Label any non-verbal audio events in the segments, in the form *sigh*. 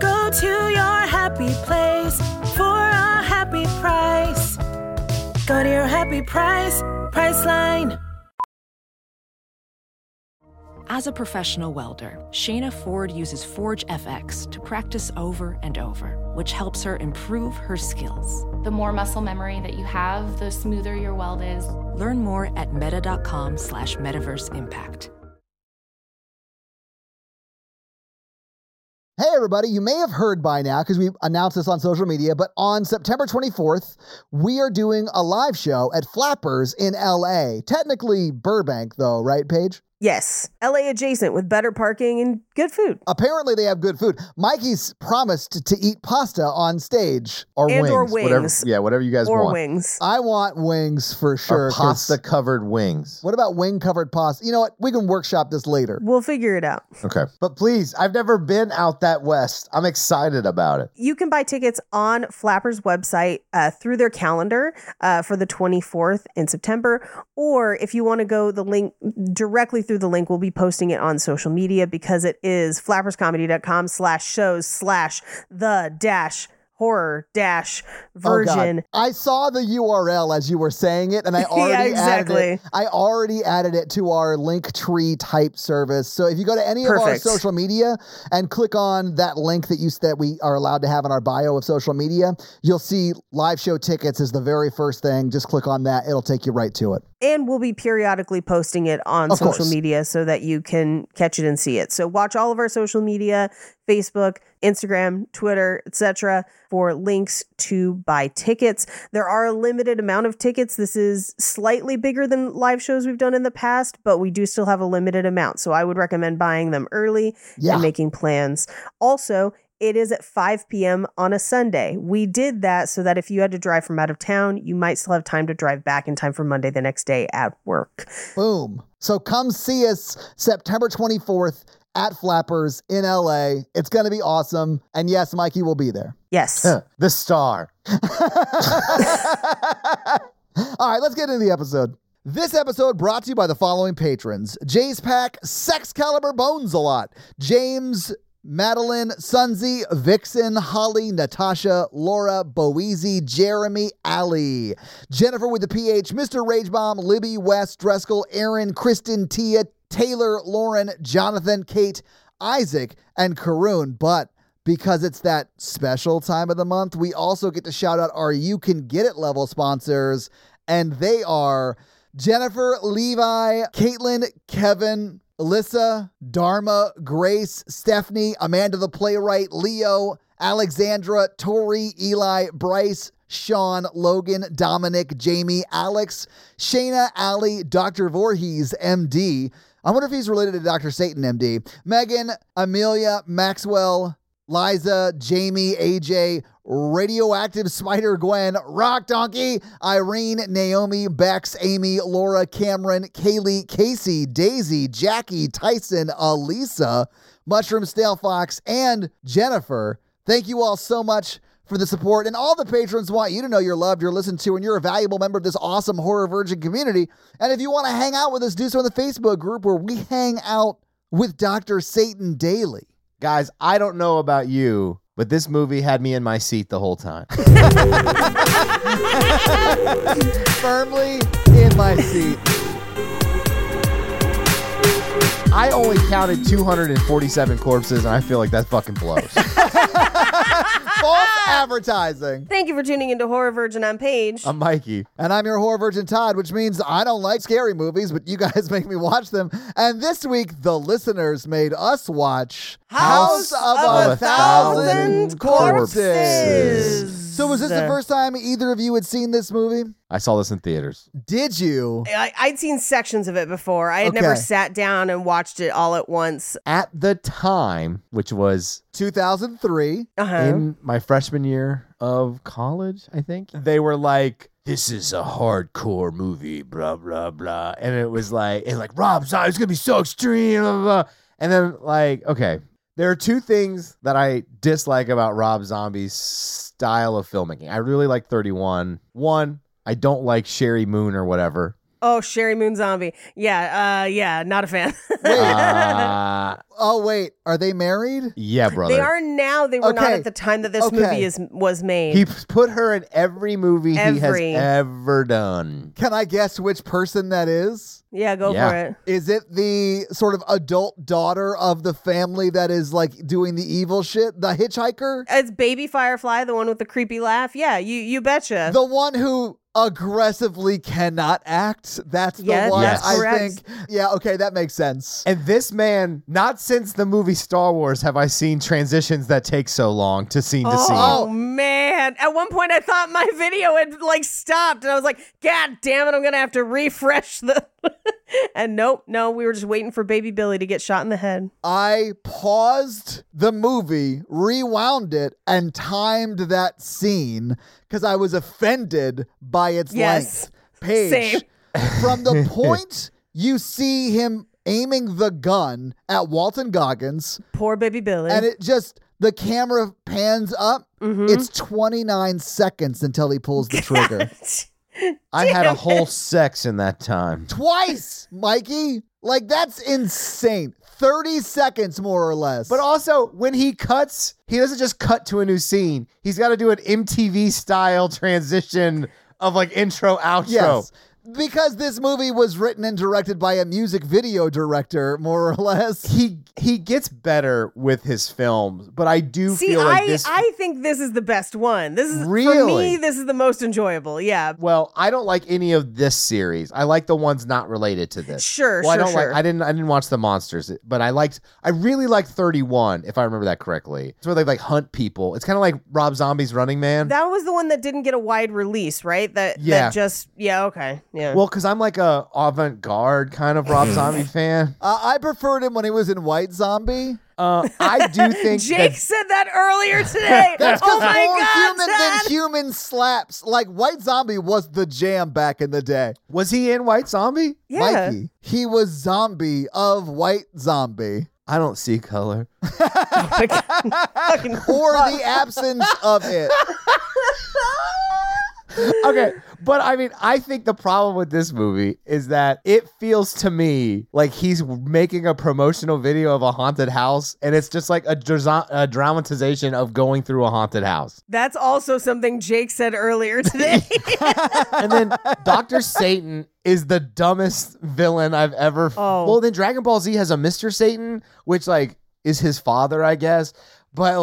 Go to your happy place for a happy price. Go to your happy price, Priceline. As a professional welder, Shayna Ford uses Forge FX to practice over and over, which helps her improve her skills. The more muscle memory that you have, the smoother your weld is. Learn more at meta.com slash metaverse impact. Hey, everybody, you may have heard by now because we announced this on social media, but on September 24th, we are doing a live show at Flappers in LA. Technically Burbank, though, right, Paige? Yes, LA adjacent with better parking and good food. Apparently, they have good food. Mikey's promised to eat pasta on stage. Or And wings. or Whatever, wings. yeah, whatever you guys or want. wings. I want wings for sure. Or 'cause- pasta covered wings. What about wing covered pasta? You know what? We can workshop this later. We'll figure it out. Okay. But please, I've never been out that west. I'm excited about it. You can buy tickets on Flapper's website uh, through their calendar uh, for the 24th in September. Or if you want to go the link directly through the link, we'll be posting it on social media because it is flapperscomedy.com slash shows slash the dash horror dash Oh, God. version. I saw the URL as you were saying *laughs* it, and I already added it. exactly. I already added it to our link tree type service. So if you go to any of our Perfect. social media and click on that link that you that we are allowed to have in our bio of social media, you'll see live show tickets is the very first thing. Just click on that; it'll take you right to it. and we'll be periodically posting it on Of social course. media so that you can catch it and see it. So watch all of our social media, Facebook, Instagram, Twitter, etc. for links to buy tickets. There are a limited amount of tickets. This is slightly bigger than live shows we've done in the past, but we do still have a limited amount. So I would recommend buying them early Yeah. and making plans. Also, it is at 5 p.m. on a Sunday. We did that so that if you had to drive from out of town, you might still have time to drive back in time for Monday the next day at work. Boom. So come see us September 24th at Flappers in LA. It's going to be awesome. And yes, Mikey will be there. *laughs* Yes. The star. All right, let's get into the episode. This episode brought to you by the following patrons Jay's Pack, Sex Caliber Bones a lot, James, Madeline, Sunzi, Vixen, Holly, Natasha, Laura, Boezy, Jeremy, Ali, Jennifer with the PH, Mr. Rage Bomb, Libby, West, Dreskel, Aaron, Kristen, Tia, Taylor, Lauren, Jonathan, Kate, Isaac, and Karun. But because it's that special time of the month, we also get to shout out our You Can Get It level sponsors, and they are Jennifer, Levi, Caitlin, Kevin, Alyssa, Dharma, Grace, Stephanie, Amanda the Playwright, Leo, Alexandra, Tori, Eli, Bryce, Sean, Logan, Dominic, Jamie, Alex, Shayna, Allie, Dr. Voorhees, MD. I wonder if he's related to Dr. Satan, MD. Megan, Amelia, Maxwell, Liza, Jamie, AJ, Radioactive Spider Gwen, Rock Donkey, Irene, Naomi, Bex, Amy, Laura, Cameron, Kaylee, Casey, Daisy, Jackie, Tyson, Elisa, Mushroom Snail Fox, and Jennifer. Thank you all so much for the support. And all the patrons want you to know you're loved, you're listened to, and you're a valuable member of this awesome horror virgin community. And if you want to hang out with us, do so in the Facebook group where we hang out with Dr. Satan daily. Guys, I don't know about you, but this movie had me in my seat the whole time. firmly in my seat. I *laughs* *laughs* only counted 247 corpses, and I feel like that fucking blows. false advertising. Thank you for tuning into Horror Virgin. I'm Paige. I'm Mikey. And I'm your horror virgin Todd, which means I don't like scary movies, but you guys *laughs* make me watch them. And this week, the listeners made us watch House of a Thousand Corpses. So was this the first time either of you had seen this movie? I saw this in theaters. Did you? I, I'd seen sections of it before. I had Okay. never sat down and watched it all at once. At the time, which was 2003. Uh-huh. in my freshman year of college, I think, they were like, this is a hardcore movie, blah, blah, blah. And it was like, and like, Rob Zombie is going to be so extreme, blah, blah, blah. And then, like, okay, there are two things that I dislike about Rob Zombie's style of filmmaking. I really like 31. One, I don't like Sherry Moon *laughs* or whatever. oh, Sherry Moon Zombie. Yeah, uh, yeah, not a fan. *laughs* Uh, Oh wait, are they married? yeah, brother. they are now. They were not Okay. at the time that this Okay. movie is was made. He put her in every movie Every. he has ever done. Can I guess which person that is? yeah, go Yeah. for it. Is it the sort of adult daughter of the family that is like doing the evil shit? The hitchhiker? It's Baby Firefly, the one with the creepy laugh. Yeah, you you betcha. The one who aggressively cannot act? That's the Yeah, one that's I correct. think. Yeah, okay, that makes sense. And this man, not since the movie Star Wars have I seen transitions that take so long to scene to scene. Oh man! At one point, I thought my *laughs* video had like stopped, and I was like, "God damn it! I'm gonna have to refresh the." *laughs* and nope, no, we were just waiting for Baby Billy to get shot in the head. I paused the movie, rewound it, and timed that scene because I was offended by its Yes. length. Page. Same. From the point you see him aiming the gun at Walton Goggins, Poor Baby Billy. *laughs* and it just the camera pans up. Mm-hmm. It's 29 seconds until he pulls the trigger. *laughs* I had a whole sex in that time. Twice, Mikey. Like that's insane. 30 seconds more or less. But also, when he cuts, he doesn't just cut to a new scene. He's got to do an MTV style transition of like intro outro. Yes. Because this movie was written and directed by a music video director, more or *laughs* less. He he gets better with his films, but I do See, feel like I this I think this is the best one. This is for me. Really? This is the most enjoyable. Yeah. Well, I don't like any of this series. I like the ones not related to this. Sure, well, I sure, don't sure. like. I didn't. I didn't watch the monsters, but I liked. I really liked Thirty One, if I remember that correctly. It's where they like hunt people. It's kind of like Rob Zombie's Running Man. That was the one that didn't get a wide release, right? That Mm. Yeah. that just yeah, okay. Yeah. well, because I'm like a avant garde kind of Rob Zombie fan. Uh, I preferred him when he was in White Zombie. Uh, I *laughs* do think Jake that- said that *laughs* earlier today. That's oh because my more god. human Dad! than human slaps. Like White Zombie was the jam back in the day. was he in White Zombie? Yeah. Mikey, he was zombie of White Zombie, I don't see color. Fucking or the absence of it. okay, but I mean, I think the problem with this movie is that it feels to me like he's making a promotional video of a haunted house, and it's just like a, dra- a dramatization of going through a haunted house. *laughs* That's also something Jake said earlier *laughs* today. And *laughs* then Doctor Satan is the dumbest villain I've ever. Oh. Well, then Dragon Ball Z has a Mister Satan, which like is his father, I guess. But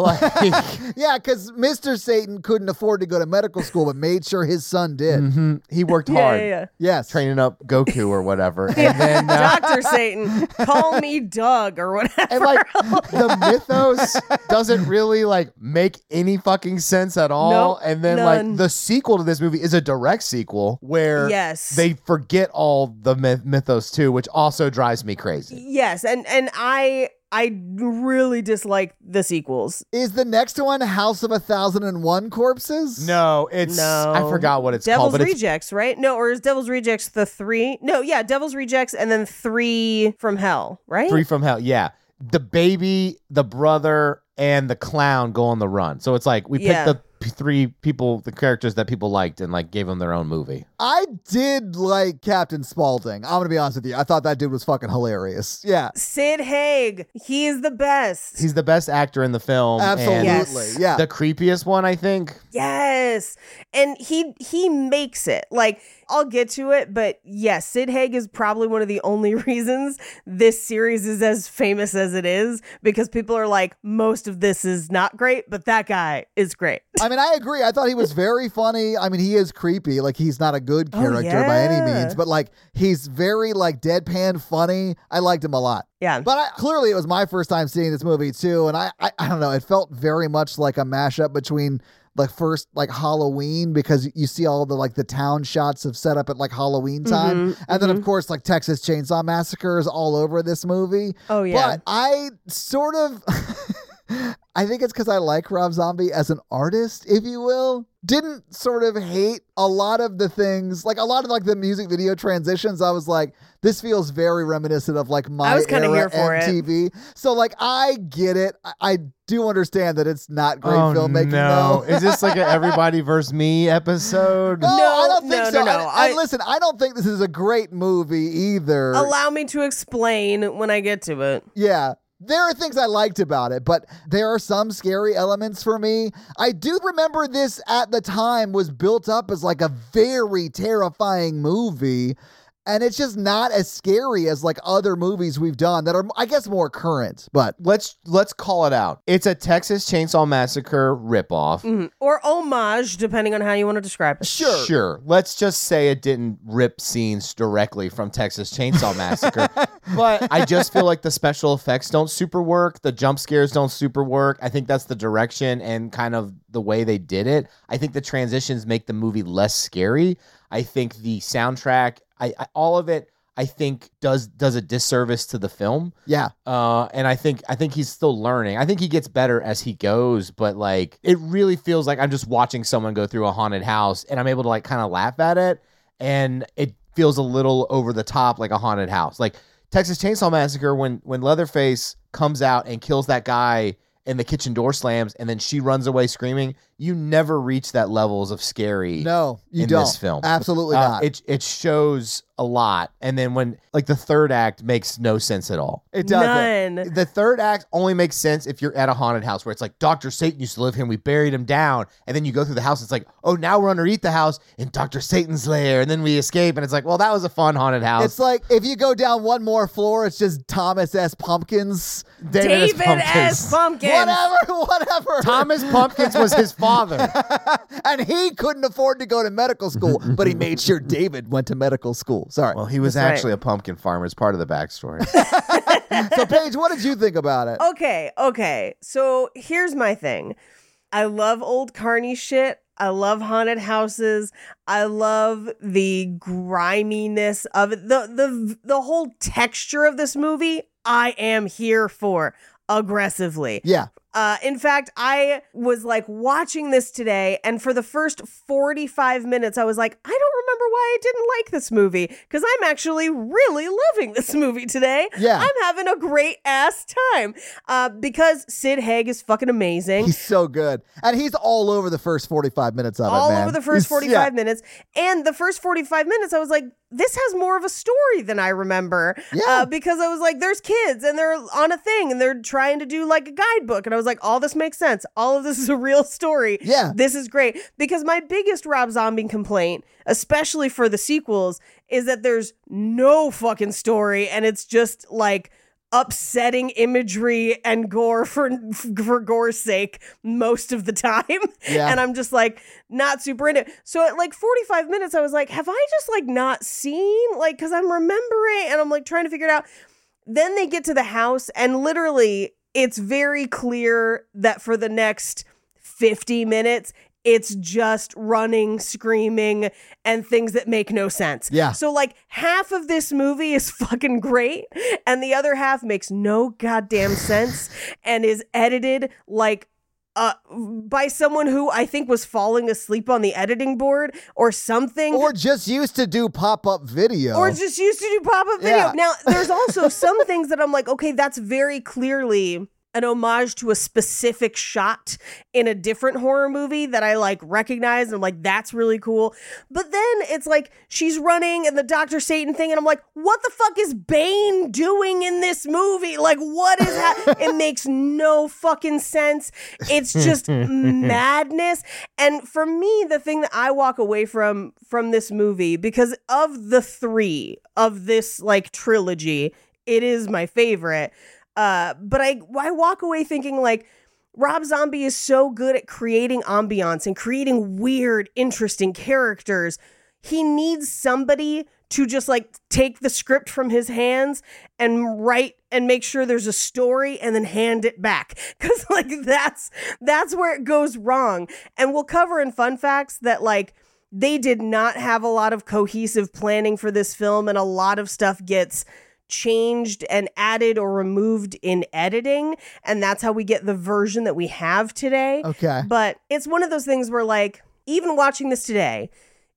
*laughs* like, *laughs* Yeah, because Mr. Satan couldn't afford to go to medical school, but made sure his son did. mhm, he worked yeah, hard. yeah, yeah. Yes. Training up Goku or whatever, *laughs* and then uh, Doctor Satan, call me *laughs* Doug or whatever. *laughs* and like the mythos doesn't really like make any fucking sense at all. Nope, and then none. like the sequel to this movie is a direct sequel where Yes. they forget all the myth- mythos too, which also drives me crazy. Yes, and and I I really dislike the sequels. Is the next one House of a Thousand and One Corpses? No, it's No, I forgot what it's Devil's called, but it's Rejects, right? No, or is Devil's Rejects the three? No, yeah, Devil's Rejects and then three from Hell, right? Free from Hell. Yeah, the baby, the brother, and the clown go on the run. So it's like we Yeah. pick the p- three people, the characters that people liked, and like gave them their own movie. Uh, I did like Captain Spaulding. I'm gonna be honest with you. I thought that dude was fucking hilarious. Yeah, Sid Haig, he is the best. He's the best actor in the film. and absolutely. Yes. Yeah. The creepiest one, I think. Yes. And he he makes it. Like I'll get to it, but yes, Sid Haig is probably one of the only *laughs* reasons this series is as famous as it is because people are like most of this is not great, but that guy is great. *laughs* I mean, I agree. I thought he was very funny. I mean, he is creepy. Like he's not a good Oh, character by any yeah. means, but like he's very like deadpan funny. I liked him a lot. Yeah. But I, clearly, it was my first time seeing this movie too, and I, I I don't know. It felt very much like a mashup between the first like Halloween because you see all the like the town shots of set up at like Halloween time, Mm-hmm, and then of course like Texas Chainsaw Massacre is all over this movie. Oh, yeah. But I sort of. *laughs* I think it's because I like Rob Zombie as an artist, if you will. Didn't sort of hate a lot of the things, like a lot of like the music video transitions. I was like, this feels very reminiscent of like my I was kinda era here for it. MTV. So like, I get it. I, I do understand that it's not great filmmaking Oh, no! though. Is this like an *laughs* everybody versus me *laughs* episode? No, I don't No, think no, so. no, no. And- and I- listen, I don't think this is a great movie either. Allow me to explain when I get to it. Yeah. There are things I liked about it, but there are some scary elements for me. I do remember this at the time was built up as like a very terrifying movie, and it's just not as scary as like other movies we've done that are I guess more current, but Let's let's call it out. It's a Texas Chainsaw Massacre ripoff. Or homage, depending on how you want to describe it. Sure. Sure. Let's just say it didn't rip scenes directly from Texas Chainsaw Massacre. but I just feel like the special effects don't super work. The jump scares don't super work. I think that's the direction and kind of the way they did it. I think the transitions make the movie less scary. I think the soundtrack, I, I all of it, I think does does a disservice to the film. yeah. Uh, and I think I think he's still learning. I think he gets better as he goes, but like it really feels like I'm just watching someone go through a haunted house, and I'm able to like kind of laugh at it, and it feels a little over the top like a haunted house. Like Texas Chainsaw Massacre when when Leatherface comes out and kills that guy, and the kitchen door slams, and then she runs away screaming. You never reach that levels of scary. No, you in don't. this film. Absolutely Uh, not. It, It it shows a lot, and then when like the third act makes no sense at all. doesn't. None. The third act only makes sense if you're at a haunted house where it's like Dr. Satan used to live here and we buried him down. And then you go through the house, it's like, oh, now we're underneath the house in Dr. Satan's lair. And then we escape. And it's like, well, that was a fun haunted house. It's like if you go down one more floor, it's just Thomas S. Pumpkins. S. David S. Pumpkin. Whatever, *laughs* whatever. Thomas Pumpkins was his father. *laughs* and he couldn't afford to go to medical school, but he made *laughs* sure David went to medical school. Sorry. *laughs* Well, he was That's right. actually a pumpkin farmer. It's part of the backstory. *laughs* so, Paige, what did you think about it? Okay, okay. So here's my thing. I love old carny shit. I love haunted houses. I love the griminess of it. The the the whole texture of this movie, I am here for aggressively. Yeah. Uh, in fact, I was like watching this today, and for the first 45 minutes, I was like, I don't remember why I didn't like this movie because I'm actually really loving this movie today. Yeah. I'm having a great ass time uh, because Sid Haig is fucking amazing. He's so good. And he's all over the first 45 minutes of it. all man. over the He's- first 45 yeah. minutes. And the first 45 minutes, I was like, this has more of a story than I remember. Yeah. Uh, because I was like, there's kids and they're on a thing and they're trying to do like a guidebook. And I was like, all this makes sense. All of this is a real story. Yeah. This is great. Because my biggest Rob Zombie complaint, especially for the sequels, is that there's no fucking story and it's just like, upsetting imagery and gore for *laughs* for gore's sake most of the time Yeah. and i'm just like not super into it so at like 45 minutes i was like have i just like not seen like because i'm remembering and i'm like trying to figure it out then they get to the house and literally it's very clear that for the next 50 minutes it's just running screaming and things that make no sense Yeah. so like half of this movie is *laughs* fucking great and the other half makes no goddamn sense and is edited like uh, by someone who I think was falling asleep on the editing board or something Or just used to do pop up video. or just used to do pop up *laughs* video. Yeah. Now, there's also some things that I'm like, okay, that's very clearly an homage to a specific shot in a different horror movie that I like recognize. And I'm like, that's really cool. But then it's like she's running and the Dr. Satan thing. And I'm like, what the fuck is Bane doing in this movie? Like, what *laughs* is that? it makes no fucking sense. It's *laughs* just madness. And for me, the thing that I walk away from from this movie, because of the three of this like trilogy, it is my favorite. Uh, but I I walk away thinking like Rob Zombie is so good at creating ambiance and creating weird, interesting characters. He needs somebody to just like take the script from his hands and write and make sure there's a story and then hand it back *laughs* cuz like that's that's where it goes wrong. And we'll cover in fun facts that like they did not have a lot of cohesive planning for this film and a lot of stuff gets changed and added or removed in editing and that's how we get the version that we have today Okay. but it's one of those things where like even watching this today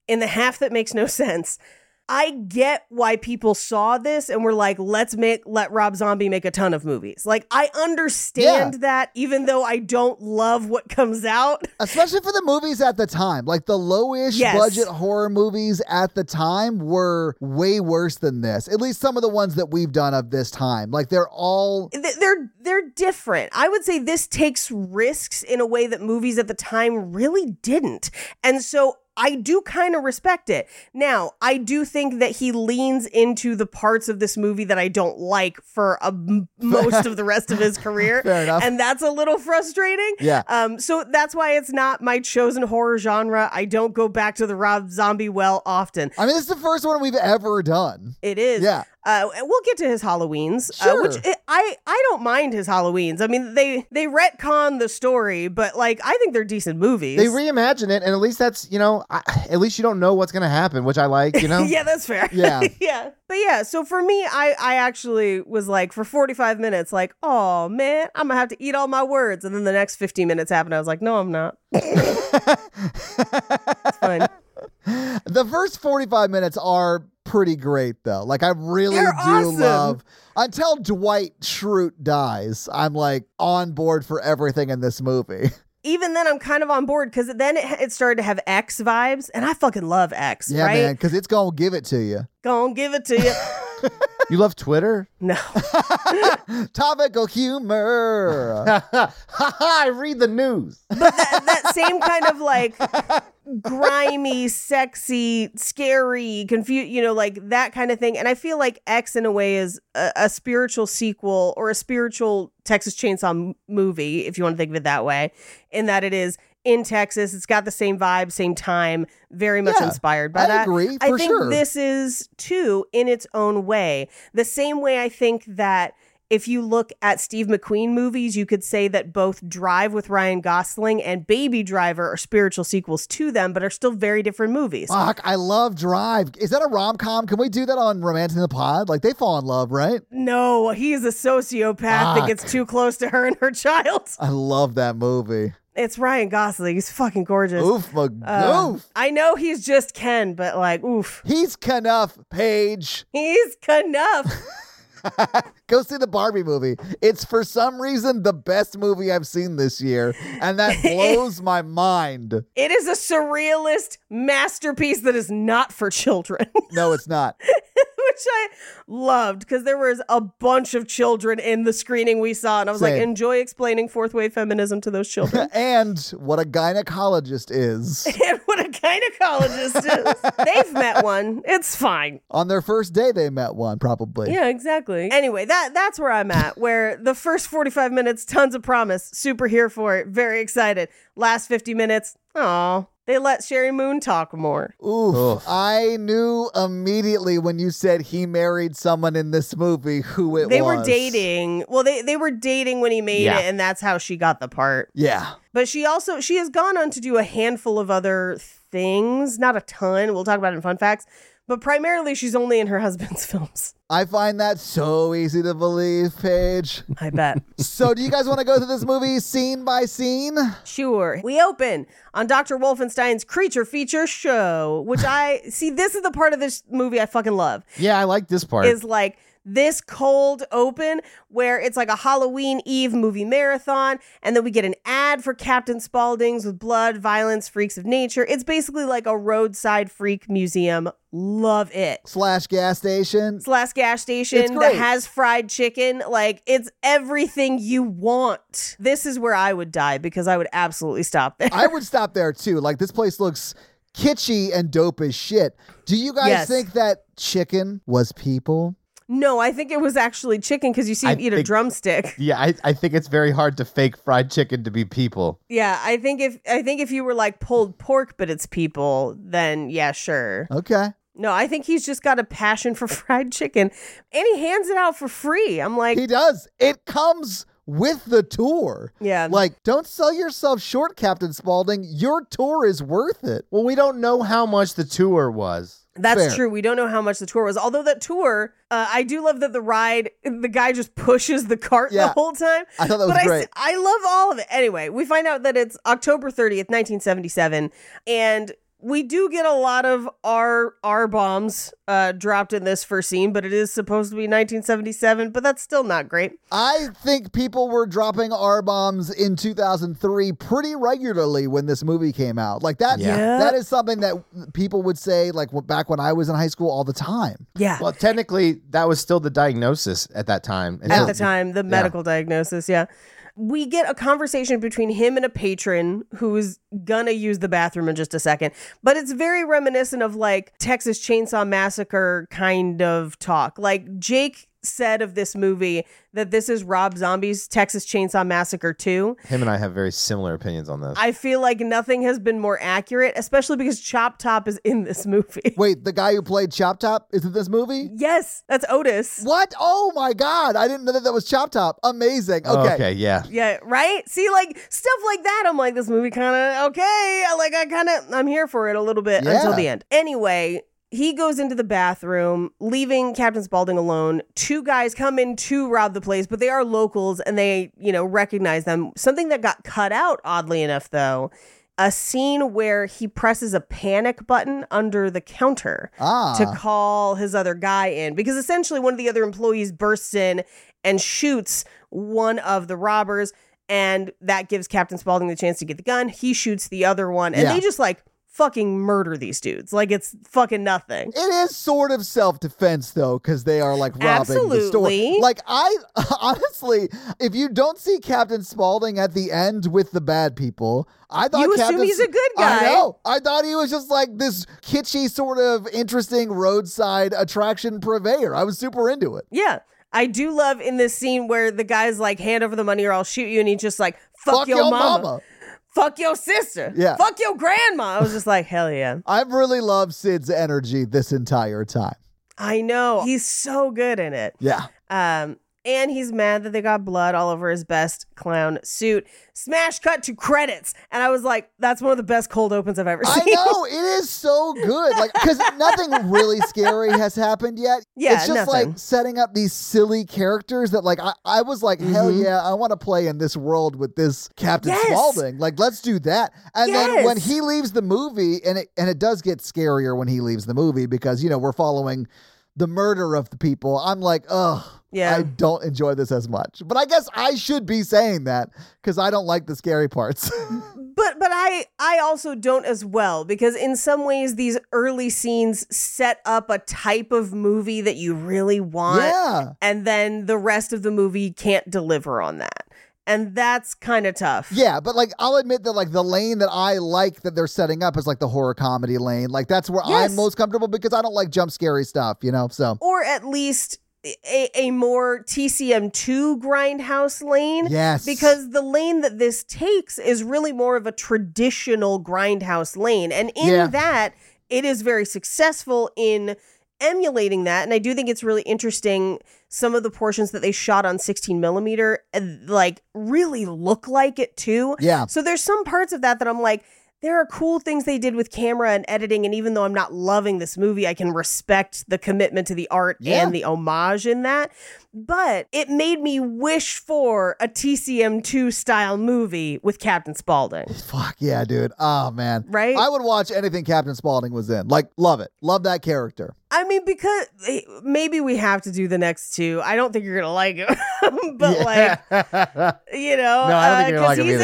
in the half that makes no sense i get why people saw this and were like let's make let rob zombie make a ton of movies like i understand that even though i don't love what comes out Especially for the movies at the time. Like the lowish Yes. budget horror movies at the time were way worse than this. At least some of the ones that we've done of this time. Like they're all th- they're they're different. I would say this takes risks in a way that movies at the time really didn't. And so I do kind of respect it. Now, I do think that he leans into the parts of this movie that I don't like for *laughs* a m- most of the rest of his career. Fair enough. And that's a little frustrating. Yeah. Um, so that's why it's not my chosen horror genre. I don't go back to the Rob Zombie well often. I mean, this is the first one we've ever done. It is. Yeah. Uh, and we'll get to his Halloweens, uh, Sure. which i I I don't mind his Halloweens. I mean, they they retcon the story, but like I think they're decent movies. They reimagine it, and at least that's you know, I, at least you don't know what's gonna happen, which I like. You know, *laughs* yeah, that's fair. Yeah. yeah. But yeah, so for me, I I actually was like for 45 minutes, like, oh man, I'm gonna have to eat all my words, and then the next 15 minutes happened. I was like, no, *laughs* I'm not. it's fine. The first 45 minutes are pretty great, though. Like, I really They're do awesome. love. Until Dwight Schrute dies, I'm like on board for everything in this movie. *laughs* Even then, I'm kind of on board because then it, it started to have X vibes, and I fucking love X. Yeah, right? man, because it's going to give it to *laughs* you. Gonna give it to you. you love Twitter. *laughs* *laughs* no. Topical *laughs* humor. Ha ha ha! I read the news. that, that same kind of like grimy, sexy, scary, confused, you know, like that kind of thing. And I feel like X, in a way, is a, a spiritual sequel or a spiritual Texas Chainsaw m- movie, if you want to think of it that way, in that it is in Texas. It's got the same vibe, same time, very much Yeah, inspired by I that. agree, I for think sure. this is too in its own way. The same way I think that if you look at Steve McQueen movies, you could say that both Drive with Ryan Gosling and Baby Driver are spiritual sequels to them, but are still very different movies. Fuck, I love Drive. Is that a rom com? Can we do that on Romancing the Pod? Like, they fall in love, right? No, he is a sociopath Fuck. that gets too close to her *laughs* and her child. I love that movie. It's Ryan Gosling. He's fucking gorgeous. Oof, ma- Uh, oof. I know he's just Ken, but like, oof. He's Knuff, Paige. He's enough. *laughs* Go see the Barbie movie. It's for some reason the best movie I've seen this year, and *laughs* that blows my mind. It is a surrealist masterpiece that is not for children, *laughs* which No, it's not. *laughs* I loved because there was a bunch of children in the screening we saw, and I was like, Same. enjoy explaining fourth wave feminism to those *laughs* children. And what a gynecologist is. and what a gynecologist *laughs* is. They've met one. It's fine. On their first day, they met one, probably. Yeah, exactly. Anyway, that that's where I'm at. Where the first 45 minutes, tons of promise, super here for it, very excited. Last 50 minutes, oh, they let Sherry Moon talk more. Oof. Oof. I knew immediately when you said he married someone in this movie who it they was. were dating. Well, they they were dating when he made Yeah. it, and that's how she got the part. Yeah. But she also she has gone on to do a handful of other things, not a ton. We'll talk about it in fun facts. But primarily, she's only in her *laughs* husband's films. I find that so easy to believe, Paige. I bet. so, do you guys want to go through this movie scene by scene? *laughs* Sure. We open on Dr. Wolfenstein's creature feature show, which I see this is the part of this movie I fucking love. Yeah, I like this part. Is like this cold open where it's like a Halloween Eve movie marathon, and then we get an ad for Captain Spaulding's with blood, violence, freaks of nature. It's basically like a roadside freak museum. Love it Slash gas station. slash gas It's station that great. has fried chicken. Like it's everything you want. This is where I would die because I would absolutely stop there. I would stop there too. Like this place looks kitschy and dope as shit. Do you guys Yes. think that chicken was people? no, I think it was actually chicken because you see I him eat a think- drumstick. yeah, I, I think it's very hard to fake fried chicken to be people. Yeah, I think if I think if you were like pulled pork, but it's people, then yeah, sure. Okay. No, I think he's just got a passion for *laughs* fried chicken, and he hands it out for free. I'm like, He does. It comes with the tour. Yeah. Like, don't sell yourself short, Captain Spaulding. Your tour is worth it. Well, we don't know how much the tour was. That's Fair. true. We don't know how much the tour was. Although that tour, uh, I do love that the ride, the guy just *laughs* pushes the cart the Yeah. whole time. I thought that was but I s- great. I, love all of it. Anyway, we find out that it's October 30th, 1977, and we do get a lot of R R bombs uh, dropped in this first scene, but it is supposed to be 1977, but that's still not great. I think people were dropping R bombs in 2003 pretty regularly when this movie came out. Like that. Yeah. Yeah. That is something that people would say like w- back when I was in high school all the time. Yeah. Well, technically, that was still the diagnosis at that time. And at so- the time, the medical diagnosis. Yeah. We get a conversation between him and a patron who is gonna use the bathroom in just a second, but it's very reminiscent of like Texas Chainsaw Massacre kind of talk. Like Jake said of this movie that this is Rob Zombie's Texas Chainsaw Massacre 2. Him and I have very similar opinions on this. I feel like nothing has been more accurate, especially because Chop Top is in this movie. Wait, the guy who played Chop Top is in this movie? Yes, that's Otis. What? Oh my God. I didn't know that that was Chop Top. Amazing. Oh, Okay. yeah. Yeah, right? See, like stuff like that, I'm like, this movie kind of okay. I- Like, I kind of, I'm here for it a little bit until Yeah. the end. Anyway, he goes into the bathroom, leaving Captain Spaulding alone. Two guys come in to rob the place, but they are locals and they, you know, recognize them. Something that got cut out, oddly enough, though, a scene where he presses a panic button under the counter Ah. to call his other guy in because essentially one of the other employees bursts in and shoots one of the robbers and that gives Captain Spaulding the chance to get the gun. He shoots the other one and Yeah. they just like fucking murder these dudes. Like it's fucking nothing. It is sort of self defense though, because they are like robbing the Absolutely. store. Like I *laughs* honestly, if you don't see Captain Spaulding at the end with the bad people, I thought You assume Captain he's a good I guy. know. I thought he was just like this kitschy sort of interesting roadside attraction purveyor. I was super into it. Yeah. I do love in this scene where the guy's like, hand over the money or I'll shoot you. And he's just like, fuck, your, mama. Fuck your sister. Yeah. Fuck your grandma. I was just like, hell yeah. I've really loved Sid's energy this entire time. I know. He's so good in it. Yeah. Um, and he's mad that they got blood all over his best clown suit. Smash cut to credits. And I was like, that's one of the best cold opens I've ever I seen. know it is so good, like because nothing really scary has happened yet. Yeah, it's just nothing. like setting up these silly characters that, like, I, I was like, hell yeah, I want to play in this world with this Captain Mm-hmm. Yes. Spaulding. Like, let's do that. And then when Yes. he leaves the movie, and it and it does get scarier when he leaves the movie because you know we're following the murder of the people. I'm like, ugh. Yeah. I don't enjoy this as much, but I guess I should be saying that because I don't like the scary parts. *laughs* But but I I also don't as well because in some ways these early scenes set up a type of movie that you really *laughs* want. yeah, And then the rest of the movie can't deliver on that. And that's kind of tough. Yeah, but like I'll admit that like the lane that I like that they're setting up is like the horror comedy lane. Like that's where Yes. I'm most comfortable because I don't like jump scary stuff, you know. So Or at least a, a more TCM2 grindhouse lane. yes, because the lane that this takes is really more of a traditional grindhouse lane and in Yeah. that it is very successful in emulating that and i do think it's really interesting some of the portions that they shot on 16 millimeter uh, like really look like it too yeah, Oh. so there's some parts of that that i'm like there are cool things they did with camera and editing. And even though I'm not loving this movie, I can respect the commitment to the art Yeah. and the homage in that. But it made me wish for a TCM2 style movie with Captain Spaulding. Fuck yeah, dude. Oh man. Right? I would watch anything Captain Spaulding was in. Like, love it. Love that character. I mean, because eh, maybe we have to do the next two. I don't think you're gonna like him, *laughs* but like like, you know, No, I don't think you're gonna because like 'em he's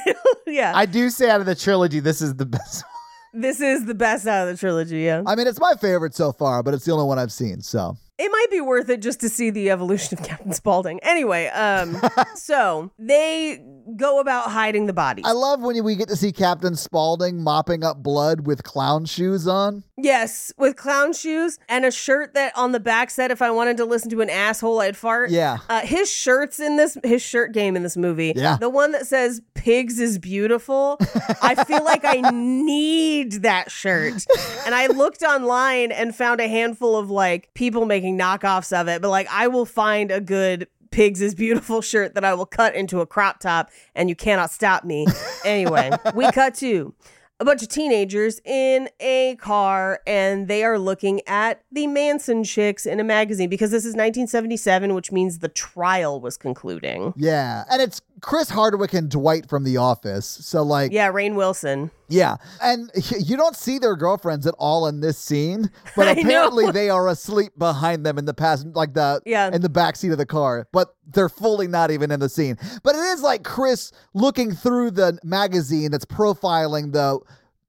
in him. *laughs* yeah, *laughs* I do say out of the trilogy, this is the best. *laughs* this is the best out of the trilogy. Yeah, I mean, it's my favorite so far, but it's the only one I've seen. So it might be worth it just to see the evolution of *laughs* Captain Spaulding. *laughs* Anyway, um, so they go about hiding the bodies. I love when we get to see Captain Spaulding mopping up blood with clown shoes on. yes, with clown shoes and a shirt that on the back said, "If I wanted to listen to an asshole, I'd fart." Yeah. Uh, his shirts in this, his shirt game in this movie, Yeah. the one that says "Pigs is beautiful." I feel *laughs* like I need that shirt, and I looked online and found a handful of like people making knockoffs of it. But like, I will find a good "Pigs is beautiful" shirt that I will cut into a crop top, and you cannot stop me. Anyway, we cut to. A bunch of teenagers in a car, and they are looking at the Manson chicks in a magazine because this is 1977, which means the trial was concluding. Yeah. And it's Chris Hardwick and Dwight from The Office. So, like, Yeah, Rain Wilson. Yeah. And y- you don't see their girlfriends at all in this scene, but *laughs* I know. apparently they are asleep behind them in the past like the Yeah. in the back seat of the car, but they're fully not even in the scene. But it is like Chris looking through the magazine that's profiling the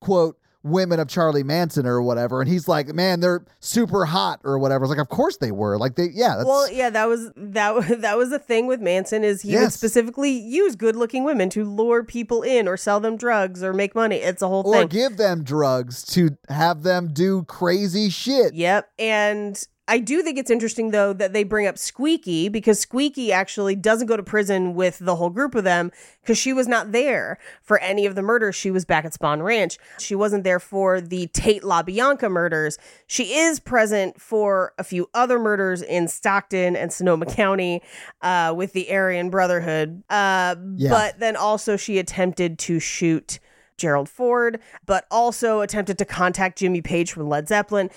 quote women of Charlie Manson or whatever and he's like, "Man, they're super hot" or whatever. It's like, "Of course they were." Like they yeah, that's Well, yeah, that was that wa- *laughs* that was the thing with Manson is he would Yes. specifically use good-looking women to lure people in or sell them drugs or make money. It's a whole or thing. give them drugs to have them do crazy shit. Yep. And I do think it's interesting though that they bring up Squeaky because Squeaky actually doesn't go to prison with the whole group of them because she was not there for any of the murders. She was back at Spawn Ranch. She wasn't there for the Tate LaBianca murders. She is present for a few other murders in Stockton and Sonoma County uh, with the Aryan Brotherhood. Uh, Yeah. But then also she attempted to shoot Gerald Ford, but also attempted to contact Jimmy Page from Led Zeppelin,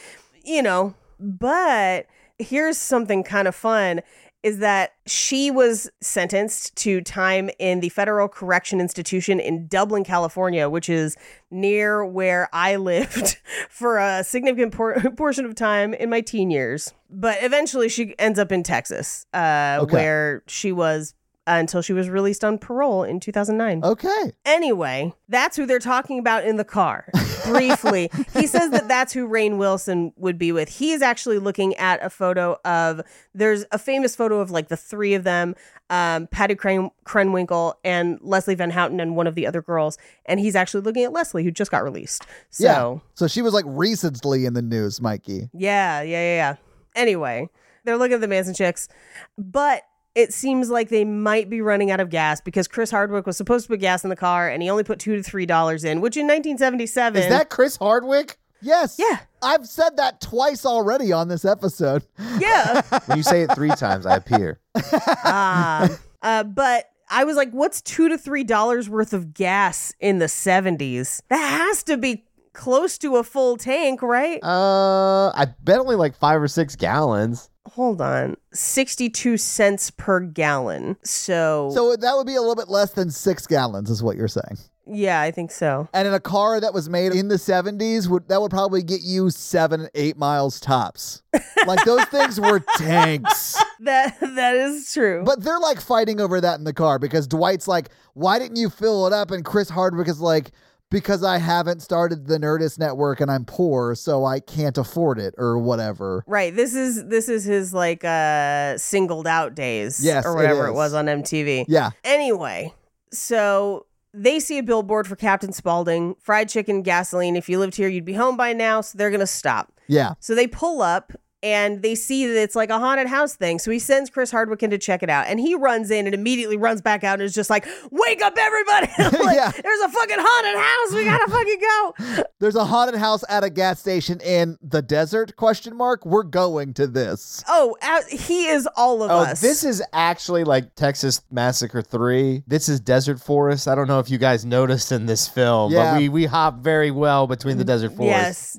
you know. But here's something kind of fun is that she was sentenced to time in the Federal Correction Institution in Dublin, California, which is near where I lived *laughs* for a significant por- *laughs* portion of time in my teen years. But eventually she ends up in Texas, uh, Okay. where she was until she was released on parole in 2009. Okay. Anyway, that's who they're talking about in the car. Briefly, he says that that's who Rain Wilson would be with. He is actually looking at a photo of there's a famous photo of like the three of them, um, Patty Cren- Krenwinkel and Leslie Van Houten and one of the other girls, and he's actually looking at Leslie who just got released. So So she was like recently in the news, Mikey. yeah, yeah, yeah, yeah. Anyway, they're looking at the Manson chicks, but it seems like they might be running out of gas because Chris Hardwick was supposed to put gas in the car and he only put two to three dollars in, which in 1977 Is that Chris Hardwick? Yes. Yeah. I've said that twice already on this episode. *laughs* yeah. When you say it three times, *laughs* I appear. Ah. uh, but I was like, what's two to three dollars worth of gas in the 70s? That has to be close to a full tank, right? Uh, I bet only like five or six gallons. Hold on, 62 cents per gallon. So, So that would be a little bit less than six gallons, is what you're saying. yeah, I think so. And in a car that was made in the 70s, would that would probably get you seven, eight miles tops. Like those things were *laughs* tanks. That that is true. But they're like fighting over that in the car because Dwight's like, why didn't you fill it up? And Chris Hardwick is like, because I haven't started the Nerdist Network and I'm poor, so I can't afford it or whatever. Right. This is this is his like uh singled out days. Yes, Or it whatever it, is. was on MTV. Yeah. Anyway, so they see a billboard for Captain Spaulding, fried chicken, gasoline. If you lived here, you'd be home by now, so they're gonna stop. Yeah. So they pull up and they see that it's like a haunted house thing. So he sends Chris Hardwick in to check it out, and he runs in and immediately runs back out and is just like, "Wake up, everybody! *laughs* Like, Yeah. There's a fucking haunted house. We gotta fucking *laughs* go." There's a haunted house at a gas station in the desert? Question mark. We're going to this. Oh, out, he is all of Oh, us. this is actually like Texas Massacre 3. This is Desert Forest. I don't know if you guys noticed in this film, Yeah. but we, we hop very well between the Desert Forest.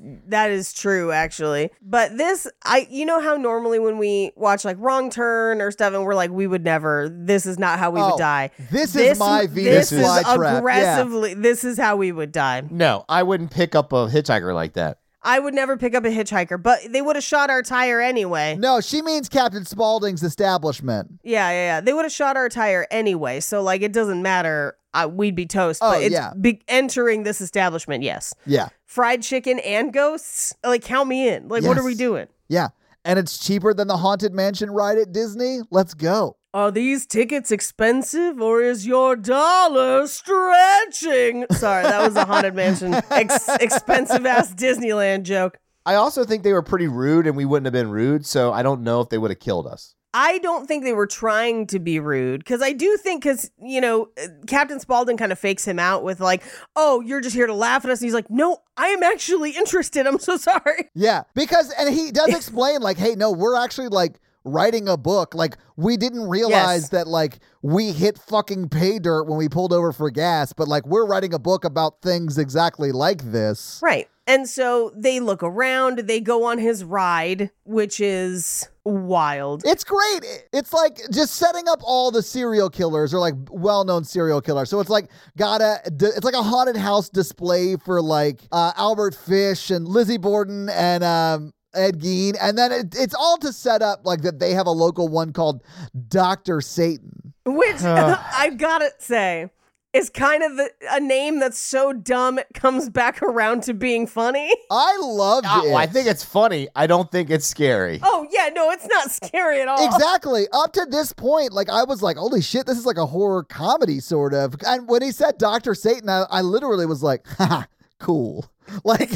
Yes, that is true actually. But this I you know how normally when we watch like Wrong Turn or stuff and we're like we would never this is not how we Oh, would die. this is my Venus This is flytrap. Yeah. aggressively this is how we would die. No, I wouldn't pick up a hitchhiker like that. I would never pick up a hitchhiker, but they would have shot our tire anyway. No, she means Captain Spaulding's establishment. Yeah, yeah, yeah. They would have shot our tire anyway, so like it doesn't matter. I, we'd be toast. Oh, but it's yeah. be- entering this establishment, yes. Yeah. Fried chicken and ghosts, like count me in. Like, what are Yes. we doing? Yeah. And it's cheaper than the Haunted Mansion ride at Disney. Let's go. Are these tickets expensive or is your dollar stretching? Sorry, that was a haunted mansion ex- expensive ass Disneyland joke. I also think they were pretty rude and we wouldn't have been rude, so I don't know if they would have killed us. I don't think they were trying to be rude because I do think because you know uh, Captain Spaulding kind of fakes him out with like, "Oh, you're just here to laugh at us," and he's like, "No, I am actually interested. I'm so sorry." Yeah. Because, and he does explain, like, hey, no, we're actually like writing a book. Like, we didn't realize Yes. that, like, we hit fucking pay dirt when we pulled over for gas, but, like, we're writing a book about things exactly like this. Right. And so they look around. They go on his ride, which is wild. It's great. It- It's like just setting up all the serial killers or like well-known serial killers. So it's like gotta. d- It's like a haunted house display for like uh, Albert Fish and Lizzie Borden and um, Ed Gein, and then it, it's all to set up like that they have a local one called Doctor Satan. Which *laughs* I gotta say is kind of the, a name that's so dumb it comes back around to being funny. *laughs* I loved Ah, it. well, I think it's funny. I don't think it's scary. Oh yeah, no, it's not scary at all. Exactly. Up to this point, like I was like, "Holy shit, this is like a horror comedy sort of." And when he said Doctor Satan, I, I literally was like, "Ha, cool." *laughs* *laughs* Like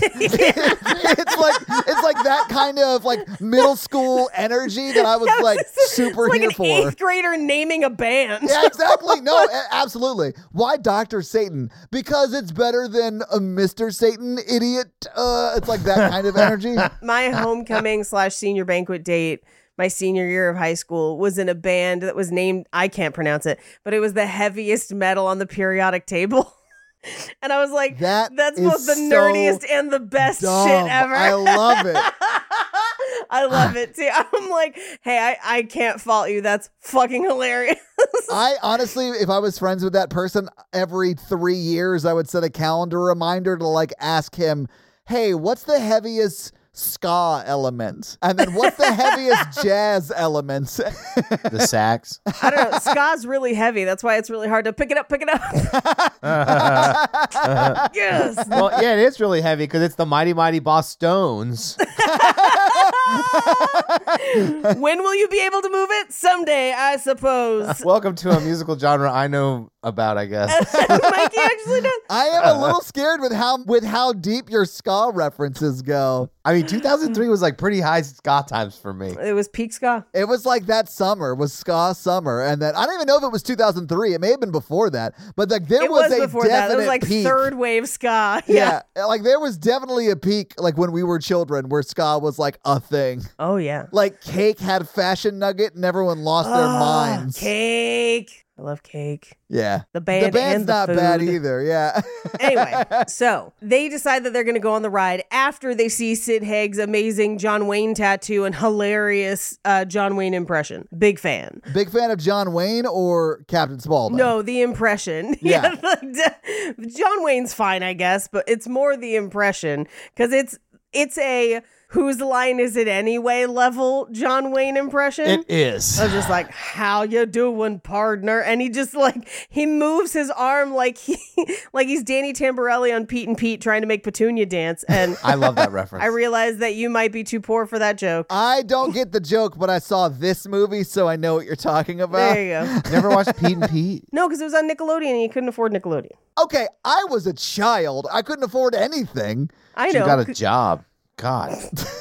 it's like it's like that kind of like middle school energy that I was like super it's like here an for. eighth grader naming a band. Yeah, exactly. No, a- absolutely. Why Doctor Satan? Because it's better than a Mister Satan idiot. Uh, it's like that kind of energy. My homecoming slash senior banquet date, my senior year of high school, was in a band that was named I can't pronounce it, but it was the heaviest metal on the periodic table. *laughs* And I was like, That that's is both the so nerdiest and the best Dumb. *laughs* shit ever. I love it. I love *laughs* it too. I'm like, hey, I, I can't fault you. That's fucking hilarious. *laughs* I honestly, if I was friends with that person, every three years I would set a calendar reminder to like ask him, hey, what's the heaviest ska element? And then what's the *laughs* heaviest jazz element? *laughs* The sax. I don't know. Ska's really heavy. That's why it's really hard to pick it up, pick it up. *laughs* yes. *laughs* well, yeah, it is really heavy because it's the Mighty Mighty Boss *laughs* Stones. When will you be able to move it? Someday, I suppose. Welcome to a musical genre I know about, I guess. *laughs* Mikey actually does. I am a Uh-huh. little scared with how with how deep your ska references go. I mean, 2003 was like pretty high ska times for me. It was peak ska. It was like that summer was ska summer, and then I don't even know if it was 2003. It may have been before that, but like there it was, a before definite that. It was like peak. third wave ska. Yeah. Yeah. like there was definitely a peak, like when we were children, where ska was like a thing. Oh yeah. Like cake had fashion nugget, and everyone lost their Ah, minds. Cake. I love cake. Yeah, The band the band's and not the bad food. either. *laughs* Yeah, anyway, so they decide that they're going to go on the ride after they see Sid Haig's amazing John Wayne tattoo and hilarious uh, John Wayne impression. Big fan. big fan of John Wayne or Captain Spaulding. No, the impression. *laughs* Yeah. like, d- John Wayne's fine, I guess, but it's more the impression because it's it's a whose line is it anyway level John Wayne impression. *laughs* It is. I was just like, "How you doing, partner?" And he just like he moves his arm like he *laughs* like he's Danny Tamborelli on Pete and Pete trying to make Petunia dance, and I love that reference. I realized that you might be too poor for that joke. I don't get the joke, but I saw this movie, so I know what you're talking about. There you go. Never watched Pete and Pete. No, because it was on Nickelodeon and you couldn't afford Nickelodeon. Okay, I was a child. I couldn't afford anything. I You know. got a job. God.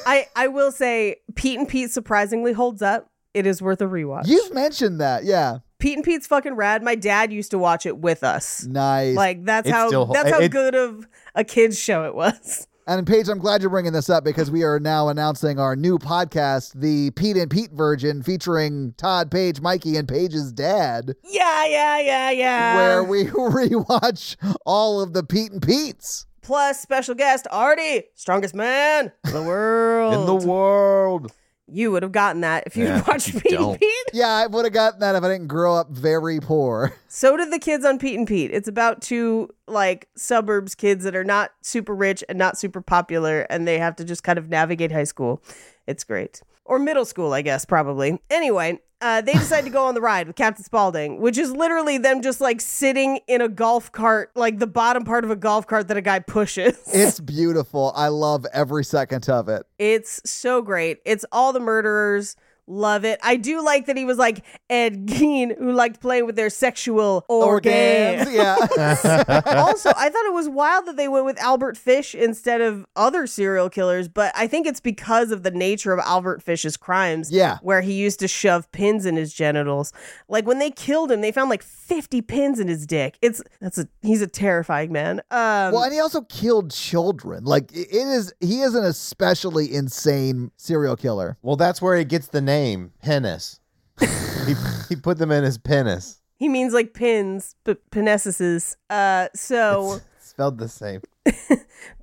I I will say Pete and Pete surprisingly holds up. It is worth a *laughs* rewatch. You've mentioned that, yeah. Pete and Pete's fucking rad. My dad used to watch it with us. Nice. Like that's It how still hol- that's how it- good of a kids show it was. *laughs* and Paige, I'm glad you're bringing this up because we are now announcing our new podcast, the Pete and Pete Virgin, featuring Todd Page, Mikey, and Paige's dad, Yeah, yeah, yeah, yeah. where we *laughs* rewatch all of the Pete and Pete's. plus special guest Artie, strongest man in the *laughs* world. In the world. you would have gotten that if you'd Yeah, watched you Pete and don't. Pete. Yeah, I would have gotten that if I didn't grow up very *laughs* poor. So did the kids on Pete and Pete. It's about two like suburbs kids that are not super rich and not super popular, and they have to just kind of navigate high school. It's great. Or middle school, I guess, probably. Anyway, uh, they decide to go on the ride with Captain Spaulding, which is literally them just like sitting in a golf cart, like the bottom part of a golf cart that a guy pushes. It's beautiful. I love every second of it. It's so great. It's all the murderers. Love it. I do like that he was like Ed Gein, who liked playing with their sexual *laughs* organs. Yeah. *laughs* *laughs* also, I thought it was wild that they went with Albert Fish instead of other serial killers, but I think it's because of the nature of Albert Fish's crimes. Yeah. Where he used to shove pins in his genitals. Like when they killed him, they found like 50 pins in his dick. It's that's a he's a terrifying man. Um well, and he also killed children. Like i- it is he is an especially insane serial killer. Well, that's where he gets the name, penis. he, he put them in his penis. he means like pins, but penesses. Uh so It's spelled the same.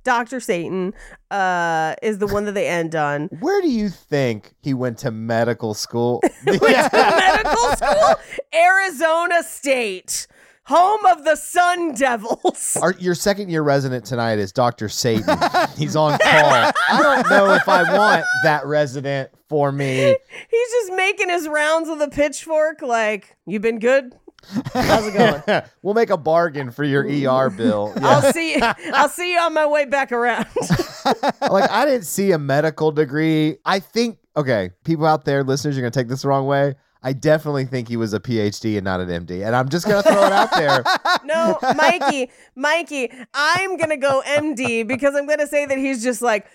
Dr. Satan uh, is the one that they end on. Where do you think he went to medical *laughs* school? Medical school, Arizona State, home of the Sun Devils. *laughs* Our, your second year resident tonight is Dr. Satan. He's on call. I don't know if I want that resident for me. He's just making his rounds with a pitchfork, like, you been good? How's it going? we'll make a bargain for your ER bill. Yeah. I'll see. I'll see you on my way back around. *laughs* like I didn't see a medical degree. I think okay, people out there, listeners, you're gonna take this the wrong way. I definitely think he was a PhD and *laughs* not an MD. And I'm just gonna throw it out there. *laughs* no, Mikey, Mikey, I'm gonna go MD because I'm gonna say that he's just like,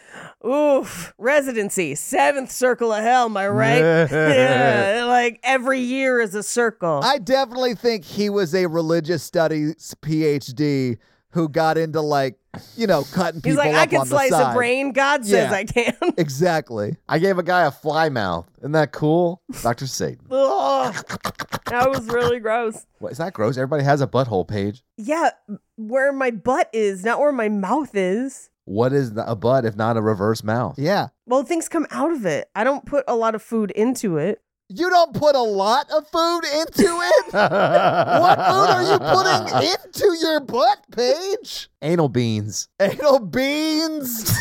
oof, residency, seventh circle of hell. Am I right? yeah, *laughs* like every year is a circle. I definitely think he was a religious studies PhD who got into like, you know, cutting He's people like, up I can on the slice a side." brain. God says Yeah. I can. Exactly. I gave a guy a fly mouth. Isn't that cool? Dr. Satan. *laughs* Ugh. *laughs* that was really gross. What is that gross? Everybody has a butthole page. Yeah, where my butt is, not where my mouth is. What is the- a butt if not a reverse mouth? Yeah. Well, things come out of it. I don't put a lot of food into it. You don't put a lot of food into it. what food are you putting into your butt, Paige? Anal beans. Anal beans,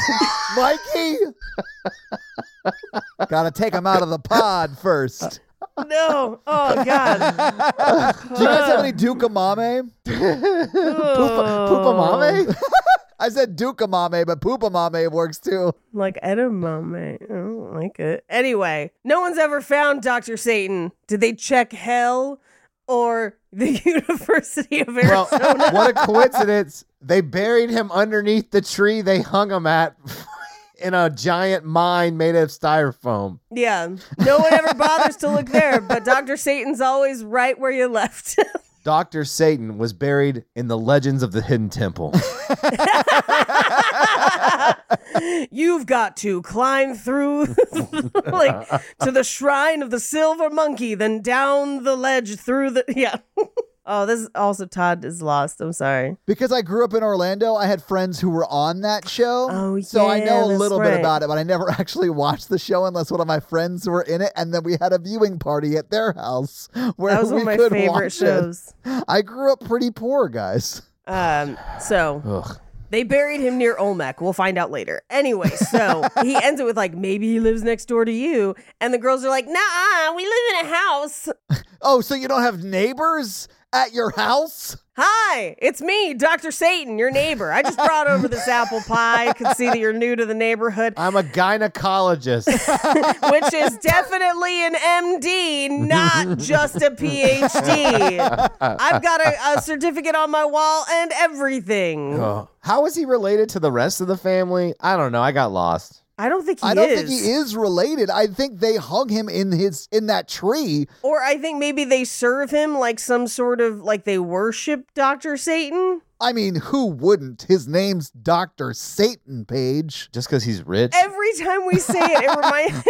Mikey. Gotta take them out of the pod first. No. Oh God. *laughs* Do you guys have any Dukamame? Poop, Poopamame? *laughs* I said Dukamame, but Poopamame works too. Like edamame. I don't like it. Anyway, no one's ever found Dr. Satan. Did they check hell or the *laughs* University of Arizona? Well, what a coincidence. They buried him underneath the tree they hung him at *laughs* in a giant mine made of styrofoam. yeah. No one ever bothers to look there, but Dr. Satan's always right where you left. *laughs* Dr. Satan was buried in the Legends of the Hidden Temple. *laughs* You've got to climb through *laughs* like to the shrine of the silver monkey, then down the ledge through the *laughs* yeah. oh, this is also Todd is lost. I'm sorry. Because I grew up in Orlando, I had friends who were on that show. Oh, So I yeah, know a that's little right. bit about it, but I never *laughs* actually watched the show unless one of my friends were in it. And then we had a viewing party at their house *laughs* where That was we one of my could favorite watch shows. It. I grew up pretty poor, guys. *laughs* Um, so Ugh. They buried him near Olmec. We'll find out later. Anyway, so he ends it with like, maybe he lives next door to you. And the girls are like, nah, we live in a house. Oh, so you don't have neighbors at your house? Hi, it's me, Dr. Satan, your neighbor. I just brought over *laughs* this apple pie. I can see that you're new to the neighborhood, I'm a gynecologist. *laughs* which is *laughs* definitely an MD, not just a PhD. I've got a, a certificate on my wall and everything. How is he related to the rest of the family? I don't know. I got lost. I don't think he I don't is. think he is related. I think they hung him in his in that tree. Or I think maybe they serve him like some sort of like they worship Dr. Satan. I mean, who wouldn't? His name's Doctor Satan Page. Just because he's rich. Every time we say it, it reminds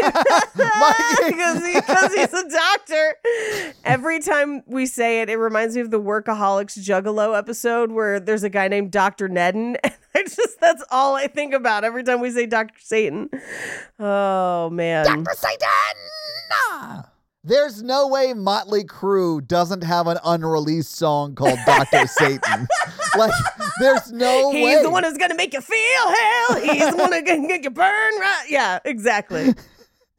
*laughs* Mikey. because he- because he's a doctor. Every time we say it, it reminds me of the Workaholics Juggalo episode where there's a guy named Doctor Nedden, *laughs* and I just that's all I think about every time we say Doctor Satan. Oh man, Satan. There's no way Motley Crue doesn't have an unreleased song called *laughs* Doctor Satan. Like, there's no he's way. the one who's gonna make you feel hell. He's the one who's gonna make you burn. Right? Yeah, exactly.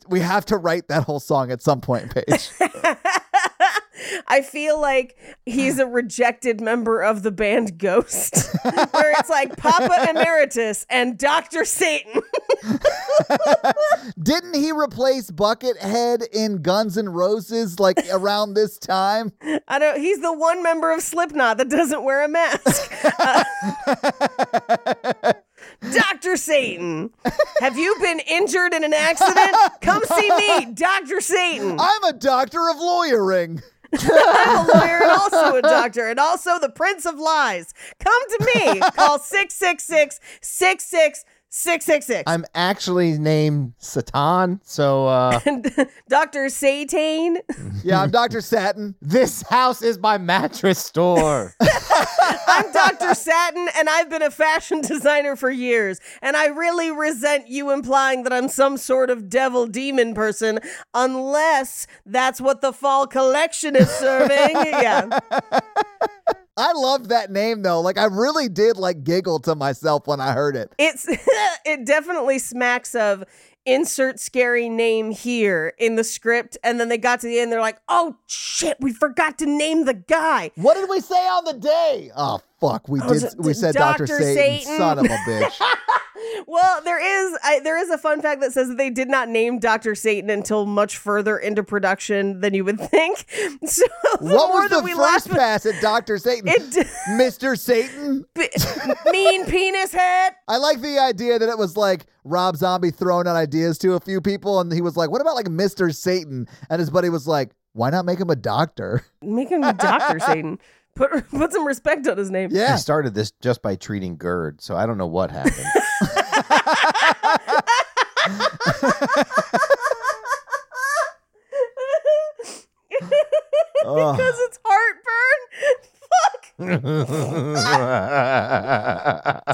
we have to write that whole song at some point, *laughs* Paige. I feel like he's a rejected member of the band Ghost, *laughs* where it's like Papa Emeritus and Dr. Satan. Didn't he replace Buckethead in Guns N' Roses like around this time? I don't, he's the one member of Slipknot that doesn't wear a mask. Uh, *laughs* Dr. Satan, have you been injured in an accident? Come see me, Dr. Satan. I'm a doctor of lawyering. I'm a lawyer and also a doctor and also the prince of lies. Come to me. Call 666 666 I'm actually named Satan, so uh, Dr. Satan. Yeah, I'm Dr. Satin. this house is my mattress store. I'm Dr. Satin, and I've been a fashion designer for years. And I really resent you implying that I'm some sort of devil demon person, unless that's what the fall collection is serving. yeah. I loved that name though. Like I really did like giggle to myself when I heard it. It's *laughs* it definitely smacks of insert scary name here in the script. And then they got to the end, they're like, oh shit, we forgot to name the guy. What did we say on the day? Oh fuck, we was did. it- We said Dr. Dr. Satan, Satan. son of a *laughs* bitch. Well, there is I, there is a fun fact that says that they did not name Doctor Satan until much further into production than you would *laughs* think. So the what more was that the we first laugh, pass at Dr. Satan? It d- Mr. Satan? *laughs* mean penis head. I like the idea that it was like Rob Zombie throwing out ideas to a few people, and he was like, "What about like Mr. Satan?" And his buddy was like, "Why not make him a doctor?" Make *laughs* him Doctor Satan. Put put some respect on his name. I Yeah, started this just by treating GERD, so I don't know what happened. because it's heartburn. Fuck.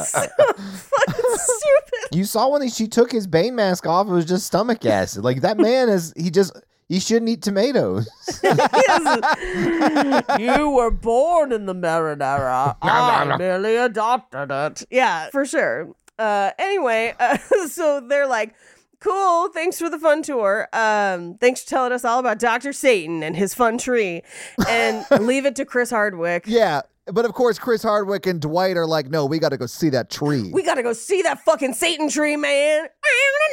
So fucking stupid. you saw when she took his Bane mask off; it was just stomach acid. Like that man is he just he shouldn't eat tomatoes. Yes. you were born in the *laughs* marinara. I merely adopted it. Yeah, for sure. Uh, anyway, uh, *laughs* so they're like, cool, thanks for the fun tour. Um, thanks for telling us all about Dr. Satan and his fun tree. And *laughs* leave it to Chris Hardwick. *laughs* yeah. But of course, Chris Hardwick and Dwight are like, "No, we got to go see that tree." We gotta go see that fucking Satan tree, man.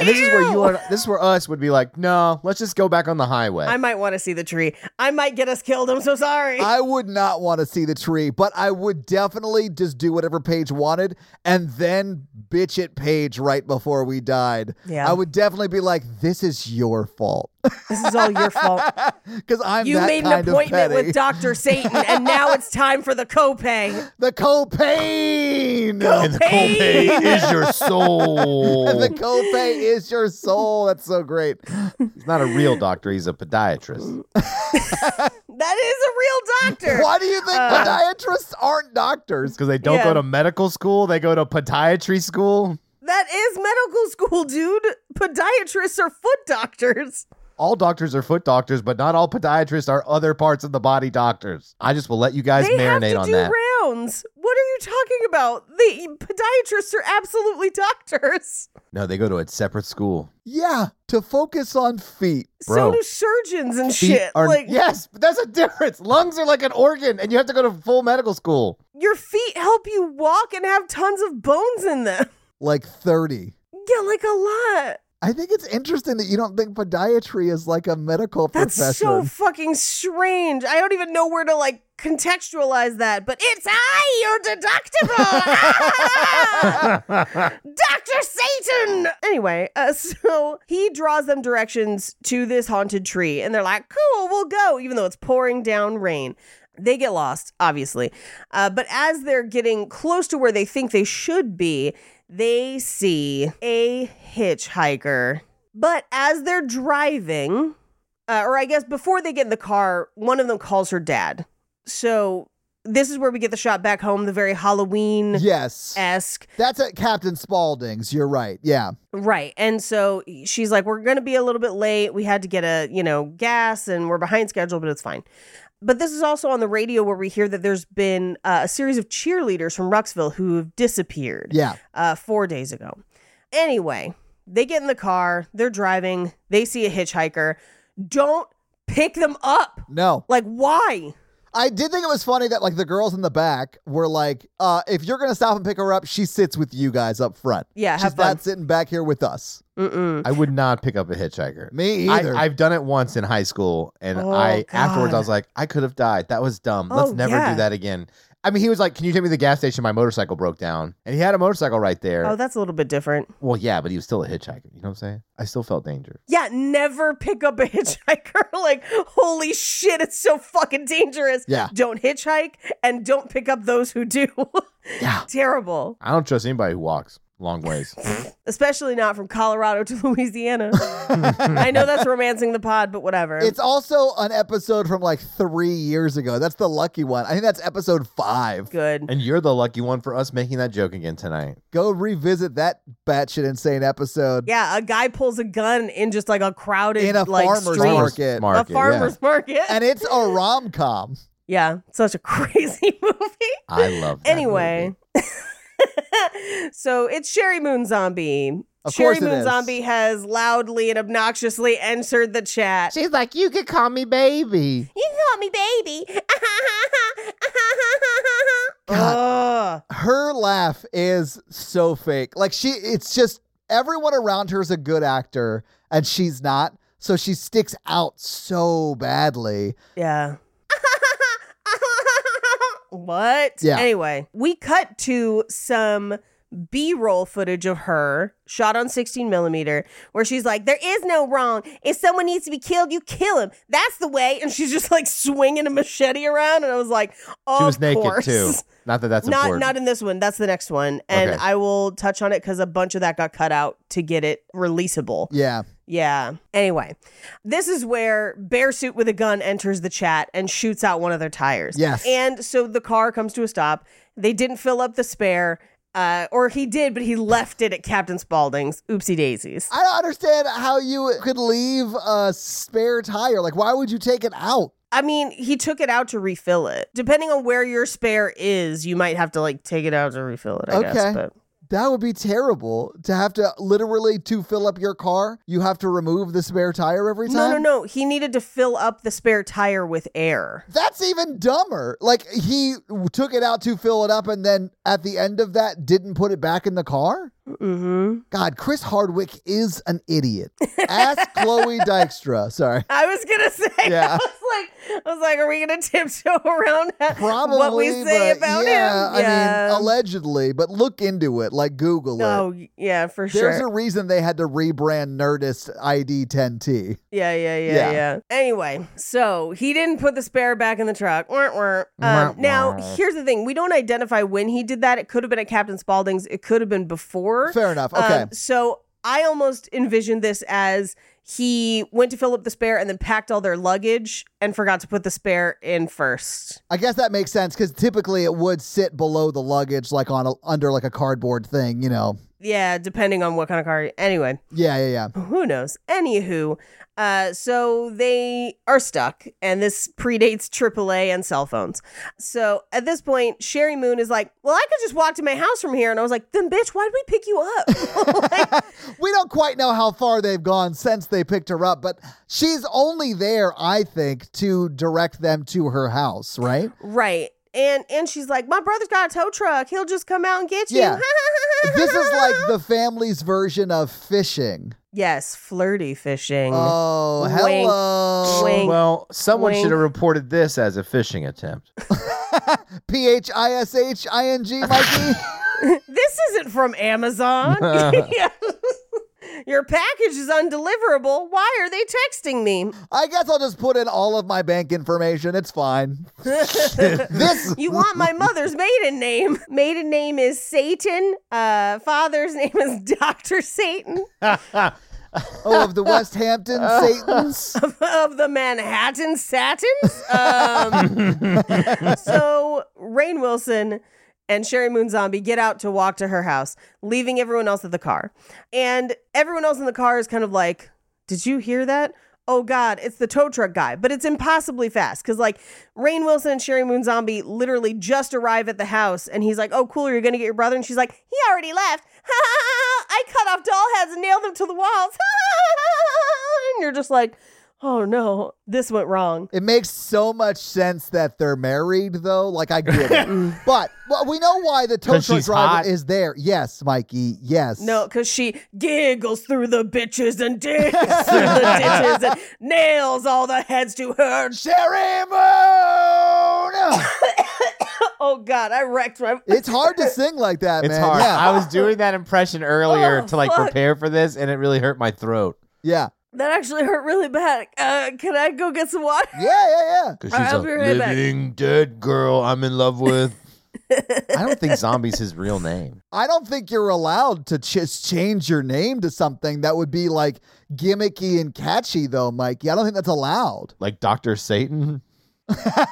And this is where you are. This is where us would be like, no, let's just go back on the highway. I might want to see the tree. I might get us killed. I'm so sorry. I would not want to see the tree, but I would definitely just do whatever Paige wanted and then bitch at Paige right before we died. Yeah. I would definitely be like, this is your fault. *laughs* this is all your fault. Because *laughs* I'm You that made an kind of appointment petty. with Dr. Satan, *laughs* and now it's time for the copay. the *laughs* copain! and the copay is your soul. *laughs* the copay is your soul. That's so *laughs* great. he's not a real doctor; he's a podiatrist. That is a real doctor. Uh. Why do you think podiatrists aren't doctors? Because they don't Yeah. go to medical school; they go to podiatry school. That is medical school, dude. Podiatrists are foot doctors. All doctors are foot doctors, but not all podiatrists are other parts of the body doctors. I just will let you guys They have marinate to on do that. rounds. What are you talking about? The podiatrists are absolutely doctors. no, they go to a separate school. Yeah, to focus on feet. Bro. So do surgeons and Feet shit. are- like yes, but that's a difference. Lungs are like an organ, and you have to go to full medical school. your feet help you walk and have tons of bones in them. Like 30. Yeah, like a lot. I think it's interesting that you don't think podiatry is like a medical That's profession. so fucking strange. I don't even know where to like contextualize that, but it's I, your *laughs* deductible. *laughs* Ah! Dr. Satan! Anyway, uh, *laughs* so he draws them directions to this haunted tree, and they're like, cool, we'll go, even though it's pouring down rain. They get lost, obviously. Uh, but as they're getting close to where they think they should be, they see a hitchhiker. But as they're driving, uh, or I guess before they get in the car, one of them calls her dad. So this is where we get the shot back home, the very Halloween *laughs* yes. esque. That's at Captain Spaulding's. You're right. Yeah. Right. And so e, she's like, we're going to be a little bit late. We had to get a, you know, gas and we're behind schedule, but it's fine. But this is also on the radio where we hear that there's been uh, a series of cheerleaders from Ruxville who have disappeared Yeah. uh, four days ago. Anyway, they get in the car, they're driving, they see a hitchhiker. Don't pick them up. No. Like, why? I did think it was funny that like the girls in the back were like, uh, if you're gonna stop and pick her up, she sits with you guys up front. Yeah, She's have fun. not sitting back here with us. Mm-mm. I would not pick up a hitchhiker. Me either. I, I've done it once in high school, and Oh, I afterwards I God. was like, I could have died. That was dumb. Let's Oh, never yeah. do that again. I mean, he was like, "Can you take me to the gas station? My motorcycle broke down." And he had a motorcycle right there. Oh, that's a little bit different. well, yeah, but he was still a hitchhiker. You know what I'm saying? I still felt danger. Yeah, never pick up a *laughs* hitchhiker. like, holy shit, it's so fucking dangerous. Yeah. Don't hitchhike and don't pick up those who do. *laughs* Yeah. Terrible. I don't trust anybody who walks long ways. Especially not from Colorado to *laughs* Louisiana. *laughs* I know that's romancing the pod, but whatever. It's also an episode from like three years ago. That's the lucky one. I think that's episode five. good. and you're the lucky *laughs* one for us making that joke again tonight. Go revisit that batshit insane episode. Yeah, a guy pulls a gun in just like a crowded In a like farmer's street. market. a farmer's yeah. market. And it's a rom com. yeah, such a *laughs* crazy movie. I love. That anyway, movie. *laughs* so it's Sherry Moon Zombie. Of Sherry course it Moon is. Zombie has loudly and obnoxiously entered the chat. she's like, "You could call me baby." You call me baby. *laughs* Ugh. Her laugh is so fake. Like she it's just everyone around her is a good actor and she's not. So she sticks out so badly. Yeah. *laughs* what? Yeah. Anyway, we cut to some B roll footage of her shot on 16 millimeter where she's like, There is no wrong. If someone needs to be killed, you kill him. That's the way. And she's just like swinging a machete around. And I was like, Oh, she was naked course. too. Not that *laughs* that's not important. not in this one. That's the next one, and Okay. I will touch on it because a bunch of that got cut out to get it releasable. Yeah. Yeah. Anyway, this is where Bear Suit with a gun enters the chat and shoots out one of their tires. Yes. And so the car comes to a stop. They didn't fill up the spare, uh, or he did, but he left it at Captain Spaulding's. Oopsie daisies. I don't understand how you could leave a spare tire. Like, why would you take it out? I mean, he took it out to refill it. Depending on where your spare is, you might have to like take it out to refill it, I Okay. guess. But That would be terrible to have to literally to fill up your car. You have to remove the spare tire every time. no, no, no. He needed to fill up the spare tire with air. That's even dumber. Like he w- took it out to fill it up, and then at the end of that, didn't put it back in the car. Mm-hmm. God, Chris Hardwick is an idiot. *laughs* Ask Chloe Dykstra. Sorry. I was gonna *laughs* say. Yeah. I was like, I was like, are we gonna tiptoe *laughs* around Probably. what we say but about yeah, him? I mean, allegedly, but look into it. Like Google it. oh yeah, for There's sure. a reason they had to rebrand Nerdist ID 10T. yeah, yeah, yeah, Yeah. yeah, Anyway, so he didn't put the spare back in the truck. Wah, wah. Um, now here's the thing: we don't identify when he did that. It could have been at Captain Spaulding's. It could have been before. Fair enough. Okay. Um, so I almost envisioned this as he went to fill up the spare and then packed all their luggage and forgot to put the spare in first. I guess that makes sense because typically it would sit below the luggage, like on a, under like a cardboard thing, you know. Yeah, depending on what kind of car. Anyway, Yeah, yeah, yeah. who knows? Anywho, uh, so they are stuck, and this predates AAA and cell phones. So at this point, Sherry Moon is like, "Well, I could just walk to my house from here," and I was like, "Then, bitch, why'd we pick you up?" Like, *laughs* we don't quite know how far they've gone since they picked her up, but she's only there, I think, to direct them to her house, right? *laughs* right. And and she's like, "My brother's got a tow truck. He'll just come out and get you." Yeah. this is like the family's version of fishing. *laughs* Yes, flirty fishing. Oh, hello. Wink. Oh, Well, someone Wink. should have reported this as a phishing attempt. *laughs* P H I S H I N G, *laughs* Mikey. this isn't from Amazon. *laughs* Your package is undeliverable. Why are they texting me? I guess I'll just put in all of my bank information. It's *laughs* fine. this *laughs* You want my mother's maiden name. Maiden name is Satan. Uh, father's *laughs* name is Dr. Satan oh of the West Hampton Satan's. of the Manhattan Satins. Um, so Rain Wilson and Sherry Moon Zombie get out to walk to her house, leaving everyone else at the car. And everyone else in the car is kind of like, Did you hear that? Oh God, it's the tow truck guy, but it's impossibly fast because like Rain Wilson and Sherry Moon Zombie literally just arrive at the house, and he's like, "Oh, cool, you're gonna get your brother," and she's like, "He already left." *laughs* I cut off doll heads and nailed them to the walls. *laughs* and you're just like, "Oh no, this went wrong." It makes so much sense that they're married, though. Like I get *laughs* it, but well, we know why the tow 'Cause truck she's driver hot. is there. Yes, Mikey. Yes. No, because she giggles through the bitches and digs through the ditches and nails all the heads to her. Sherry Moon. Oh God, I wrecked my. it's hard *laughs* to sing like that, It's man. hard. Yeah. I was doing that impression earlier Oh, to like fuck. prepare for this, and it really hurt my throat. yeah. That actually hurt really bad. Uh, can I go get some *laughs* water? Yeah. Yeah. Because All right, she's a I'll be right back. living dead girl I'm in *laughs* love with. I don't think zombie's his real name. I don't think you're allowed to just change your name to something that would be like gimmicky and catchy, though, Mikey. I don't think that's allowed. Like Doctor Satan.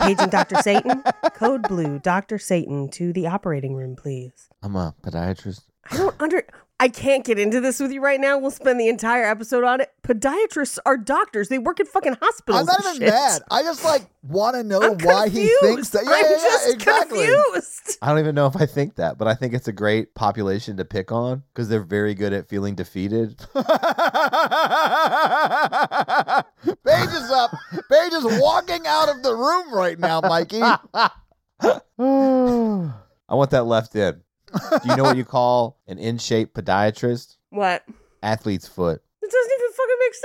Paging Dr. *laughs* Satan. Code blue, Dr. Satan to the operating room, please. I'm a podiatrist. I don't under. I can't get into this with you right now. We'll spend the entire episode on it. Podiatrists are doctors. They work in fucking hospitals. I'm not and even Oh, shit. mad. I just like want to know I'm why confused. he thinks that. Yeah, I'm yeah, yeah, just exactly. confused. I don't even know if I think that, but I think it's a great population to pick on because they're very good at feeling defeated. *laughs* Paige is up. Paige is walking out of the room right now, Mikey. I want that left in. Do you know what you call an in shape podiatrist? What? Athlete's foot. *laughs* It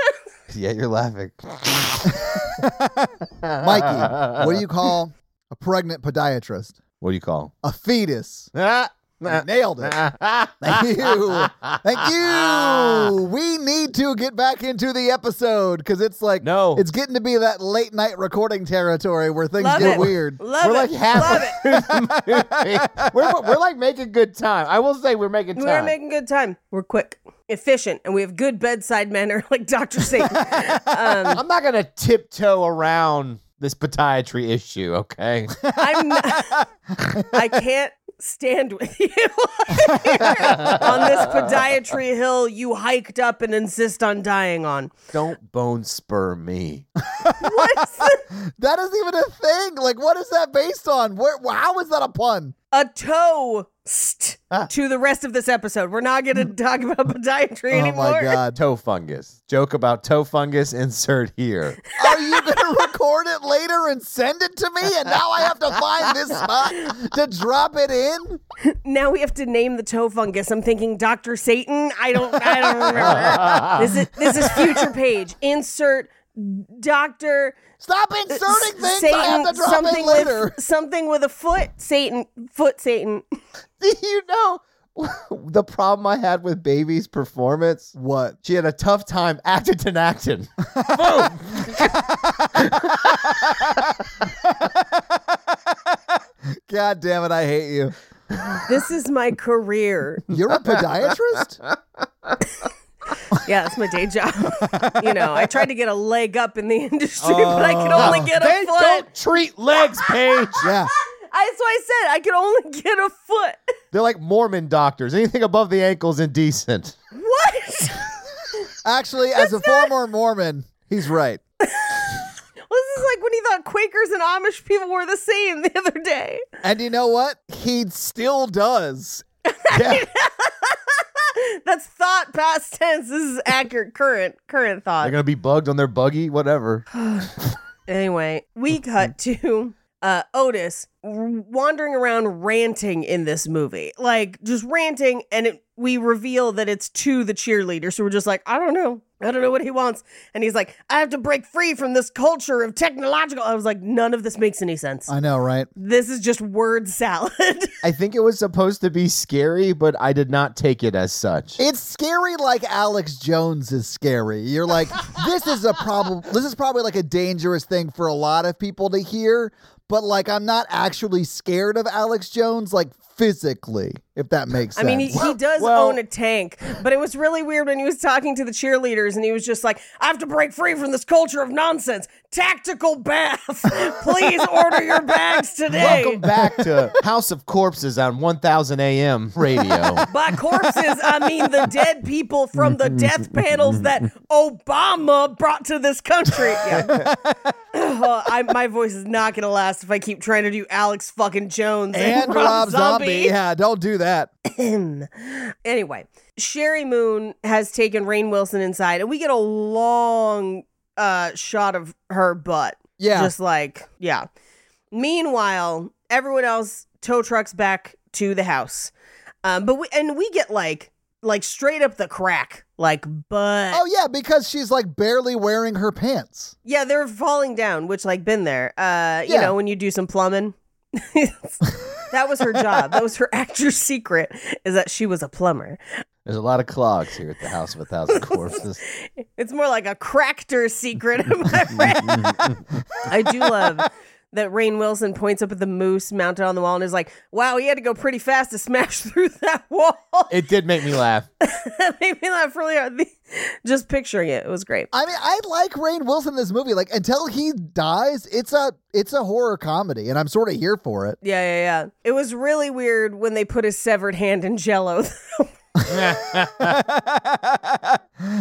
doesn't even fucking make sense. Yeah, you're *laughs* laughing. Mikey, what do you call a pregnant podiatrist? What do you *laughs* call? A fetus. You Nailed it. Thank Thank you. Thank you. We need to get back into the episode because it's like No. it's getting to be that late night recording territory where things Love get it. weird. Love we're it. like Love half. it. *laughs* we're, we're like making good time. I will say we're making time. We're making good time. We're quick, efficient, and we have good bedside manner, *laughs* like *laughs* Doctor Satan. um, I'm not gonna tiptoe around this podiatry issue. Okay. I'm. Not, I can't stand with you *laughs* on this podiatry hill you hiked up and insist on dying on. Don't bone spur *laughs* me. What is this? That is even a thing. Like, what is that based on? Where? How is that a pun? a toast Ah. to the rest of this episode. We're *laughs* not going to talk about podiatry Oh anymore. my god! Toe fungus. Joke about toe fungus. Insert here. Are you gonna *laughs* record it later and send it to me? And now I have to find this spot to drop it in. Now we have to name the toe fungus. I'm thinking Dr. Satan. I don't I don't remember. *laughs* this is this is future page. Insert Dr. Stop inserting things. Satan I have to drop something it later. with something with a foot Satan foot Satan. Do *laughs* you know the problem I had with Baby's performance? What? She had a tough time acting and *laughs* acting. God damn it! I hate you. This is my career. You're a *laughs* podiatrist. Yeah, that's my day job. *laughs* you know, I tried to get a leg up in the *laughs* industry, but I can only get a Oh. They foot. don't treat legs, Paige. *laughs* Yeah. That's why I said I could only get a foot. They're like Mormon doctors. Anything above the ankle's indecent. What? Actually, as a former Mormon, he's right. *laughs* Well, this is like when he thought Quakers and Amish people were the same the other day. And you know what? He still does. *laughs* That's thought past tense. This is accurate current current They're thought. gonna be bugged on their buggy, whatever. Anyway, we cut to uh, Otis w- wandering around ranting in this movie, like just ranting, and it, we reveal that it's to the cheerleaders who are just like, I don't know, I don't know what he wants, and he's like, I have to break free from this culture of technological. I was like, none of this makes any sense. I know, right? this is just word salad. I think it was supposed to be scary, but I did not take it as such. It's scary like Alex Jones is scary. You're like, this is a problem. This is probably like a dangerous thing for a lot of people to hear, but like, I'm not actually scared of Alex Jones, like physically, if that makes I sense. mean, he, he does well- own a tank, but it was really weird when he was talking to the cheerleaders and he was just like, I have to break free from this culture of nonsense. Tactical bath. *laughs* Please order your bags today. Welcome back to House of Corpses on 1000 AM radio. By corpses, I mean the dead people from the death panels that Obama brought to this country. Yeah. Uh, I, my voice is not going to last if I keep trying to do Alex fucking Jones *laughs* and, and Rob Zombie. Yeah, don't do that. anyway, Sherry Moon has taken Rain Wilson inside, and we get a long uh, shot of her butt. Yeah. Just like, yeah. Meanwhile, everyone else tow trucks back to the house. Um, but we and we get like like straight up the crack, like but Oh, yeah, because she's like barely wearing her pants. yeah, they're falling down, which like been there. Uh, you Yeah. know, when you do some plumbing. *laughs* that was her job. That was her *laughs* actor's secret is that she was a plumber. There's a lot of clogs here at the House of a *laughs* Thousand Corpses. It's more like a crackter secret. Am I, right? I do love that Rain Wilson points up at the moose mounted on the wall and is like, wow, he had to go pretty fast to smash *laughs* through that wall. It did make me laugh. *laughs* that made me laugh really hard. *laughs* Just picturing it, it was great. I mean, I like Rain Wilson in this movie. Like until he dies, it's a it's a horror comedy, and I'm sort of here for *laughs* it. Yeah, yeah, yeah. It was really weird when they put his severed hand in jello. *laughs*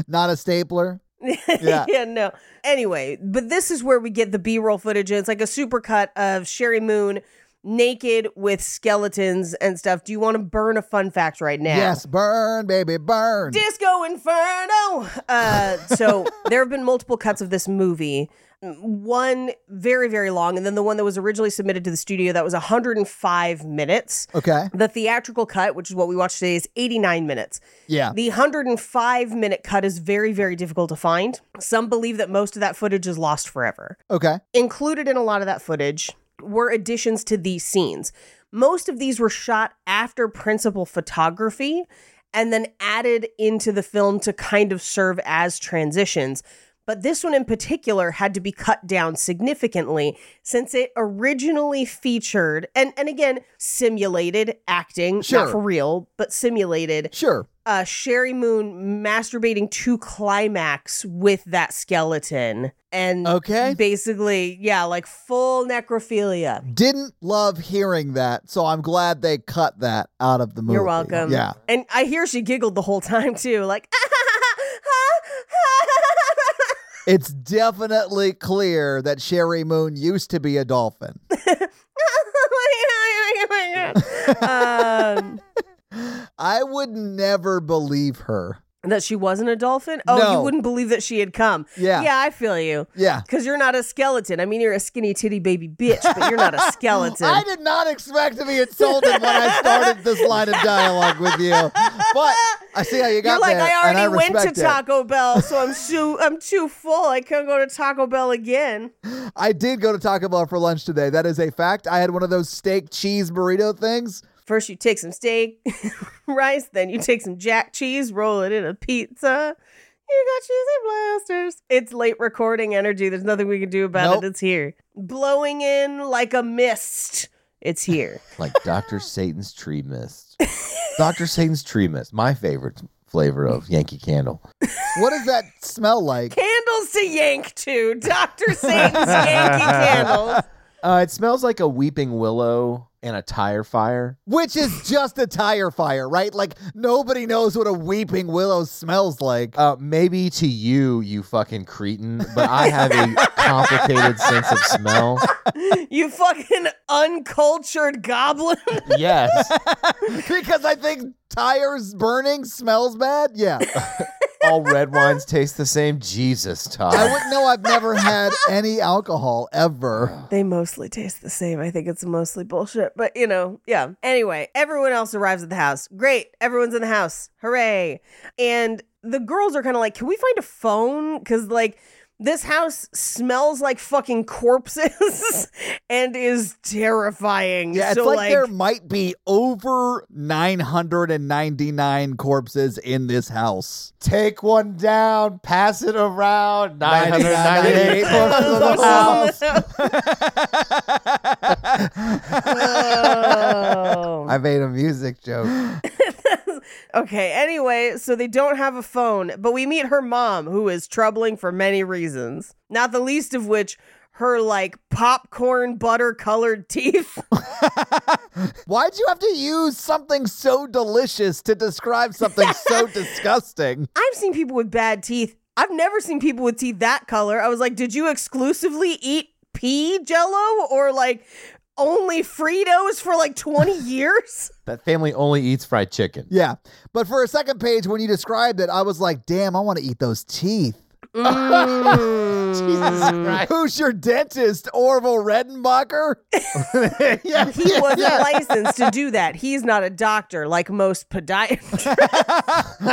Not a stapler. *laughs* yeah. no. Anyway, but this is where we get the B-roll footage. It's like a supercut of Sherry Moon naked with skeletons and stuff. Do you want to burn a fun fact right now? Yes, burn, baby, burn. Disco Inferno. Uh, *laughs* so there have been multiple cuts of this movie. One very, very long, and then the one that was originally submitted to the studio that was 105 minutes. okay. The theatrical cut, which is what we watched today, is 89 minutes. Yeah. The 105 minute cut is very, very difficult to find. Some believe that most of that footage is lost forever. Okay. Included in a lot of that footage were additions to these scenes. Most of these were shot after principal photography and then added into the film to kind of serve as transitions. But this one in particular had to be cut down significantly since it originally featured, and, and again, simulated acting, Sure. not for real, but simulated Sure. uh, Sherry Moon masturbating to climax with that skeleton. And Okay. basically, yeah, like full necrophilia. Didn't love hearing that, so I'm glad they cut that out of the movie. You're welcome. Yeah. And I hear she giggled the whole time too, like, *laughs* It's definitely clear that Sherry Moon used to be a *laughs* dolphin. um, I would never believe her. that she wasn't a dolphin. Oh, No. you wouldn't believe that she had come. Yeah. Yeah, I feel you. Yeah. Because you're not a skeleton. I mean, you're a skinny titty baby bitch, but you're not a skeleton. *laughs* I did not expect to be insulted when I started this line of dialogue with you, but I see how you got You're like, there, I and already went to respect it. Taco Bell, so I'm too I'm too full. I can't go to Taco Bell again. I did go to Taco Bell for lunch today. That is a fact. I had one of those steak cheese burrito things. First you take some steak, *laughs* rice, then you take some jack cheese, roll it in a pizza. You got cheesy blasters. It's late recording energy. There's nothing we can do about Nope. it. It's here. Blowing in like a mist. It's *laughs* here. Like *laughs* Dr. Satan's tree mist. Dr. Satan's tree mist, my favorite flavor of Yankee Candle. What does that smell like? Candles to yank to. Dr. Satan's *laughs* Yankee candles. Uh, it smells like a weeping willow and a tire fire. Which is just a tire fire, right? Like nobody knows what a weeping willow smells like. Uh, maybe to you, you fucking cretin, but I have a complicated sense of smell. You fucking uncultured goblin. Yes. *laughs* because I think tires burning smells bad. Yeah. all red wines taste the same. Jesus, Todd. I wouldn't know. I've never had any alcohol ever. They mostly taste the same. I think it's mostly bullshit, but you know, yeah. Anyway, everyone else arrives at the house. Great. Everyone's in the house. Hooray. And the girls are kind of like, can we find a phone? Because, like, this house smells like fucking corpses *laughs* and is terrifying. Yeah, it's so, like, *laughs* there might be over 999 corpses in this house. Take one down, pass it around. 998 998 corpses corpses of of *laughs* the house. Oh. I made a music joke. *laughs* okay, anyway, so they don't have a phone, but we meet her mom, who is troubling for many reasons, not the least of which her like popcorn butter colored teeth. *laughs* *laughs* Why'd you have to use something so delicious to describe something *laughs* so disgusting? I've seen people with bad teeth. I've never seen people with teeth that color. I was like, did you exclusively eat pea jello or like only Fritos for like 20 years? That family only eats fried chicken. Yeah. But for a second page, when you described it, I was like, damn, I want to eat those teeth. Mm. *laughs* *laughs* Jesus Christ. Who's your dentist, Orville Redenbacher? *laughs* yeah. He wasn't licensed to do that. He's not a doctor like most *laughs* podiatrists.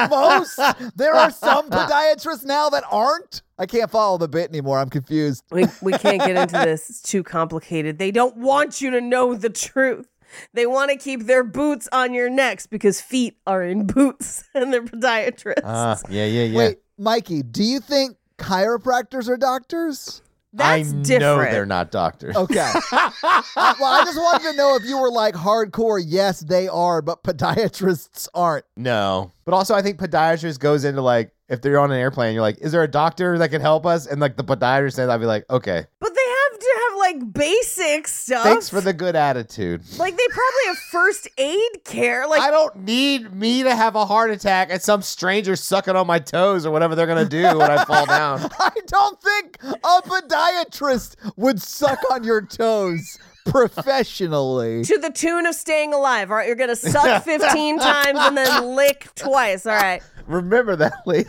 Most. There are *laughs* some podiatrists now that aren't. I can't follow the bit anymore. I'm confused. we, we can't get into this. It's too complicated. They don't want you to know the truth. They want to keep their boots on your necks because feet are in boots *laughs* and they're podiatrists. Ah, yeah, yeah, yeah. Wait, Mikey, do you think chiropractors are doctors? That's I know different. they're not doctors. Okay. *laughs* well, I just wanted to know if you were like hardcore, yes, they are, but podiatrists aren't. No. But also, I think podiatrist goes into like, if they're on an airplane, you're like, is there a doctor that can help us? And like the podiatrist says, I'd be like, okay, But they have to have like basic stuff. thanks for the good attitude. like they probably have first aid care. Like I don't need me to have a heart attack and some stranger sucking on my toes or whatever they're going to do when I fall down. *laughs* I don't think a podiatrist would suck on your toes professionally. to the tune of staying alive. All right, you're gonna *laughs* suck 15 times and then lick twice. All right. Remember that *laughs* lady.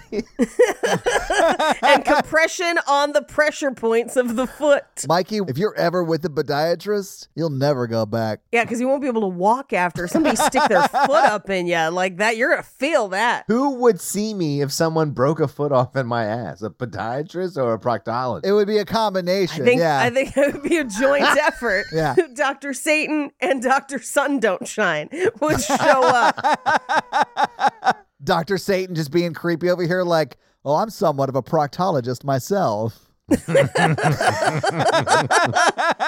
And compression on the pressure points of the foot. Mikey, if you're ever with a podiatrist, you'll never go back. Yeah, because you won't be able to walk after somebody stick *laughs* their foot up in you like that. You're gonna feel that. Who would see me if someone broke a foot off in my ass? A podiatrist or a proctologist? It would be a I combination. think yeah. I think it would be *laughs* a joint effort. *laughs* Yeah. Dr. Satan and Dr. Sun Don't Shine would show up. Dr. Satan just being creepy over here, like, oh, I'm somewhat of a proctologist myself. *laughs*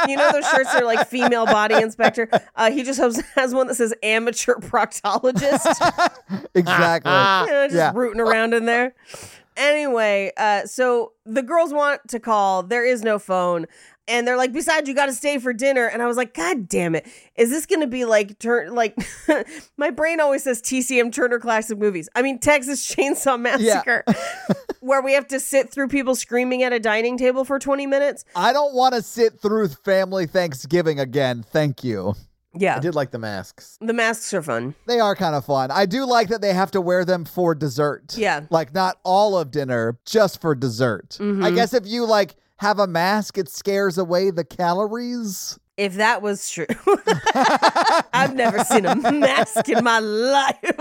You know those shirts that are like female *laughs* body inspector. Uh, he just has, has one that says amateur proctologist. Exactly. You *laughs* know, just Yeah. rooting around in there. Anyway, uh, so the girls want to call. There is no phone. And they're like, besides, you got to stay for dinner. And I was like, God damn it. Is this going to be like, turn like, *laughs* my brain always says TCM Turner Classic Movies. I mean, Texas Chainsaw Massacre, where we have to sit through people screaming at a dining table for 20 minutes. I don't want to sit through family Thanksgiving again. Thank you. Yeah. I did like the masks. The masks are fun. They are kind of fun. I do like that they have to wear them for dessert. Yeah. Like, not all of dinner, just for dessert. I Mm-hmm. guess if you, like, have a mask, it scares away the calories. If that was true, *laughs* I've never seen a mask in my life.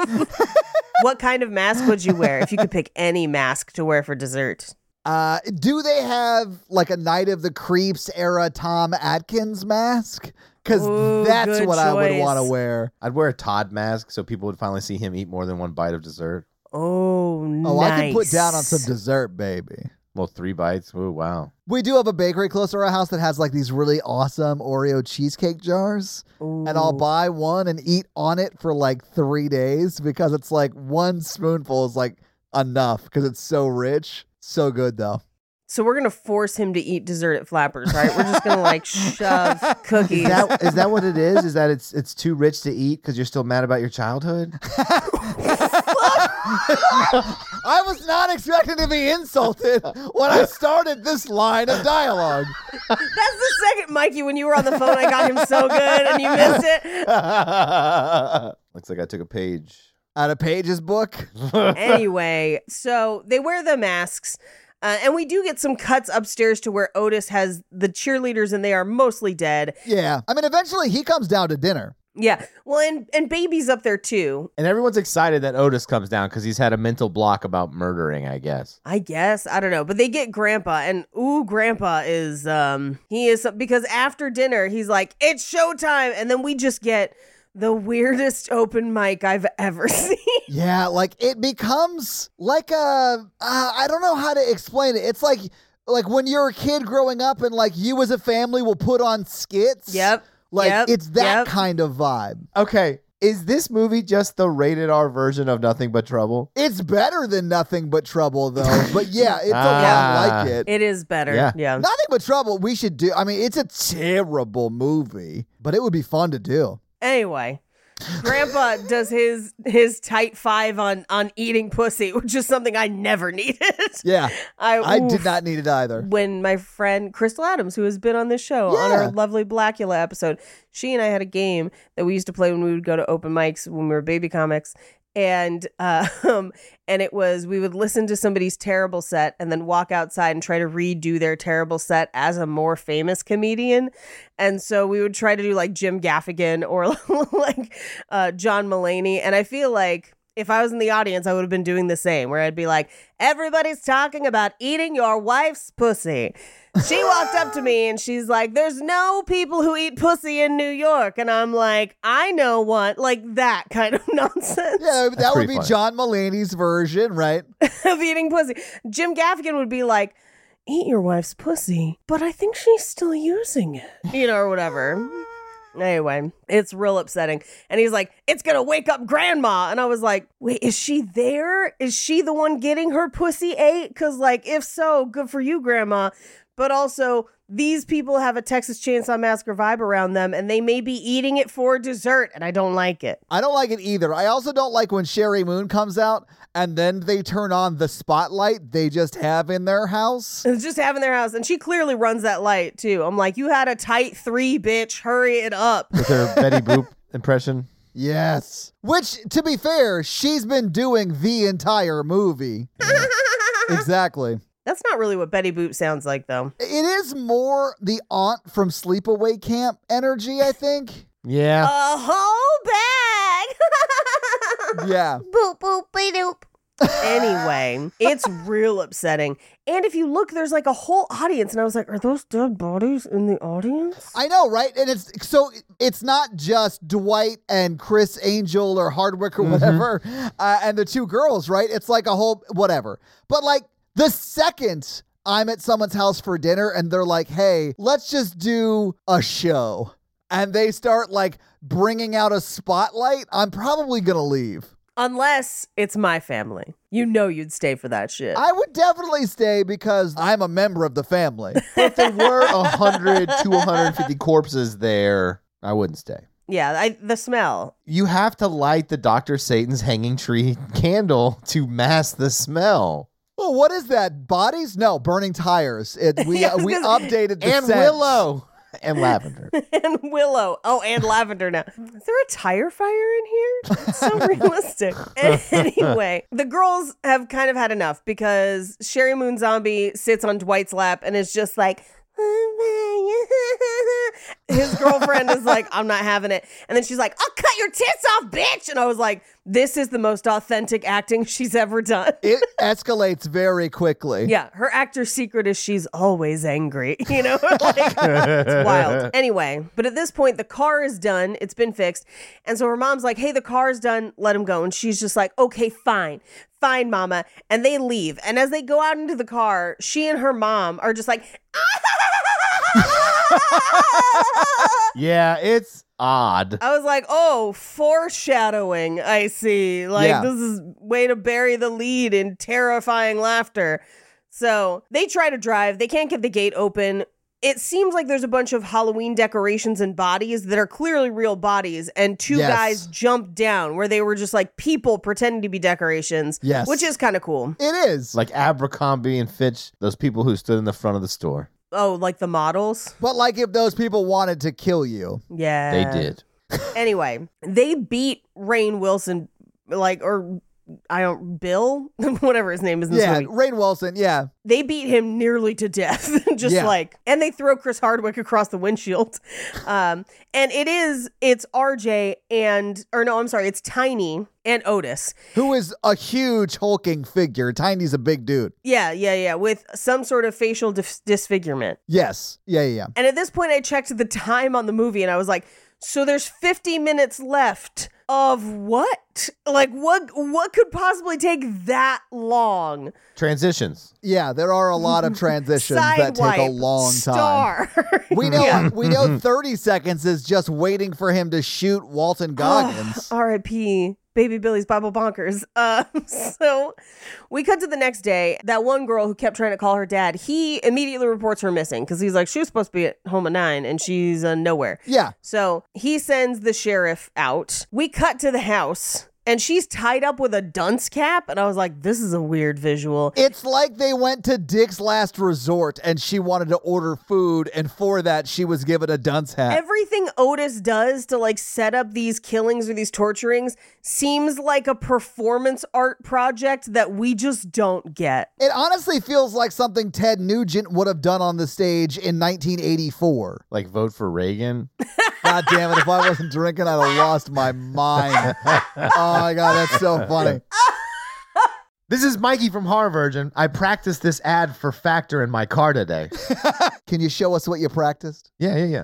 *laughs* what kind of mask would you wear if you could pick any mask to wear for dessert? Uh, do they have like a Night of the Creeps era Tom Atkins mask? Ooh, Because that's good what I would choice. want to wear. I'd wear a Todd mask so people would finally see him eat more than one bite of dessert. Oh, Oh, I can put down on some nice. dessert, baby. Well, three bites. Ooh, wow. We do have a bakery close to our house that has like these really awesome Oreo cheesecake jars, and I'll buy one and eat on it for like three days because it's like one spoonful is like enough because it's so rich. So good though. So we're gonna force him to eat dessert at Flappers, right? We're just gonna like *laughs* shove cookies. Is that, is that what it is? Is that it's it's too rich to eat because you're still mad about your *laughs* childhood? *laughs* I was not expecting to be insulted when I started this line of dialogue. That's the second, Mikey. When you were on the phone, I got him so good, and you missed it. Looks like I took a page out of Paige's book. *laughs* anyway, so they wear the masks. Uh, and we do get some cuts upstairs to where Otis has the cheerleaders and they are mostly dead. Yeah. I mean, eventually he comes down to dinner. Yeah. Well, and, and baby's up there too. And everyone's excited that Otis comes down because he's had a mental block about murdering, I guess. I guess. I don't know. But they get grandpa and ooh, grandpa is um he is because after dinner he's like, It's showtime, and then we just get the weirdest open mic I've ever *laughs* seen. Yeah, like it becomes like a uh, I don't know how to explain it. It's like like when you're a kid growing up and like you as a family will put on skits. Yep, Like yep, it's that yep. kind of vibe. Okay, is this movie just the rated R version of Nothing But Trouble? It's better than nothing but trouble though. But yeah, it's a Ah. lot like it. it is better. Yeah. Nothing but trouble we should do. I mean, it's a terrible movie, but it would be fun to do. Anyway, Grandpa does his his tight five on on eating pussy, *laughs* which is something I never needed. *laughs* Yeah. I, I did oof. not need it either. When my friend Crystal Adams, who has been on this show on our Yeah. lovely Blackula episode, she and I had a game that we used to play when we would go to open mics when we were baby comics. And *laughs* uh, um, and it was we would listen to somebody's terrible set and then walk outside and try to redo their terrible set as a more famous comedian. And so we would try to do like Jim Gaffigan or *laughs* like uh, John Mullaney. And I feel like if I was in the audience, I would have been doing the same, where I'd be like, everybody's talking about eating your wife's pussy. She walked up to me and she's like, there's no people who eat pussy in New York. And I'm like, I know one, like that kind of *laughs* nonsense Yeah, that would pretty be funny. John Mulaney's version, right? *laughs* of eating pussy. Jim Gaffigan would be like, eat your wife's pussy, but I think she's still using it, you know, or whatever. Anyway, it's real upsetting. And he's like, it's going to wake up grandma. And I was like, wait, is she there? Is she the one getting her pussy ate? Because, like, if so, good for you, grandma. But also, these people have a Texas Chainsaw Massacre vibe around them, and they may be eating it for dessert, and I don't like it. I don't like it either. I also don't like when Sherry Moon comes out and then they turn on the spotlight they just have in their *laughs* house. It's just having their house, and she clearly runs that light too. I'm like, you had a tight three, bitch. Hurry it up. *laughs* With her Betty Boop impression? Yes. Which, to be fair, she's been doing the entire *laughs* movie. exactly. That's not really what Betty Boop sounds like, though. It is more the aunt from Sleepaway Camp energy, I think. *laughs* Yeah. A whole bag. *laughs* yeah. boop boop be doop. anyway, it's real upsetting. And if you look, there's like a whole audience, and I was like, are those dead bodies in the audience? I know, right? And it's so it's not just Dwight and Chris Angel or Hardwick Mm-hmm. or whatever, uh, and the two girls, right? It's like a whole whatever. But like the second I'm at someone's house for dinner and they're like, "Hey, let's just do a show," and they start like bringing out a spotlight, I'm probably gonna leave. Unless it's my family. You know you'd stay for that shit. I would definitely stay because I'm a member of the family. if there were 100 to 150 corpses there, I wouldn't stay. yeah, I, the smell. You have to light the Dr. Satan's hanging tree candle to mask the smell. Well, what is that? Bodies? No, burning tires. It, *laughs* we Yes, we 'cause- updated the and scent. Willow and Lavender. *laughs* and willow. Oh, and lavender now. Is there a tire fire in here? It's so realistic. anyway, the girls have kind of had enough because Sherry Moon Zombie sits on Dwight's lap and is just like, *laughs* his girlfriend is like, I'm not having it. And then she's like, I'll cut your tits off, bitch. And I was like, this is the most authentic acting she's ever done. It escalates very quickly. Yeah, her actor secret is she's always angry. *laughs* You know, like, it's wild. Anyway, but at this point, the car is done. It's been fixed, and so her mom's like, "Hey, the car's done. Let him go." And she's just like, "Okay, fine, fine, mama." And they leave. And as they go out into the car, she and her mom are just like. Yeah, it's odd. I was like, oh, foreshadowing. I see. Like, Yeah. this is way to bury the lead in terrifying laughter. So they try to drive. They can't get the gate open. It seems like there's a bunch of Halloween decorations and bodies that are clearly real bodies. And two Yes. guys jumped down where they were just like people pretending to be decorations. Yes. Which is kind of cool. It is. Like Abercrombie and Fitch, those people who stood in the front of the store. Oh, like the models? but like if those people wanted to kill you. Yeah. They did. Anyway, they beat Rain Wilson like or I don't Bill, *laughs* whatever his name is in this yeah, movie. Rain Wilson. Yeah, They beat him nearly to death, *laughs* just Yeah. like, and they throw Chris Hardwick across the windshield. *laughs* Um, and it is it's RJ and or no, I'm sorry, it's Tiny and Otis. who is a huge hulking figure. Tiny's a big dude. Yeah, yeah, yeah, with some sort of facial dis- disfigurement. Yes. Yeah, yeah, yeah. And at this point, I checked the time on the movie and I was like, so there's 50 minutes left of what? Like what what could possibly take that long? Transitions. Yeah, there are a lot *laughs* of transitions that take a Sidewipe, long time. Star. *laughs* *laughs* We know Yeah. we know 30 seconds is just waiting for him to shoot *gasps* Walton *sighs* Goggins. R.I.P. Baby Billy's Bible Bonkers. *laughs* Uh, so we cut to the next day. That one girl who kept trying to call her dad, he immediately reports her missing because he's like, she was supposed to be at home at nine and she's uh, nowhere. yeah. So he sends the sheriff out. We cut to the house and she's tied up with a dunce cap. And I was like, this is a weird visual. It's like they went to Dick's Last Resort and she wanted to order food, and for that, she was given a dunce hat. Everything Otis does to like set up these killings or these torturings seems like a performance art project that we just don't get. it honestly feels like something Ted Nugent would have done on the stage in 1984. Like vote for Reagan. God damn it. If I wasn't drinking, I'd have lost my mind. Oh my God, that's so funny. This is Mikey from Harvirgin. I practiced this ad for Factor in my car today. Can you show us what you practiced? Yeah, yeah, yeah.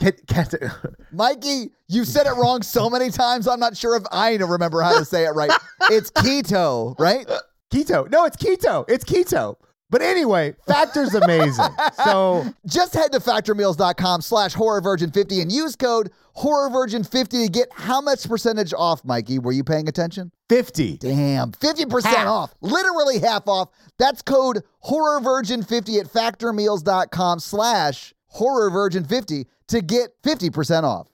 Ket- keto. *laughs* Mikey, you said it wrong so many times. I'm not sure if I even remember how to say it right. It's keto, right? keto. No, it's keto. It's keto. But anyway, *laughs* Factor's amazing. so Just head to factormeals.com slash horrorvirgin50 and use code horrorvirgin50 to get how much percentage off, Mikey? Were you paying attention? 50. Damn, 50% Half. off. Literally half off. That's code HorrorVirgin50 at factormeals.com slash HorrorVirgin50 to get 50% off.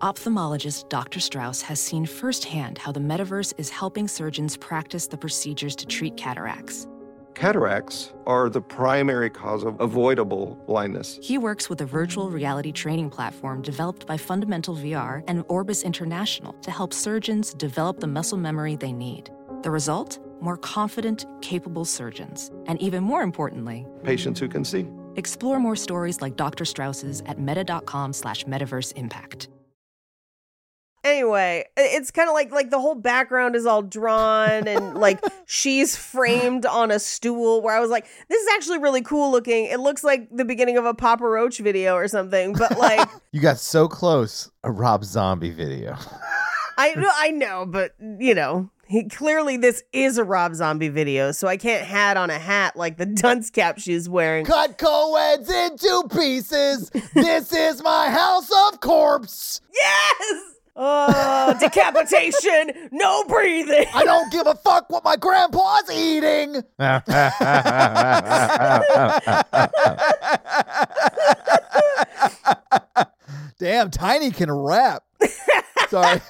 Ophthalmologist Dr. Strauss has seen firsthand how the metaverse is helping surgeons practice the procedures to treat cataracts. Cataracts are the primary cause of avoidable blindness. He works with a virtual reality training platform developed by Fundamental VR and Orbis International to help surgeons develop the muscle memory they need. The result? More confident, capable surgeons. And even more importantly, Patients who can see. explore more stories like Dr. Strauss's at meta.com slash metaverse impact. anyway i- it's kind of like like the whole background is all drawn and like she's framed on a stool where i was like this is actually really cool looking it looks like the beginning of a papa roach video or something but like You got so close. A Rob Zombie video. i know i know but you know he, clearly this is a rob zombie video so i can't hat on a hat like the *laughs* dunce cap she's wearing Cut co-eds into pieces. this is my house of corpse. yes oh decapitation no breathing I don't give a fuck what my grandpa's eating. Damn, Tiny can rap. Sorry.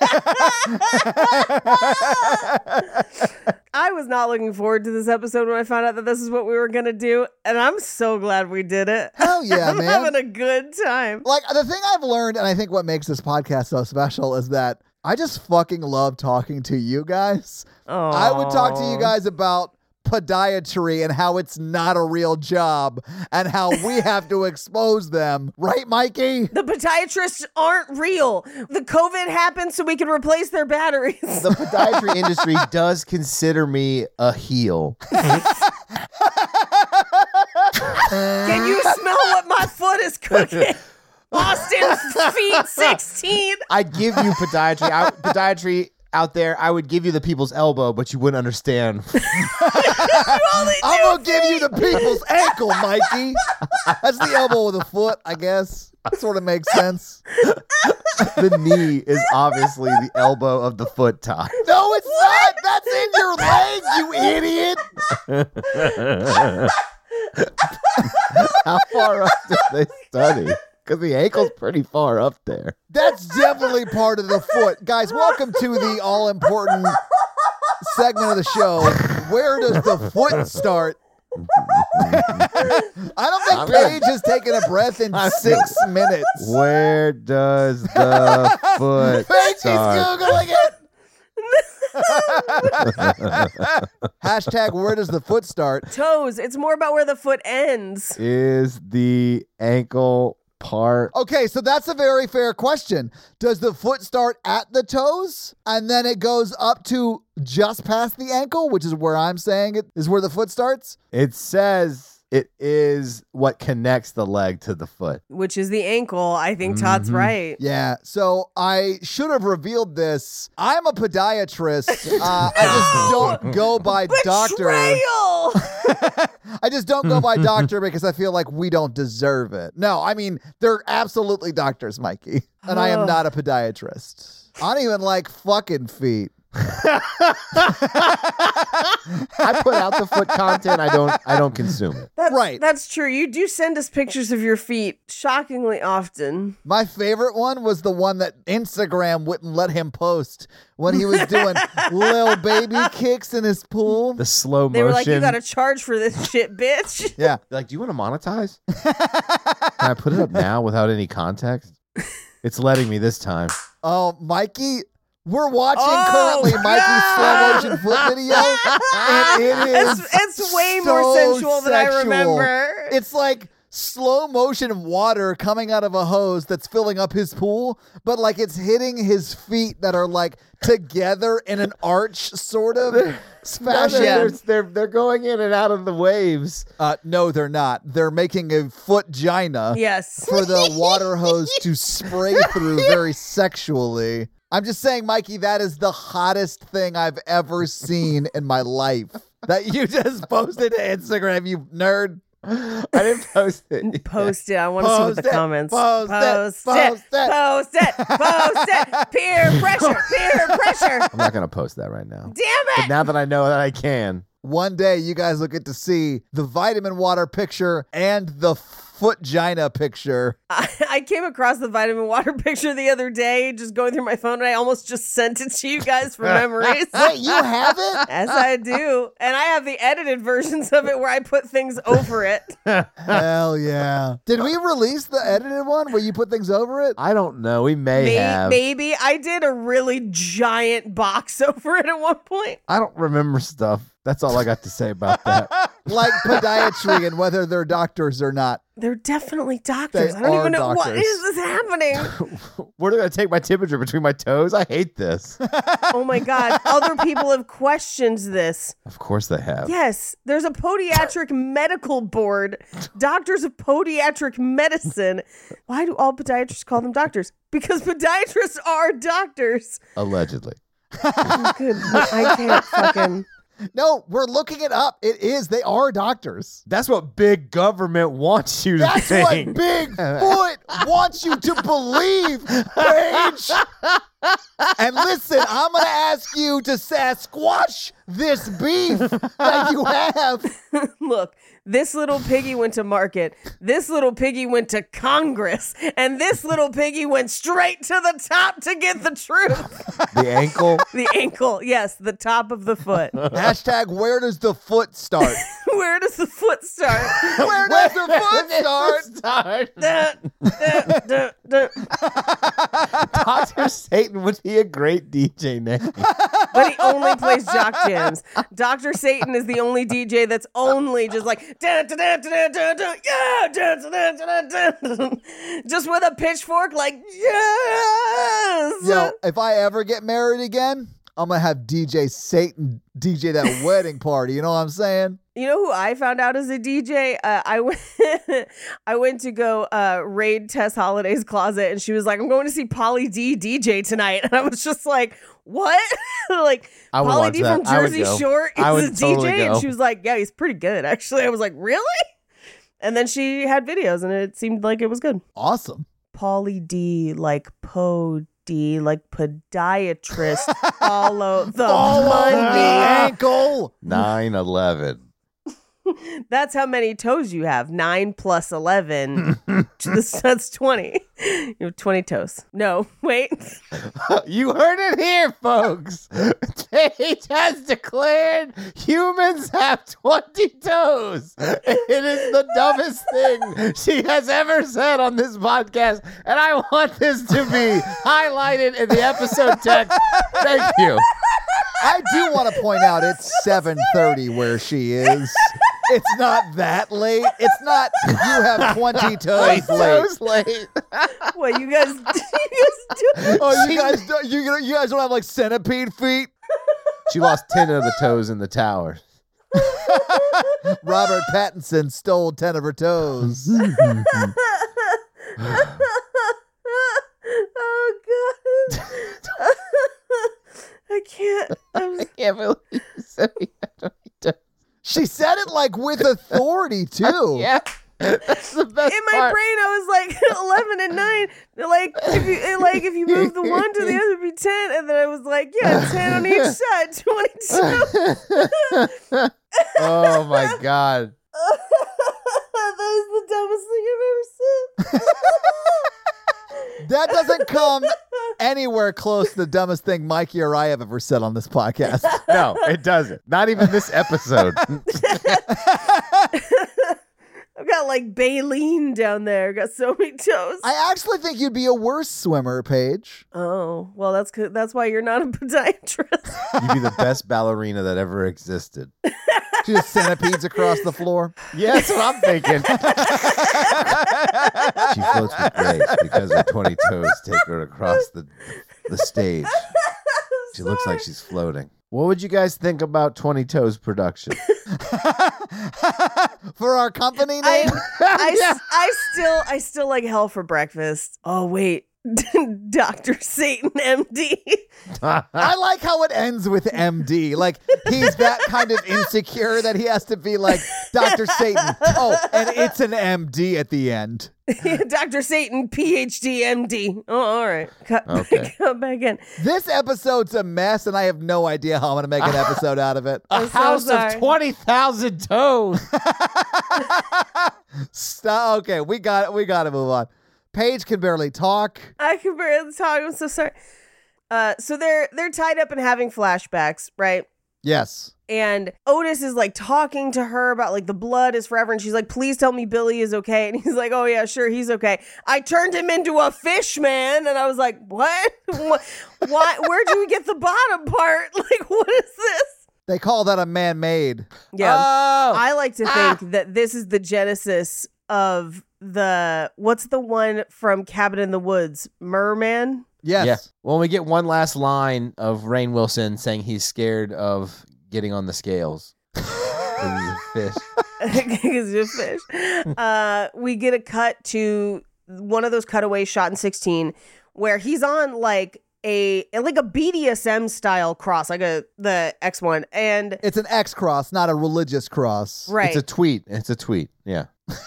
I was not looking forward to this episode when I found out that this is what we were gonna do, and I'm so glad we did it. Hell yeah, I'm man. having a good time. like the thing I've learned, and I think what makes this podcast so special is that I just fucking love talking to you guys. I would talk to you guys about podiatry and how it's not *laughs* a real job and how we have to expose them. Right, Mikey? The podiatrists aren't real. The COVID happened so we could replace their batteries. *laughs* the podiatry industry does consider me a heel. Can you smell what my foot is cooking? *laughs* Austin *laughs* feet 16. I'd give you podiatry. I, podiatry out there, I would give you the people's elbow, but you wouldn't understand. Only I'm gonna two give you the people's ankle, Mikey. That's the elbow with the foot, I guess. Sort of makes sense. the knee is obviously the elbow of the foot top. No, it's not. That's in your leg, you idiot. How far up did they study? Because the ankle's pretty far up there. That's definitely part of the foot. Guys, welcome to the all important segment of the show. Where does the foot start? *laughs* I don't think Paige has taken a breath in six minutes. Where does the *laughs* foot Paige is start? Googling it. Hashtag where does the foot start? toes. It's more about where the foot ends. Is the ankle part? Okay, so that's a very fair question. Does the foot start at the toes and then it goes up to just past the ankle, which is where I'm saying it is where the foot starts? It says it is what connects the leg to the foot. Which is the ankle. I think Todd's right. Yeah, so I should have revealed this. I'm a podiatrist. Uh, I just don't go by doctor. Betrayal! *laughs* I just don't go by doctor because I feel like we don't deserve it. No, I mean, they're absolutely doctors, Mikey. And I am not a podiatrist. I don't even like fucking feet. I put out the foot content. I don't. I don't consume it. That's, Right. That's true. You do send us pictures of your feet shockingly often. My favorite one was the one that Instagram wouldn't let him post when he was *laughs* doing little baby kicks in his pool. The slow motion. They were like, you got to charge for this shit, *laughs* bitch. Yeah. Like, do you want to *laughs* monetize? Can I put it up now without *laughs* any context? It's letting me this time. Oh, Mikey, we're watching Oh, currently Mikey's God. slow motion foot video, and it *laughs* It's, is it's way more so sensual than I sexual. remember. It's like slow motion water coming out of a hose that's filling up his pool, but like it's hitting his feet that are like together in an arch sort *laughs* of fashion. They're, they're they're going in and out of the waves. *laughs* Uh, no, they're not. They're making a foot gina yes. for the water hose to spray through very sexually. I'm just saying, Mikey, that is the hottest thing I've ever seen in my life. That you *laughs* just posted to Instagram, you nerd. I didn't post it. *laughs* Post it. I want to see what the Post it. comments. Post it. Post it. Post it. Post it. Post *laughs* it. Peer pressure. Peer *laughs* pressure. I'm not gonna post that right now. Damn But it. now that I know that I can, One day you guys will get to see the vitamin water picture and the foot gina picture. I, I came across the vitamin water *laughs* picture the other day, just going through my phone, and I almost just sent it to you *laughs* guys for memories. Wait, you have it? Yes, I do. And I have the edited versions of it where I put things *laughs* over it. Hell yeah. Did we release the edited one where you put things over it? I don't know. We may May- have. Maybe I did a really giant box *laughs* over it at one point. I don't remember stuff. That's all I got to say about *laughs* that. Like podiatry and whether they're doctors or not. They're definitely doctors. They I don't are even know what doctors. is *laughs* this happening. Where do I take my temperature between my toes? I *laughs* hate this. oh my god. Other people have questioned this. Of course they have. Yes, there's a podiatric medical board, doctors of podiatric medicine. Why do all podiatrists call them doctors? Because podiatrists are doctors. Allegedly. Oh, Good. I can't fucking. No, we're looking it up. It is. They are doctors. That's what big government wants you to That's what think. Big Foot wants you to believe, *laughs* Paige. And listen, I'm going to ask you to Sasquatch this beef that you have. *laughs* *laughs* Look, this little piggy went to market. This little piggy went to Congress. And this little piggy went straight to the top to get the truth. *laughs* the ankle. The ankle, yes, the top of the *laughs* foot. Hashtag where does the foot start? Where does the foot *laughs* start? *laughs* Where does the *laughs* foot *laughs* start? Duh, duh, duh, duh. Dr. Satan would be a great DJ name. But he only plays jock jams. Dr. Satan is the only DJ that's only just like, "Dun, dun, dun, dun, dun, dun, yeah, dun, dun, dun, dun, dun," just with a pitchfork, like, yes. Yo, if I ever get married again, I'm gonna have DJ Satan DJ *laughs* that wedding party. You know what I'm saying? You know who I found out as a DJ? Uh, I went, *laughs* I went to go uh, raid Tess Holiday's closet, and she was like, "I'm going to see Polly D DJ tonight," *laughs* and I was just like, "What?" *laughs* like I would Polly watch D that. from I would Jersey go. Shore is I would a DJ, totally and go. she was like, "Yeah, he's pretty good, actually." I was like, "Really?" And then she had videos, and it seemed like it was good. Awesome. Polly D, like Poe D, like *laughs* podiatrist, follow the on the money. ankle. 9 11. That's how many toes you have. Nine plus *laughs* 11. This- *laughs* That's 20. You have 20 toes. No, *laughs* wait. you heard it here, folks. *laughs* Tate has declared humans have 20 toes. It is the dumbest thing she has ever said on this podcast. And I want this to be highlighted in the episode text. Thank you. I do want to point out it's 7:30 where she is. It's not that late. It's not you have *laughs* 20 toes late. Toes late. What you guys, *laughs* you guys do? Oh, you guys, don't, you, you guys don't have like centipede feet. She lost 10 of the toes in the tower. Robert Pattinson stole 10 of her toes. *laughs* oh, God. *laughs* I can't. I'm, Can't believe you said he had 20 toes. she said it like with *laughs* authority too. *laughs* Yeah. That's the best in my part. brain, I was like *laughs* eleven and nine. They're Like if you it- like if you move the one to the other, it'd be ten. And then I was like, yeah, ten on each side, twenty-two. *laughs* *laughs* oh my god. that is the dumbest thing I've ever seen. That doesn't come anywhere close to the dumbest thing Mikey or I have ever said on this podcast. *laughs* No, it doesn't. Not even this episode. I've got like baleen down there. I've got so many toes. I actually think you'd be a worse swimmer, Paige. oh well, that's good. That's why you're not a *laughs* podiatrist. *laughs* You'd be the best ballerina that ever existed. Just centipedes across the floor. Yeah, that's what I'm *laughs* thinking. she floats with grace because her 20 toes take her across the, the stage. She looks like she's floating. What would you guys think about 20 Toes *laughs* production? *laughs* For our company I, name? I, s- I still I still like hell for breakfast. Oh wait, *laughs* Doctor Satan, MD. I like how it ends with MD. Like he's that kind of insecure that he has to be like Dr. Satan. Oh, and it's an MD at the end. *laughs* Dr. Satan, PhD, MD. Oh, all right. *laughs* Cut, Okay. cut back in. This episode's a mess, and I have no idea how I'm going to make an episode out of it. *laughs* I'm so house of sorry. 20,000 toes. *laughs* Stop. Okay, we got it. We got to move on. Paige can barely talk. I can barely talk. I'm so sorry. Uh, so they're they're tied up and having flashbacks, right? Yes. And Otis is like talking to her about like the blood is forever, and she's like, "Please tell me Billy is okay." *laughs* And he's like, "Oh yeah, sure, he's okay." I turned him into a fish man, and I was like, "What? *laughs* what? Why? Where'd you get the bottom part? *laughs* Like, what is this?" They call that a man made. Yeah. Oh, I like to Ah. think that this is the genesis of the what's the one from Cabin in the Woods, Merman. *laughs* Yes. Yeah. When we get one last line of Rain Wilson saying he's scared of getting on the *laughs* scales. 'Cause he's a fish. 'Cause he's a fish. *laughs* Uh, we get a cut to one of those cutaways shot in sixteen, where he's on like a like a BDSM style cross, like a the X one, and It's an X cross, not a religious cross. right, It's a tweet. It's a tweet. Yeah.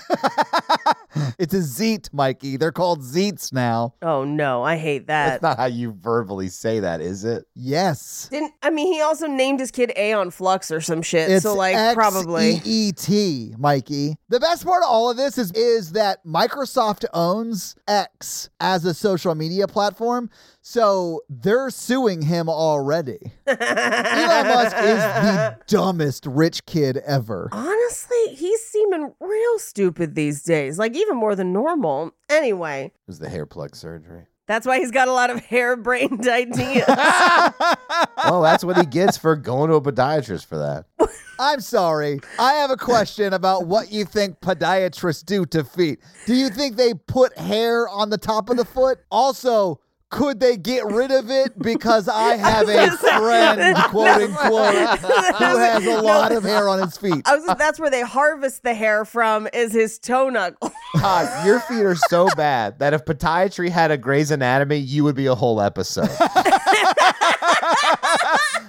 *laughs* it's a zeet, Mikey. They're called zeets now. oh no, I hate that. That's not how you verbally say that, is it? Yes. Didn't I mean he also named his kid Aeon Flux or some shit? It's E so like probably X-E-E-T, Mikey. The best part of all of this is is that Microsoft owns X as a social media platform, so they're suing him *laughs* already. *laughs* Elon Musk is the dumbest rich kid *laughs* ever. Honestly, he's seeming real stupid these days, like even more than normal. Anyway, It was the hair plug surgery. that's why he's got a lot of *laughs* *laughs* harebrained ideas. well, Oh, that's what he gets for going to a podiatrist for *laughs* that. I'm sorry. I have a question about what you think podiatrists do to feet. Do you think they put hair on the top of the foot? Also, could they get rid of it? Because I have a friend, *laughs* quote unquote, who has a lot of hair on his feet. I was, that's where they harvest the hair from is his toe knuckle. Todd, Ah, your feet are so bad that if podiatry had a Grey's Anatomy, you would be a whole episode.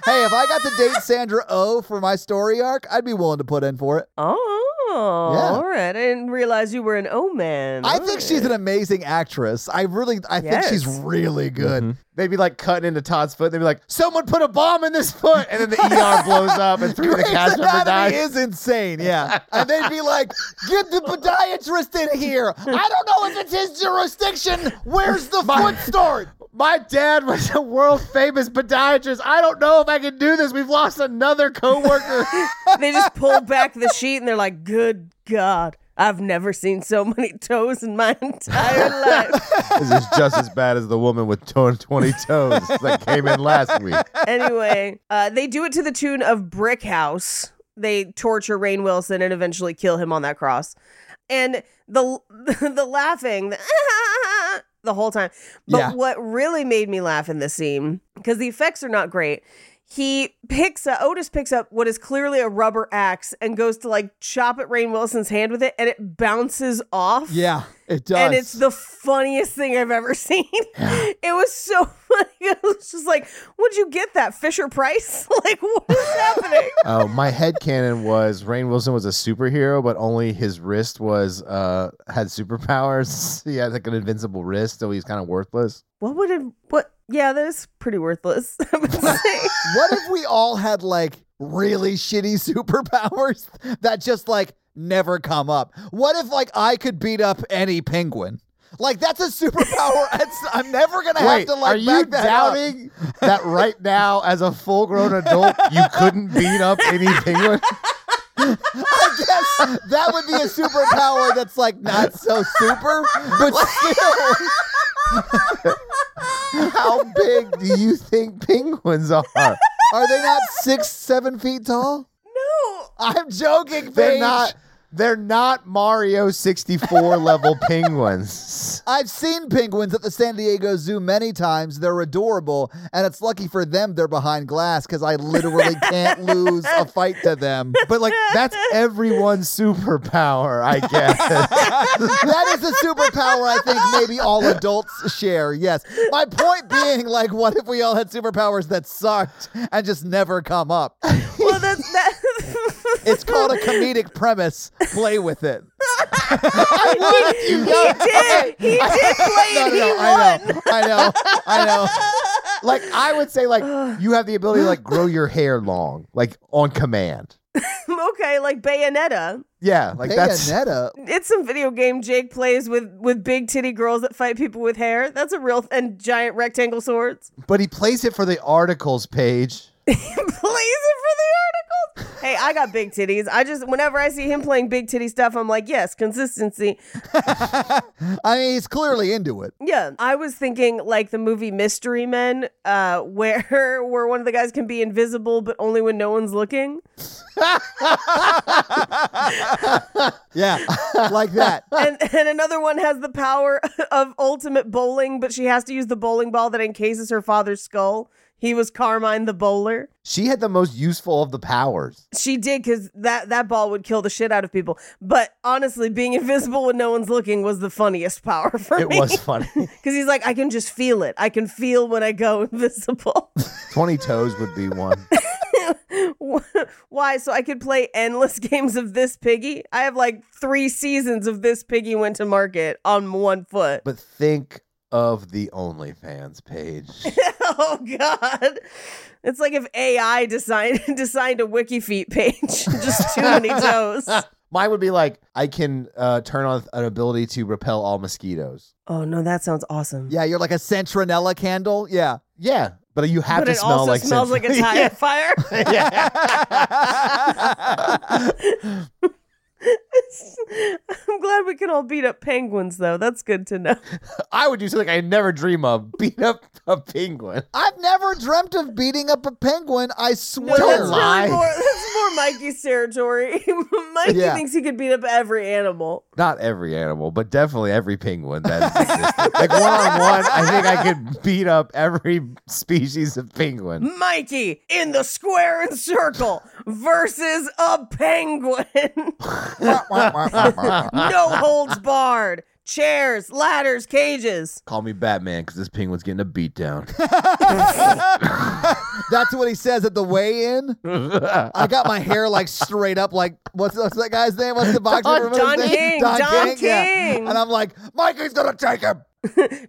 Hey, if I got to date Sandra O oh for my story arc, I'd be willing to put in for it. *laughs* Oh, all right. I didn't realize you were an O man. I think she's an amazing actress. I really, I think she's Yes. really good. they'd be like cutting into Todd's foot. They'd be like, "Someone put a bomb in this foot," and then the ER blows up and three of the Grey's cast member Anatomy dies. is insane, yeah. *laughs* And they'd be like, get the podiatrist in here. I don't know if it's his jurisdiction. Where's the foot start? My dad was a world famous podiatrist. I don't know if I can do this. We've lost another coworker. they just pulled back the sheet and they're like, good God, I've never seen so many *laughs* toes in my *laughs* entire life. *laughs* this is just as bad as the woman with 20 toes that came in last week. anyway, uh, they do it to the tune of Brick House. They torture Rain Wilson and eventually kill him on that cross. And the *laughs* the laughing *laughs* the, the whole time. But Yeah. what really made me laugh in this scene because the effects are not great. He picks up Otis picks up what is clearly a rubber axe and goes to like chop at Rain Wilson's hand with it and it bounces off. Yeah, it does. And it's the funniest thing I've ever *laughs* seen. It was so *laughs* funny. It was just like, where'd you get that? Fisher Price? *laughs* like, what is happening? Oh, my head canon was Rain Wilson was a superhero, but only his wrist was uh had superpowers. *laughs* he had like an invincible wrist, so he's kind of worthless. *laughs* what would it, what? Yeah, that's pretty worthless. *laughs* I would say. what if we all had like really shitty *laughs* superpowers that just like never come up? What if like I could beat up any penguin? Like that's a *laughs* superpower. It's, I'm never gonna have Wait, to like. are you back that up. *laughs* doubting that right now, as a full grown adult, you couldn't beat up *laughs* any penguin? I guess that would be a superpower that's like not so super, but *laughs* still. How big do you think penguins are? Are they not six, seven feet tall? no. I'm joking, They're Paige. not. They're not Mario 64 level penguins. I've seen penguins at the San Diego Zoo many times. They're adorable, and it's lucky for them they're behind glass because I literally can't lose a fight to them. But like that's everyone's superpower, I guess. that is a superpower I think maybe all adults share. Yes. My point being, like, what if we all had superpowers that sucked and just never come up? Well, that's that. *laughs* It's called a comedic premise. Play with it. he did. He did *laughs* play No, it. no, he no, won. I know, I know, *laughs* I know. Like I would say, *sighs* like you have the ability to like grow your hair long, like on command. okay, like Bayonetta. Yeah, like that's Bayonetta. It's some video game Jake plays with with big titty girls that fight people with hair. That's a real and giant rectangle swords. but he plays it for the articles page. plays it for the articles. Hey, I got big titties. I just whenever I see him playing big titty stuff, I'm like, yes, consistency. *laughs* I mean, he's clearly into *laughs* it. Yeah, I was thinking like the movie Mystery Men, uh, *laughs* where where one of the guys can be invisible, but only when no one's looking. Yeah, like that. And and another one has the power *laughs* of ultimate bowling, but she has to use the bowling ball that encases her father's skull. He was Carmine the bowler. She had the most useful of the powers. She did because that that ball would kill the shit out of people. But honestly, being invisible when no one's looking was the funniest power for It me. was *laughs* funny. Because he's like, I can just feel it. I can feel when I go *laughs* invisible. Twenty toes would be one. Why? So I could play endless *laughs* games of this piggy. I have like three seasons of this piggy went to market on one foot. But think of the OnlyFans page. *laughs* oh God. It's like if AI designed *laughs* designed a wiki feet page. *laughs* just too *laughs* many toes. Mine would be like I can uh, turn on an ability to repel all mosquitoes. Oh no, that sounds awesome. Yeah, you're like a Centronella candle. Yeah. Yeah, but you have But to it smell also like smells like a *laughs* tire central- fire. *laughs* I'm glad we can all beat up penguins, though. That's good to know. *laughs* I would do something I never dream of: *laughs* beat up a penguin. I've never dreamt of beating up a penguin. I swear. Don't lie. Really more, that's more Mikey's territory. *laughs* Mikey Yeah. thinks he could beat up every animal. Not every animal, but definitely every penguin that is existing. like one on one, I think I could beat up every species of penguin. Mikey in the square and circle versus a penguin. *laughs* no holds barred. Chairs, ladders, cages. Call me Batman because this penguin's getting a beat down. That's what he says at the weigh-in. I got my hair like straight up, like what's, what's that guy's name? *laughs* What's the boxer? Don- Remember his Don name? King, Don King. And *laughs* I'm like, Mikey's gonna take him.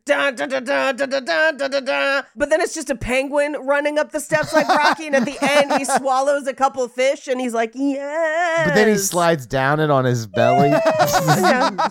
Da, da, da, da, da, da, da, da, da, da. But then it's just a penguin running up the steps like Rocky, and at the end *laughs* he swallows a couple of fish, and he's like, "Yes." But then he slides down it on *laughs* his belly. Yeah.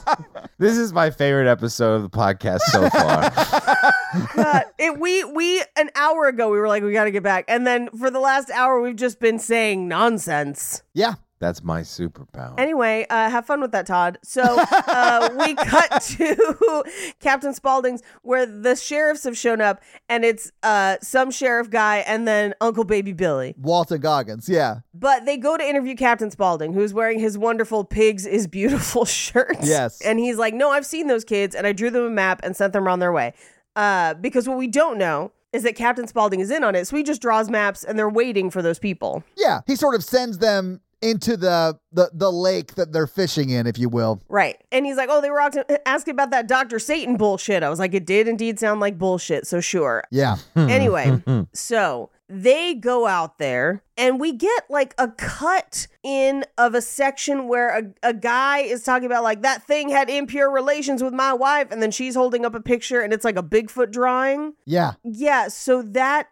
this is my favorite episode of the podcast *laughs* so far. God, it, we we an hour ago we were like, we got to get back, and then for the last hour we've just been saying nonsense. Yeah. That's my superpower. Anyway, uh, have fun with that, Todd. So uh, we cut to *laughs* Captain Spaulding's, where the sheriffs have shown up, and it's uh, some sheriff guy and then Uncle Baby Billy. Walton Goggins. Yeah. But they go to interview Captain Spaulding, who's wearing his wonderful Pigs is Beautiful *laughs* shirt. Yes. And he's like, No, I've seen those kids, and I drew them a map and sent them on their way. Uh, because what we don't know is that Captain Spaulding is in on it, so he just draws maps, and they're waiting for those people. Yeah. He sort of sends them into the the, the lake that they're fishing in, if you will. Right. And he's like, oh, they were act- *laughs* asking about that Dr. Satan bullshit. I was like, it did indeed sound like bullshit, so sure. Yeah. Hmm. anyway, so they go out there and we get like a cut in of a section where a, a guy is talking about like that thing had impure relations with my wife and then she's holding up a picture and it's like a Bigfoot drawing. Yeah. Yeah, so that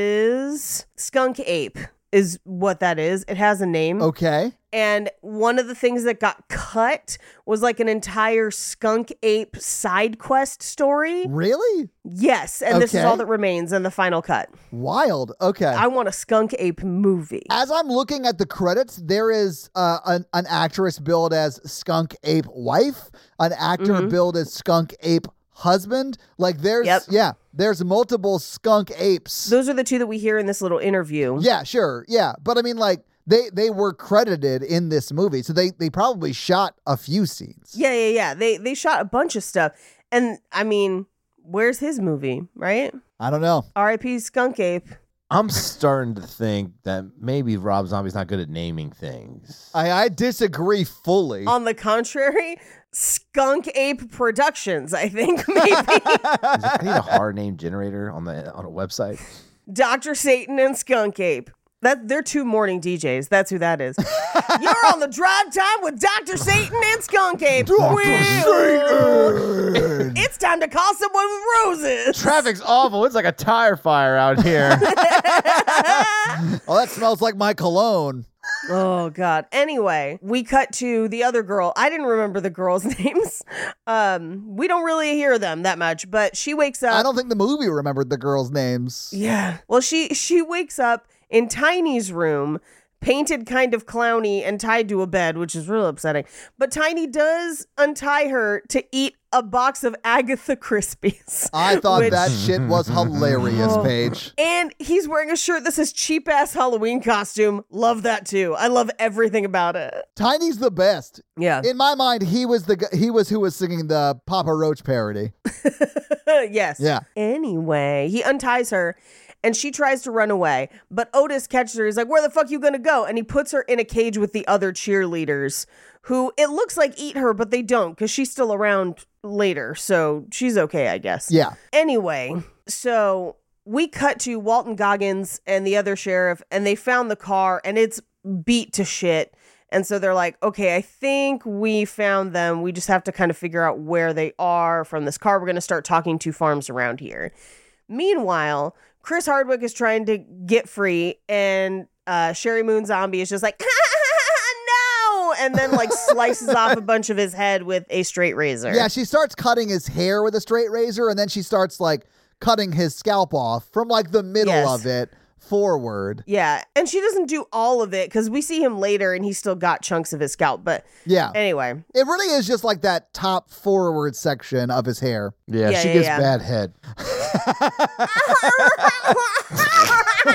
is Skunk Ape is what that is. It has a name. Okay. And one of the things that got cut was like an entire skunk ape side quest story. Really? Yes. And this is Okay. all that remains in the final cut. Wild. Okay. I want a skunk ape movie. as I'm looking at the credits, there is uh, an, an actress billed as Skunk Ape Wife, an actor billed as Skunk Ape Husband. Like there's, Mm-hmm. Yep. yeah, there's multiple Skunk Apes. Those are the two that we hear in this little interview. yeah, sure, yeah, but I mean, like they they were credited in this movie, so they they probably shot a few scenes. Yeah, yeah, yeah. They they shot a bunch of stuff. And I mean, where's his movie, right? I don't know. R.I.P. Skunk Ape. *laughs* I'm starting to think that maybe Rob Zombie's not good at naming things. I I disagree fully. On the contrary, Skunk Ape Productions, I think *laughs* maybe. Is it- I *laughs* need a hard name generator on the on a website. Dr. Satan and Skunk Ape. That they're two morning DJs. That's who that is. You're on the drive time with Dr. Satan and Skunk Ape. Well, *laughs* It's time to call someone with roses. Traffic's awful. It's like a tire fire *laughs* out here. oh, that smells like my cologne. Oh God. Anyway, we cut to the other girl. I didn't remember the girls' *laughs* names. Um, we don't really hear them that much, but she wakes up. I don't think the movie remembered the girls' names. Yeah. Well, she she wakes up in Tiny's room, painted kind of clowny and tied to a bed, which is real upsetting. But Tiny does untie her to eat a box of Agatha Krispies. I thought Which- that shit was hilarious, Oh. Paige. And he's wearing a shirt that says cheap ass Halloween costume. Love that too. I love everything about it. Tiny's the best. Yeah. In my mind, he was the gu- he was who was singing the Papa Roach parody. *laughs* yes. Yeah. Anyway, he unties her and she tries to run away, but Otis catches her. He's like, Where the fuck you gonna go? And he puts her in a cage with the other cheerleaders who it looks like eat her, but they don't because she's still around later. So she's okay, I guess. Yeah. Anyway, so we cut to Walton Goggins and the other sheriff, and they found the car and it's beat to shit. And so they're like, okay, I think we found them. We just have to kind of figure out where they are from this car. We're going to start talking to farms around here. Meanwhile, Chris Hardwick is trying to get free, and uh, Sherry Moon Zombie is just like, *laughs* no. And *laughs* then, like, slices off a bunch of his head with a straight razor. Yeah, she starts cutting his hair with a straight razor and then she starts like cutting his scalp off from like the middle Yes. of it forward. Yeah, and she doesn't do all of it because we see him later and he's still got chunks of his scalp. But Yeah. anyway, It really is just like that top forward section of his hair. Yeah, Yeah, she yeah, gets *laughs* yeah. *laughs* bad *laughs* head. Uh, *laughs*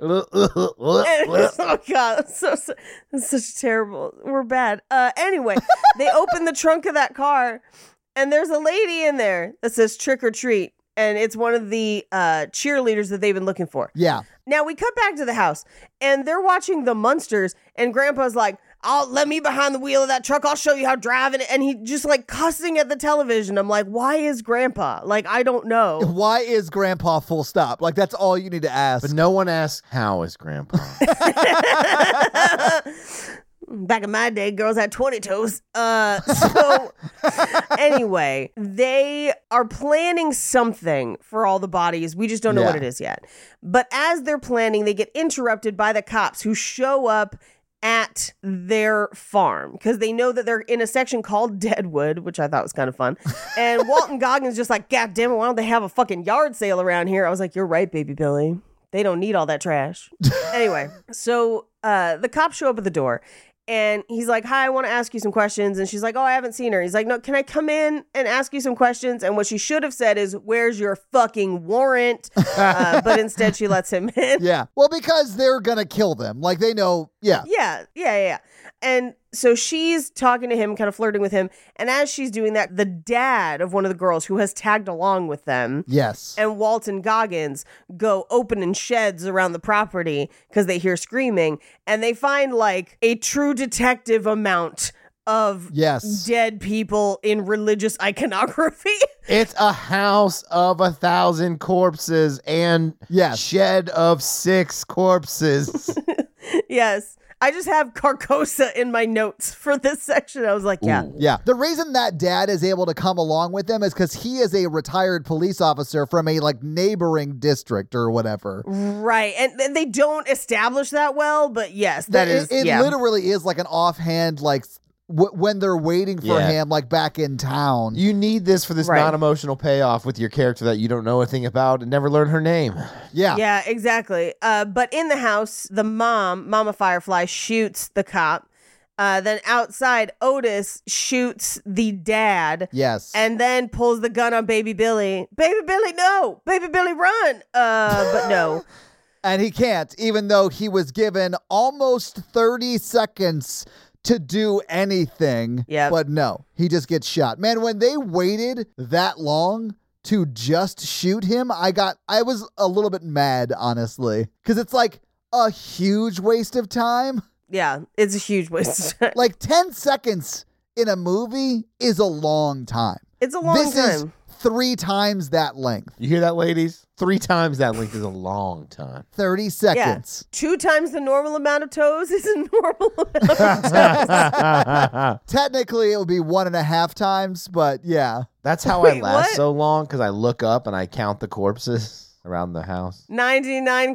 oh god, that's so, so that's such terrible. We're bad. Uh, anyway, they open the trunk of that car, and there's a lady in there that says "trick or treat," and it's one of the uh, cheerleaders that they've been looking for. Yeah. Now we cut back to the house, and they're watching the Munsters, and Grandpa's like, "I'll let me behind the wheel of that truck. I'll show you how driving." it," And he just like cussing at the television. I'm like, "Why is Grandpa like? I don't know." Why is grandpa full stop? Like, that's all you need to ask. But no one asks how is grandpa. *laughs* Back in my day, girls had 20 toes. Uh, so, anyway, they are planning something for all the bodies. We just don't know what Yeah. it is yet. But as they're planning, they get interrupted by the cops who show up at their farm because they know that they're in a section called Deadwood, which I thought was kind of fun. And Walton Goggins just like, God damn it, why don't they have a fucking yard sale around here? I was like, You're right, baby Billy. They don't need all that trash. anyway, so uh, the cops show up at the door and he's like, Hi, I want to ask you some questions. And she's like, Oh, I haven't seen her. He's like, No, can I come in and ask you some questions? And what she should have said is, Where's your fucking warrant? Uh, but instead, she lets him in. yeah. Well, because they're going to kill them. Like, they know. Yeah. Yeah, yeah, yeah. yeah. And so she's talking to him, kind of flirting with him. And as she's doing that, the dad of one of the girls who has tagged along with them Yes. and Walton Goggins go opening sheds around the property because they hear screaming and they find like a true detective amount of Yes. dead people in religious *laughs* iconography. it's a house of a thousand corpses and Yes. shed of six *laughs* corpses. yes. I just have Carcosa in my notes *laughs* for this section. I was like, yeah. Yeah. The reason that dad is able to come along with them is because he is a retired police officer from a like neighboring district or whatever. Right. And th- they don't establish that well, but yes, that It- is it, yeah. literally is like an offhand like w- when they're waiting for Yeah. him like back in town. you need this for this Right. non-emotional payoff with your character that you don't know a thing about and never learn her name. yeah. Yeah, exactly. Uh, but in the house, the mom, Mama Firefly, shoots the cop. Uh, then outside, Otis shoots the dad Yes. and then pulls the gun on Baby Billy. Baby Billy, no! Baby Billy, run! Uh, *laughs* but no. And he can't, even though he was given almost 30 seconds to do anything. Yep. But no, he just gets shot. Man, when they waited that long to just shoot him, I got, I was a little bit mad, honestly. Cause it's like a huge waste of *laughs* time. yeah, it's a huge waste of time. Like 10 seconds in a movie is a long time. It's a long this is time. three times that length, You hear that, ladies? Three times that length is a long time. 30 seconds. Two times the normal amount of toes is a normal *laughs* amount. *laughs* Technically, it would be one and a half times, but yeah. That's how I Wait, last what? so long because I look up and I count the corpses around the house. 99.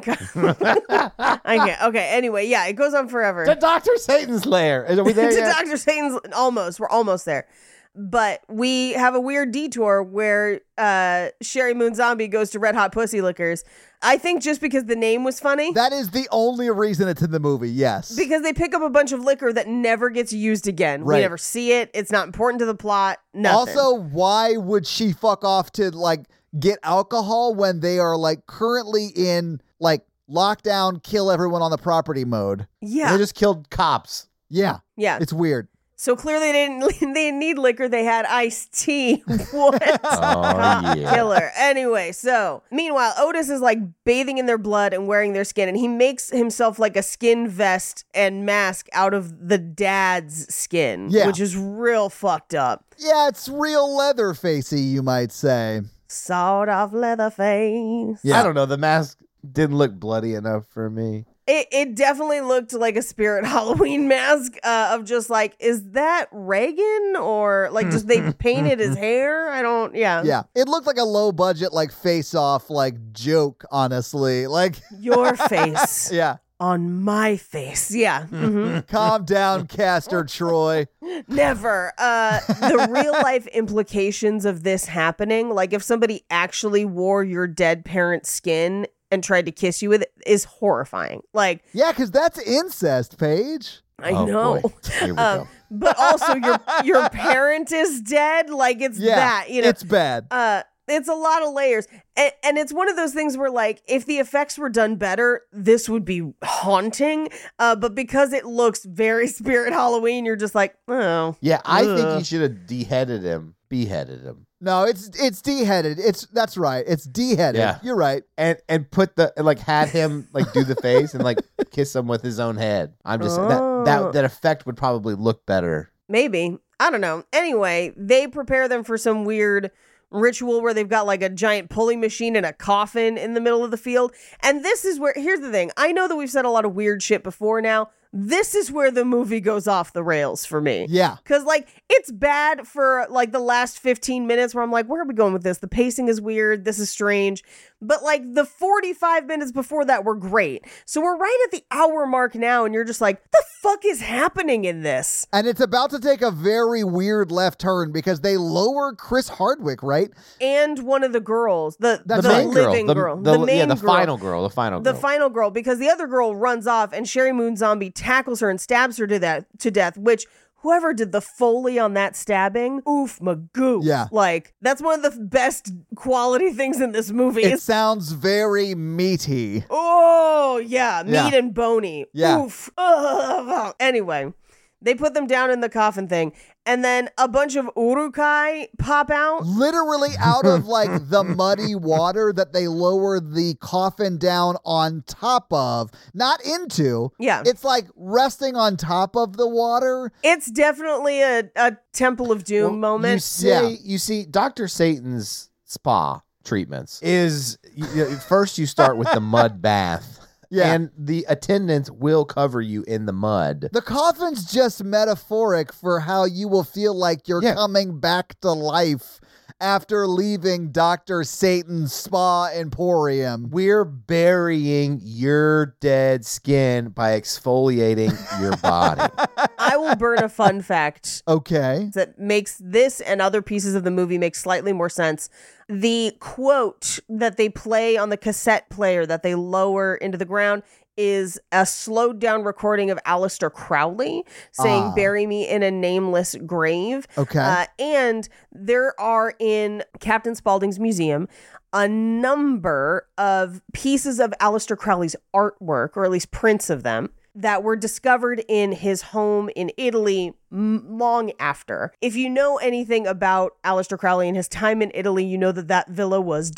*laughs* *laughs* Co- okay, okay. Anyway, yeah, it goes on forever. To Doctor Satan's lair. *laughs* Are we there *laughs* to yet? Dr. Satan's almost. We're almost there. But we have a weird detour where uh, Sherry Moon Zombie goes to Red Hot Pussy Lickers. I think just because the name was funny. That is the only reason it's in the movie. Yes. because they pick up a bunch of liquor that never gets used again. Right. We never see it. It's not important to the plot. Nothing. also, why would she fuck off to like get alcohol when they are like currently in like lockdown, kill everyone on the property mode? yeah, They just killed cops. Yeah, yeah. it's weird. So clearly they didn't. *laughs* They didn't need liquor. They had iced tea. *laughs* What? *laughs* Oh yeah. killer. Anyway, so meanwhile, Otis is like bathing in their blood and wearing their skin, and he makes himself like a skin vest and mask out of the dad's skin, Yeah. which is real fucked up. Yeah, it's real leather facey, you might say. Sawed off leather face. Yeah. I don't know. The mask didn't look bloody enough for me. It, it definitely looked like a spirit *laughs* Halloween mask uh, of just like, is that Reagan? Or like, *laughs* just they painted his hair? I don't, yeah. Yeah, it looked like a low budget like face off like joke. Honestly, like *laughs* Your face yeah, on my face. Yeah. hmm calm *laughs* down, Caster Troy. Never. Uh, the real life implications of this happening, like if somebody actually wore your dead parent's skin and tried to kiss you with it, is horrifying. Like, Yeah, because that's incest, Paige. I Oh, know. *laughs* boy. Here we Um, go. but also your your parent is dead. Like it's Yeah, that, you know. it's bad. uh it's a lot of layers. And, and it's one of those things where, like, if the effects were done better, this would be haunting. Uh, but because it looks very *laughs* Spirit Halloween, you're just like, oh. Yeah, I think Ugh. you should have deheaded him, beheaded him, No, it's it's deheaded. It's that's right. It's deheaded. Yeah. You're right. and and put the and, like had him like do the face *laughs* and like kiss him with his own head. I'm just that that that effect would probably look better. Maybe. I don't know. Anyway, they prepare them for some weird ritual where they've got like a giant pulley machine and a coffin in the middle of the field. And this is where, here's the thing I know that we've said a lot of weird shit before now. This is where the movie goes off the rails for me. Yeah. Cause like it's bad for like the last 15 minutes where I'm like, where are we going with this? The pacing is weird. This is strange. But like the 45 minutes before that were great. So we're right at the hour mark now, and you're just like, the fuck is happening in this? And it's about to take a very weird left turn because they lower Chris Hardwick, right? and one of the girls, the That's the right. girl, living the, girl, the- the, main yeah, the girl, final girl, the final the girl. final girl, because the other girl runs off and Sherry Moon Zombie tackles her and stabs her to that to death, which. Whoever did the foley on that stabbing, oof, magoo. Yeah. Like, that's one of the best quality things in this movie. It It's- sounds very meaty. oh, yeah, meat Yeah. and bony. Yeah. Oof. Ugh. Anyway, they put them down in the coffin thing, and then a bunch of urukai pop out. Literally out of like the muddy water that they lower the coffin down on top of, not into. Yeah. It's like resting on top of the water. It's definitely a, a Temple of Doom Well, You moment. see, Yeah. you see, Doctor Satan's spa treatments is you- you- first you start with the *laughs* mud bath. Yeah. And the attendants will cover you in the mud. The coffin's just metaphoric for how you will feel like you're Yeah. coming back to life after leaving Dr. Satan's spa emporium. We're burying your dead skin by exfoliating your body. I will burn a fun *laughs* fact Okay. that makes this and other pieces of the movie make slightly more sense. The quote that they play on the cassette player that they lower into the ground is a slowed down recording of Aleister Crowley saying, Ah. Bury me in a nameless grave. Okay. Uh, and there are in Captain Spaulding's museum a number of pieces of Aleister Crowley's artwork, or at least prints of them, that were discovered in his home in Italy m- long after. If you know anything about Aleister Crowley and his time in Italy, you know that that villa was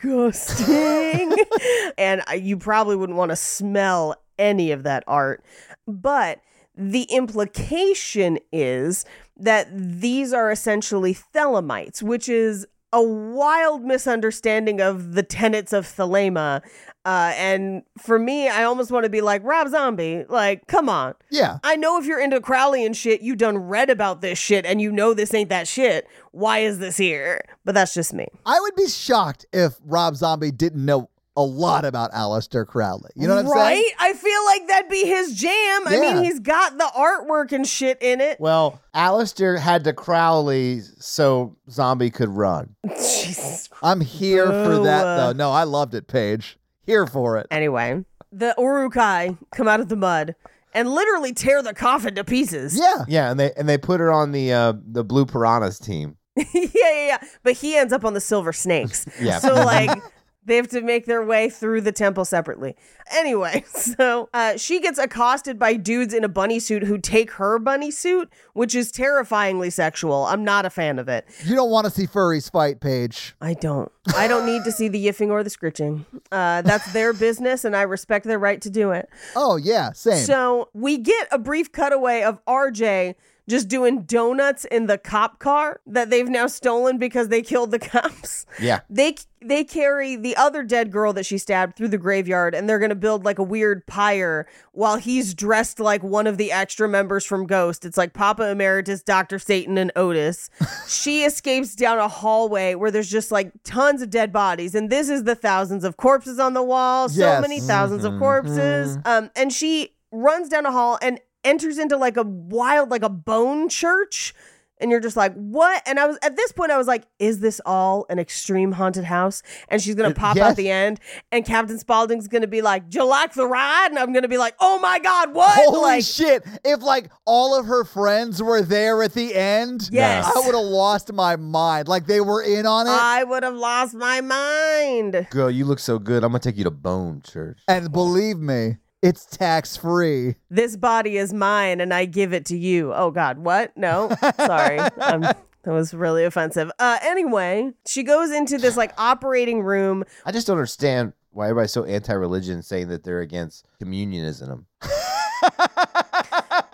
disgusting. *laughs* and I- you probably wouldn't want to smell any of that art. But the implication is that these are essentially Thelemites, which is a wild misunderstanding of the tenets of Thelema. Uh, and for me, I almost want to be like, Rob Zombie, like, come on. *laughs* Yeah. I know if you're into Crowley and shit, you done read about this shit and you know this ain't that shit. Why is this here? But that's just me. I would be shocked if Rob Zombie didn't know a lot about Aleister Crowley. You know what I'm right? saying? I feel like that'd be his jam. I Yeah. mean, he's got the artwork and shit in it. well, Alistair had to Crowley so zombie could run. *laughs* Jesus I'm here for Boo. that though. No, I loved it, Paige. Here for it. Anyway, the Urukai come out of the mud and literally tear the coffin to pieces. Yeah. Yeah, and they and they put her on the uh, the Blue Piranhas team. *laughs* yeah, yeah, yeah. But he ends up on the Silver Snakes. Yeah. So, like, they have to make their way through the temple separately. Anyway, *laughs* so uh, she gets accosted by dudes in a bunny suit who take her bunny suit, which is terrifyingly sexual. I'm not a fan of it. You don't want to see furries fight, Paige. I don't. I don't need to see the yiffing or the scritching. Uh, that's their business, and I respect their right to do it. Oh yeah, same. So we get a brief cutaway of RJ just doing donuts in the cop car that they've now stolen because they killed the *laughs* cops. Yeah. They they carry the other dead girl that she stabbed through the graveyard and they're going to build like a weird pyre while he's dressed like one of the extra members from Ghost. It's like Papa Emeritus, Dr. Satan and Otis. she escapes down a hallway where there's just like tons of dead bodies and this is the thousands of corpses on the wall, Yes. so many 1000s of corpses. Um, and she runs down a hall and enters into like a wild, like a bone church and you're just like, what? And I was at this point, I was like, is this all an extreme haunted house? And she's gonna Uh, pop yes. out the end, and Captain Spaulding's gonna be like, "Do you like the ride?" And I'm gonna be like, "Oh my god, what?" Holy like, shit! If like all of her friends were there at the end, Yes. I would have lost my mind. Like they were in on it, I would have lost my mind. Girl, you look so good. I'm gonna take you to Bone Church. and believe me, it's tax free. This body is mine, and I give it to you. Oh god, what? No, *laughs* sorry, I'm, that was really offensive. Uh, anyway, she goes into this like operating room I just don't understand why everybody's so anti-religion, saying that they're against communionism.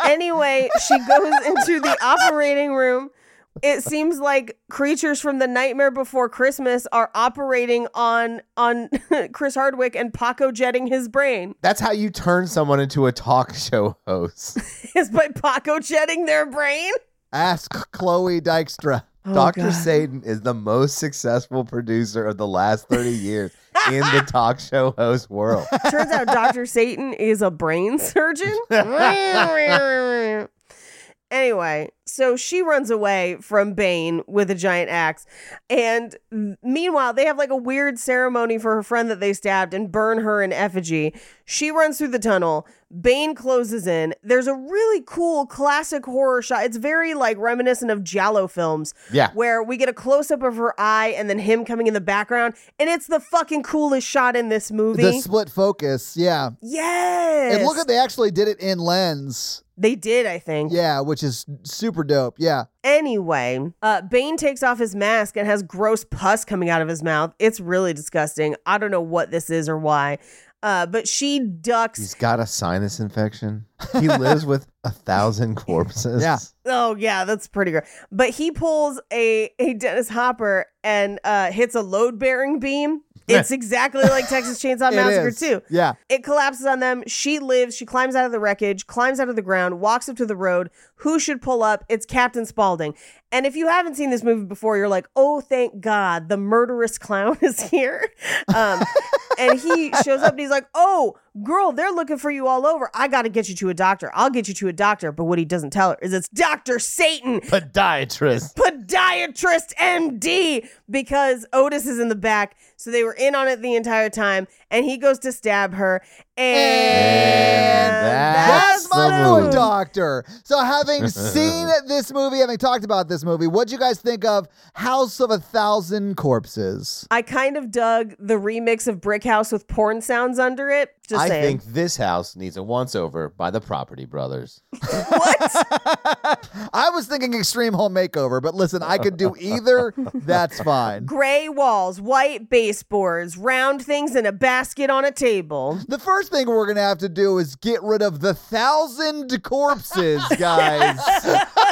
anyway, she goes *laughs* into the operating room. It seems like creatures from the Nightmare Before Christmas are operating on on *laughs* Chris Hardwick and Paco jetting his brain. *laughs* That's how you turn someone into a talk *laughs* show host. Is by Paco jetting their brain? Ask Chloe Dykstra. Oh, Dr. Satan is the most successful producer of the last 30 years in the talk show *laughs* host world. Turns out Dr. Satan is a brain surgeon. anyway, so she runs away from Bane with a giant axe. And meanwhile, they have like a weird ceremony for her friend that they stabbed and burn her in effigy. She runs through the tunnel. Bane closes in. There's a really cool classic horror shot. It's very like reminiscent of Giallo films. Yeah. Where we get a close up of her eye and then him coming in the background. And it's the fucking coolest shot in this movie. The split focus, yeah. Yes. And look at they actually did it in lens, They did, I think. yeah, which is super dope. Yeah, Anyway, uh, Bane takes off his mask and has gross pus coming out of his mouth. It's really disgusting. I don't know what this is or why. Uh, but she ducks. He's got a sinus infection. *laughs* He lives with a thousand corpses. Yeah. Oh yeah, that's pretty gross. But he pulls a a Dennis Hopper and uh, hits a load bearing beam. *laughs* It's exactly like Texas Chainsaw It Massacre is. too. Yeah, It collapses on them. She lives. She climbs out of the wreckage, climbs out of the ground, walks up to the road. Who should pull up? It's Captain Spaulding. And if you haven't seen this movie before, you're like, oh, thank God, the murderous clown *laughs* is here. Um, and he shows up and he's like, oh, girl, they're looking for you all over. I got to get you to a doctor. I'll get you to a doctor. But what he doesn't tell her is it's Dr. Satan Podiatrist. podiatrist MD because Otis is in the back. So they were in on it the entire time. And he goes to stab her. And, that's that's my the new move. doctor. So, having seen this movie, having talked about this movie, what'd you guys think of House of a Thousand Corpses? I kind of dug the remix of Brick House with porn sounds under it. Just I saying. think this house needs a once over by the Property Brothers. *laughs* I was thinking Extreme Home Makeover, but listen, I could do either. That's fine. Gray walls, white baseboards, round things in a basket on a table. The first thing we're going to have to do is get rid of the thousand corpses, guys.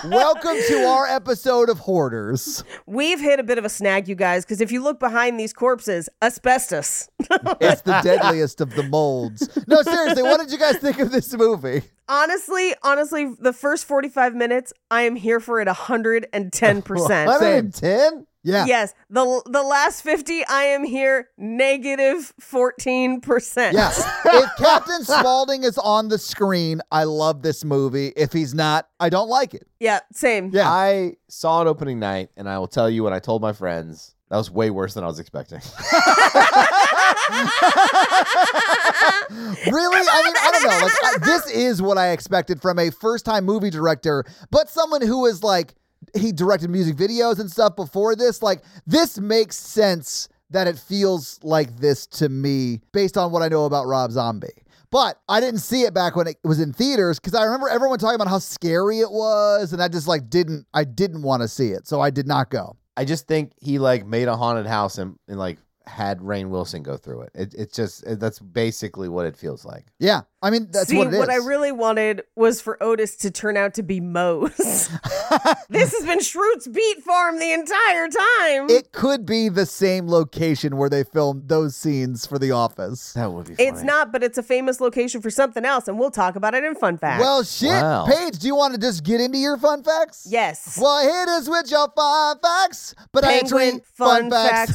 Welcome to our episode of Hoarders. We've hit a bit of a snag, you guys, because if you look behind these corpses, asbestos. It's the deadliest of the molds. No, seriously, what did you guys think of this movie? honestly, honestly, the first 45 minutes, I am here for *laughs* it 110%. 110? Yeah. Yes, the the last 50 I am here negative 14%. Yeah. if Captain Spaulding is on the screen, I love this movie. If he's not, I don't like it. *laughs* Yeah, same. Yeah. I saw it opening night, and I will tell you what I told my friends. That was way worse than I was expecting. *laughs* Really? I mean, I don't know. Like, I, this is what I expected from a first time movie director, but someone who is like, he directed music videos and stuff before this. Like, this makes sense that it feels like this to me based on what I know about Rob Zombie. But I didn't see it back when it was in theaters because I remember everyone talking about how scary it was, and I just like didn't I didn't want to see it, so I did not go. I just think he like made a haunted house and, and like had Rain Wilson go through it. it it's just it, that's basically what it feels like. Yeah, I mean that's See, what it is. I really wanted was for Otis to turn out to be Mose. *laughs* this has been Schroot's beat farm the entire time. It could be the same location where they filmed those scenes for The Office. That would be. it's not, but it's a famous location for something else, and we'll talk about it in fun facts. Well, shit. Wow. Paige, do you want to just get into your fun facts? yes. Well, here it is with your fun facts. But I Penguin treat fun, facts.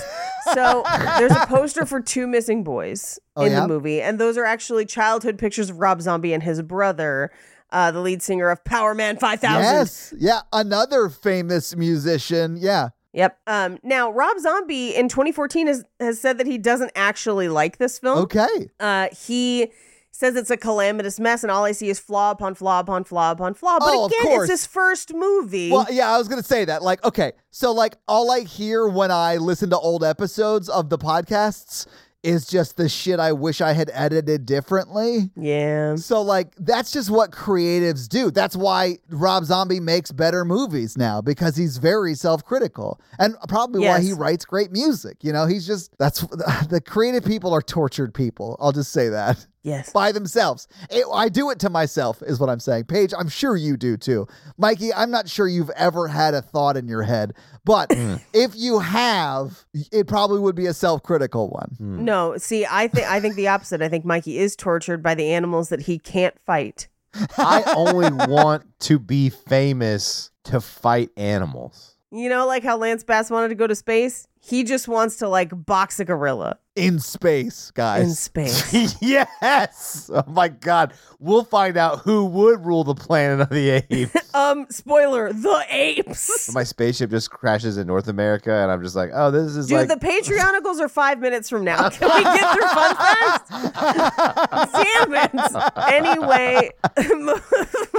so there's a poster for two missing boys Oh, in yeah? the movie, and those are actually childhood pictures of Rob Zombie and his brother. uh, the lead singer of Power Man 5000. Yes. Yeah. Another famous musician. Yeah. Yep. Um, now, Rob Zombie in 2014 has, has said that he doesn't actually like this film. Okay. Uh, he says it's a calamitous mess, and all I see is flaw upon flaw upon flaw upon flaw. But Oh, of again, course. it's his first movie. Well, yeah, I was gonna say that. Like, okay, so like all I hear when I listen to old episodes of the podcasts is just the shit I wish I had edited differently. yeah. So like that's just what creatives do. That's why Rob Zombie makes better movies now because he's very self-critical and probably why Yes. he writes great music. You know, he's just that's *laughs* the creative people are tortured people. I'll just say that *laughs* Yes. by themselves. It- I do it to myself, is what I'm saying. Paige, I'm sure you do too. Mikey, I'm not sure you've ever had a thought in your head, but if you have, it probably would be a self critical one. Mm. No, see, I think I think the opposite. I think Mikey is tortured by the animals that he can't fight. *laughs* I only want to be famous to fight animals. *laughs* You know, like how Lance Bass wanted to go to space. He just wants to like box a gorilla In space, guys. in *laughs* space. yes. Oh my God. We'll find out who would rule the planet of the *laughs* apes. um, spoiler: the apes. My spaceship just crashes in North America, and I'm just like, oh, this is Dude, like. the Patreonicals are five minutes from now. Can we get through fun fast? Damn it. *laughs* Anyway, *laughs* mo-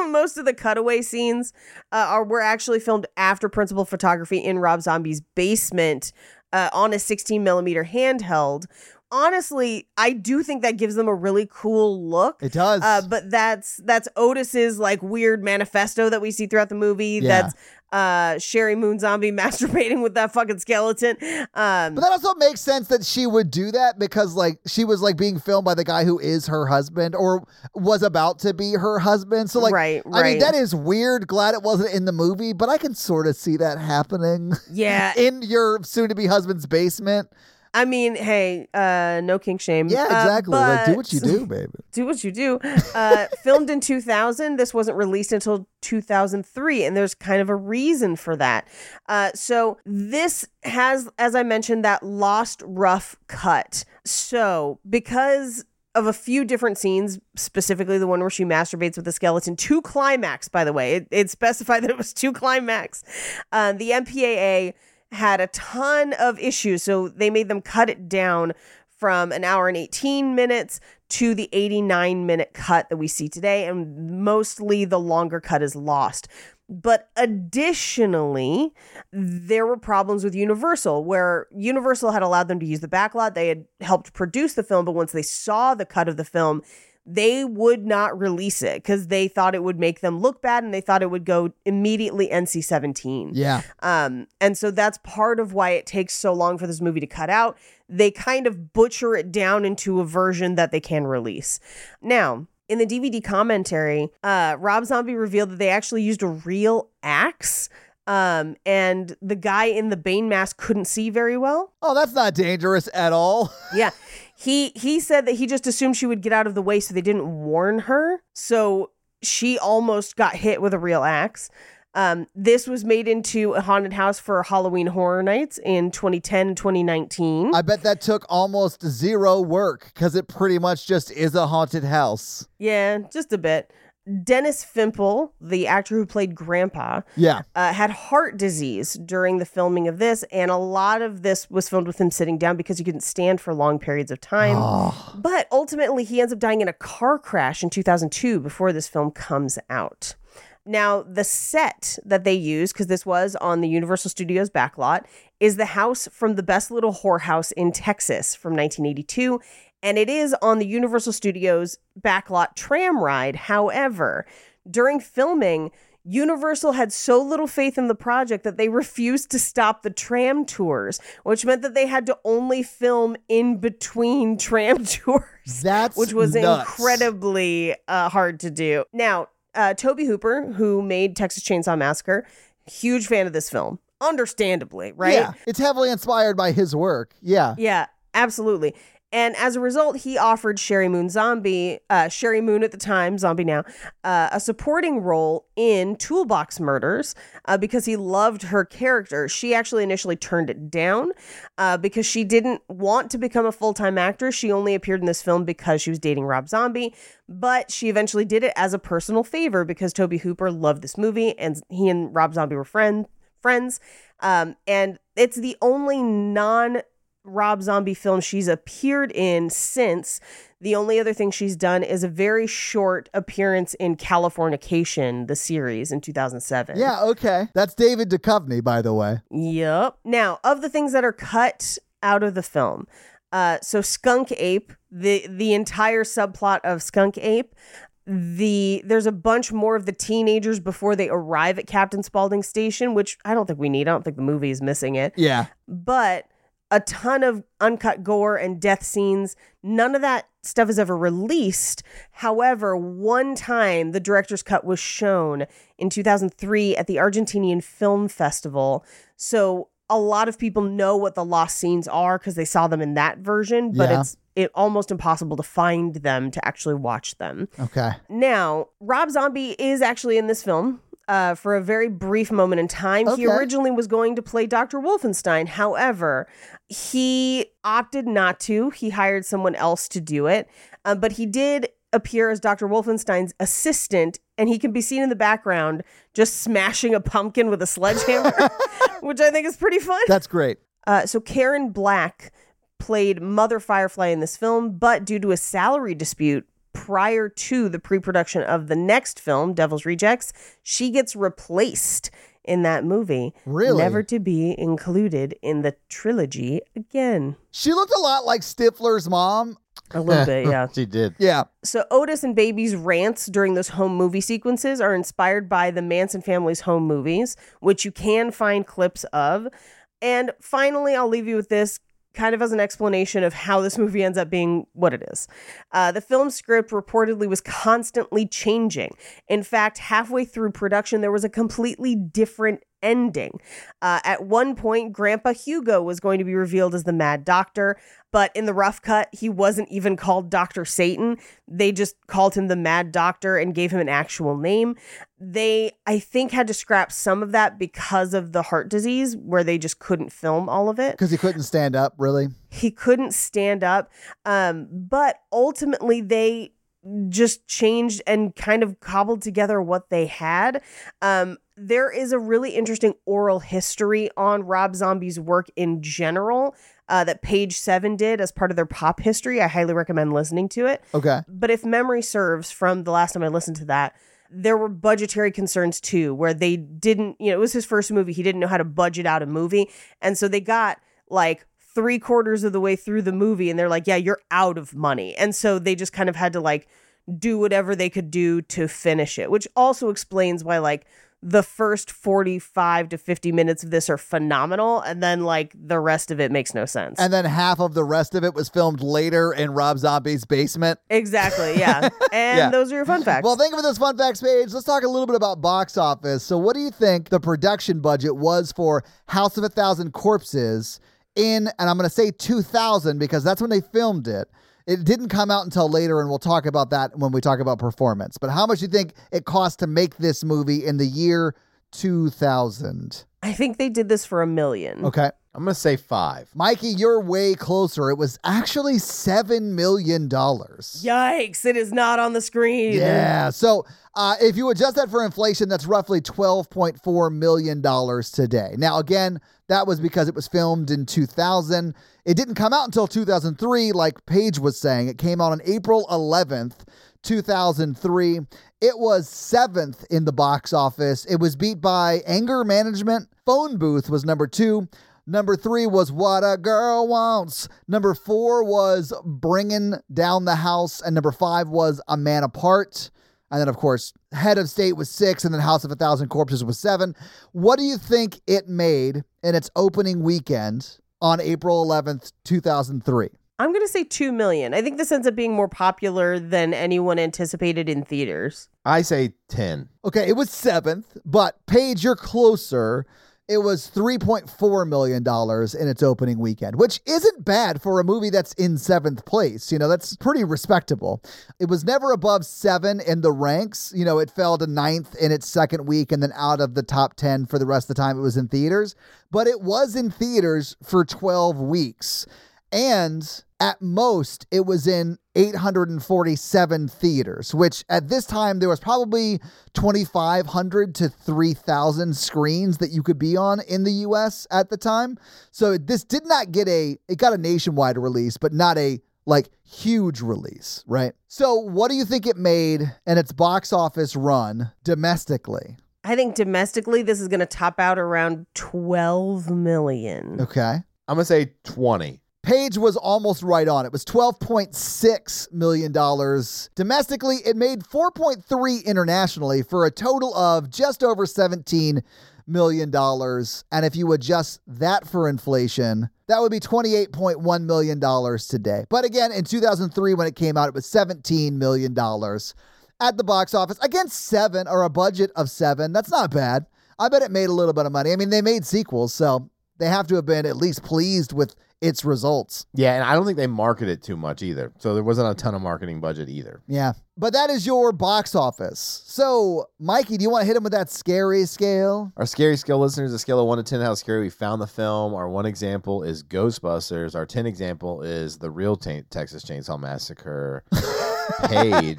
most of the cutaway scenes uh, are were actually filmed after principal photography in Rob Zombie's basement uh, on a 16 millimeter handheld. Honestly, I do think that gives them a really cool look. It does. Uh, but that's that's Otis's like weird manifesto that we see throughout the movie. Yeah. That's uh Sherry Moon Zombie *laughs* masturbating with that fucking skeleton. Um but that also makes sense that she would do that because, like, she was like being filmed by the guy who is her husband or was about to be her husband. So, like, Right, I mean, right. that is weird. Glad it wasn't in the movie, but I can sort of see that happening yeah, *laughs* in your soon-to-be husband's basement. I mean, hey, uh no kink shame. Yeah, Uh, exactly. like, do but- what you do, baby. do what you do. Uh, filmed in 2000. This wasn't released until 2003, and there's kind of a reason for that. Uh, so this has, as I mentioned, that lost rough cut. So because of a few different scenes, specifically the one where she masturbates with the skeleton, to climax, by the way, it, it specified *laughs* that it was two climax. Uh, the MPAA had a ton of issues, so they made them cut it down from an hour and 18 minutes to the 89 minute cut that we see today. And mostly the longer cut is lost. But additionally, there were problems with Universal, where Universal had allowed them to use the backlot. They had helped produce the film, but once they saw the cut of the film, they would not release it because they thought it would make them look bad and they thought it would go immediately NC 17. Yeah. Um, and so that's part of why it takes so long for this movie to cut out. They kind of butcher it down into a version that they can release. Now, in the DVD commentary, uh, Rob Zombie revealed that they actually used a real axe, um, and the guy in the Bane mask couldn't see very well. Oh, that's not dangerous at *laughs* all. Yeah. He he said that he just assumed she would get out of the way so they didn't warn her. So she almost got hit with a real axe. Um, this was made into a haunted house for Halloween Horror Nights in 2010 and 2019. I bet that took almost zero work because it pretty much just is a haunted house. yeah, just a bit. Dennis Fimple, the actor who played Grandpa, Yeah. uh, had heart disease during the filming of this, and a lot of this was filmed with him sitting down because he couldn't stand for long periods of time. Ah, But ultimately, he ends up dying in a car crash in 2002 before this film comes out. Now, the set that they use, because this was on the Universal Studios backlot, is the house from The Best Little Whorehouse in Texas from 1982. And it is on the Universal Studios backlot tram ride. However, during filming, Universal had so little faith in the project that they *laughs* refused to stop the tram tours, which meant that they had to only film in between tram *laughs* tours That's which was nuts. incredibly uh, hard to do. Now, uh, Toby Hooper, who made Texas Chainsaw Massacre, huge fan of this film, understandably, right? Yeah. It's heavily inspired by his work. Yeah. Yeah, absolutely. And as a result, he offered Sherry Moon Zombie, uh, Sherry Moon at the time, Zombie now, uh, a supporting role in Toolbox Murders uh, because he loved her character. She actually initially turned it down uh, because she didn't want to become a full time actress. She only appeared in this film because she was dating Rob Zombie, but she eventually did it as a personal favor because Toby Hooper loved this movie and he and Rob Zombie were friend, friends. Um, and it's the only non Rob Zombie film she's appeared in since. The only other thing she's done is a very short appearance in Californication, the series in 2007. Yeah, okay. That's David Duchovny, by the way. Yep. Now, of the things that are cut out of the film, uh, so Skunk Ape, the the entire subplot of Skunk Ape, the there's a bunch more of the teenagers before they arrive at Captain Spaulding's station, which I don't think we need. I don't think the movie is missing it Yeah. but a ton of uncut gore and death scenes. None of that stuff is ever released. However, one time the director's cut was shown in 2003 at the Argentinian Film Festival. So a lot of people know what the lost scenes are because they saw them in that version, but Yeah. it's it almost impossible to find them to actually watch them. Okay. Now, Rob Zombie is actually in this film uh, for a very brief moment in time. He Okay. originally was going to play Dr. Wolfenstein. However, he opted not to. He hired someone else to do it. Uh, but he did appear as Dr. Wolfenstein's assistant, and he can be seen in the background just smashing a pumpkin with a sledgehammer, which I think is pretty fun. That's great. Uh, so Karen Black played Mother Firefly in this film, but due to a salary dispute prior to the pre-production of the next film, Devil's Rejects, she gets replaced in that movie, Really? never to be included in the trilogy again. She looked a lot like Stifler's mom. A little bit, yeah. she did. Yeah. So Otis and Baby's rants during those home movie sequences are inspired by the Manson family's home movies, which you can find clips of. And finally, I'll leave you with this kind of as an explanation of how this movie ends up being what it is. Uh, the film script reportedly was constantly changing. In fact, halfway through production, there was a completely different ending. Uh, at one point, Grandpa Hugo was going to be revealed as the Mad Doctor, but in the rough cut, he wasn't even called Dr. Satan. They just called him the Mad Doctor and gave him an actual name. They, I think, had to scrap some of that because of the heart disease, where they just couldn't film all of it Because he couldn't stand up, really. he couldn't stand up um but ultimately they just changed and kind of cobbled together what they had um there is a really interesting oral history on rob zombie's work in general uh, that page seven did as part of their pop history i highly recommend listening to it Okay. but if memory serves from the last time I listened to that, there were budgetary concerns too, where they didn't, you know, it was his first movie. He didn't know how to budget out a movie. And so they got like three quarters of the way through the movie and they're like, yeah, you're out of money. And so they just kind of had to like do whatever they could do to finish it, which also explains why like the first 45 to 50 minutes of this are phenomenal. And then like the rest of it makes no sense. And then half of the rest of it was filmed later in Rob Zombie's basement. exactly. Yeah. *laughs* And Yeah. those are your fun facts. Well, thank you for this fun facts page. Let's talk a little bit about box office. So, what do you think the production budget was for House of a Thousand Corpses in, and I'm going to say 2000 because that's when they filmed it. It didn't come out until later, and we'll talk about that when we talk about performance. But how much do you think it cost to make this movie in the year 2000? I think they did this for a million. Okay. I'm gonna say five. Mikey, you're way closer. It was actually $7 million. Yikes, it is not on the screen. Yeah. So uh, if you adjust that for inflation, that's roughly $12.4 million today. Now, again, that was because it was filmed in 2000. It didn't come out until 2003, like Paige was saying. It came out on April 11th, 2003. It was seventh in the box office. It was beat by Anger Management. Phone Booth was number two. Number three was What a Girl Wants. Number four was Bringing Down the House. And number five was A Man Apart. And then, of course, Head of State was six. And then House of a Thousand Corpses was seven. What do you think it made in its opening weekend on April 11th, 2003? I'm going to say 2 million. I think this ends up being more popular than anyone anticipated in theaters. I say ten. Okay, it was seventh, but Paige, you're closer. It was $3.4 million in its opening weekend, which isn't bad for a movie that's in seventh place. You know, that's pretty respectable. It was never above seven in the ranks. You know, it fell to ninth in its second week and then out of the top 10 for the rest of the time it was in theaters. But it was in theaters for 12 weeks. And at most, it was in 847 theaters, which at this time there was probably 2,500 to 3,000 screens that you could be on in the US at the time. So this did not get a, it got a nationwide release, but not a like huge release, right? So what do you think it made in its box office run domestically? I think domestically, this is going to top out around 12 million. Okay. I'm gonna say twenty. Page was almost right on. It was $12.6 million. Domestically, it made 4.3 internationally for a total of just over 17 million dollars. And if you adjust that for inflation, that would be 28.1 million dollars today. But again, in 2003 when it came out, it was 17 million dollars at the box office. Against 7 or a budget of 7, that's not bad. I bet it made a little bit of money. I mean, they made sequels, so they have to have been at least pleased with its results. Yeah, and I don't think they marketed too much either. So there wasn't a ton of marketing budget either. Yeah. But that is your box office. So, Mikey, do you want to hit him with that scary scale? Our scary scale listeners, a scale of one to ten, how scary we found the film. Our one example is Ghostbusters. Our ten example is the real Ta- Texas *laughs* Chainsaw Massacre. Page,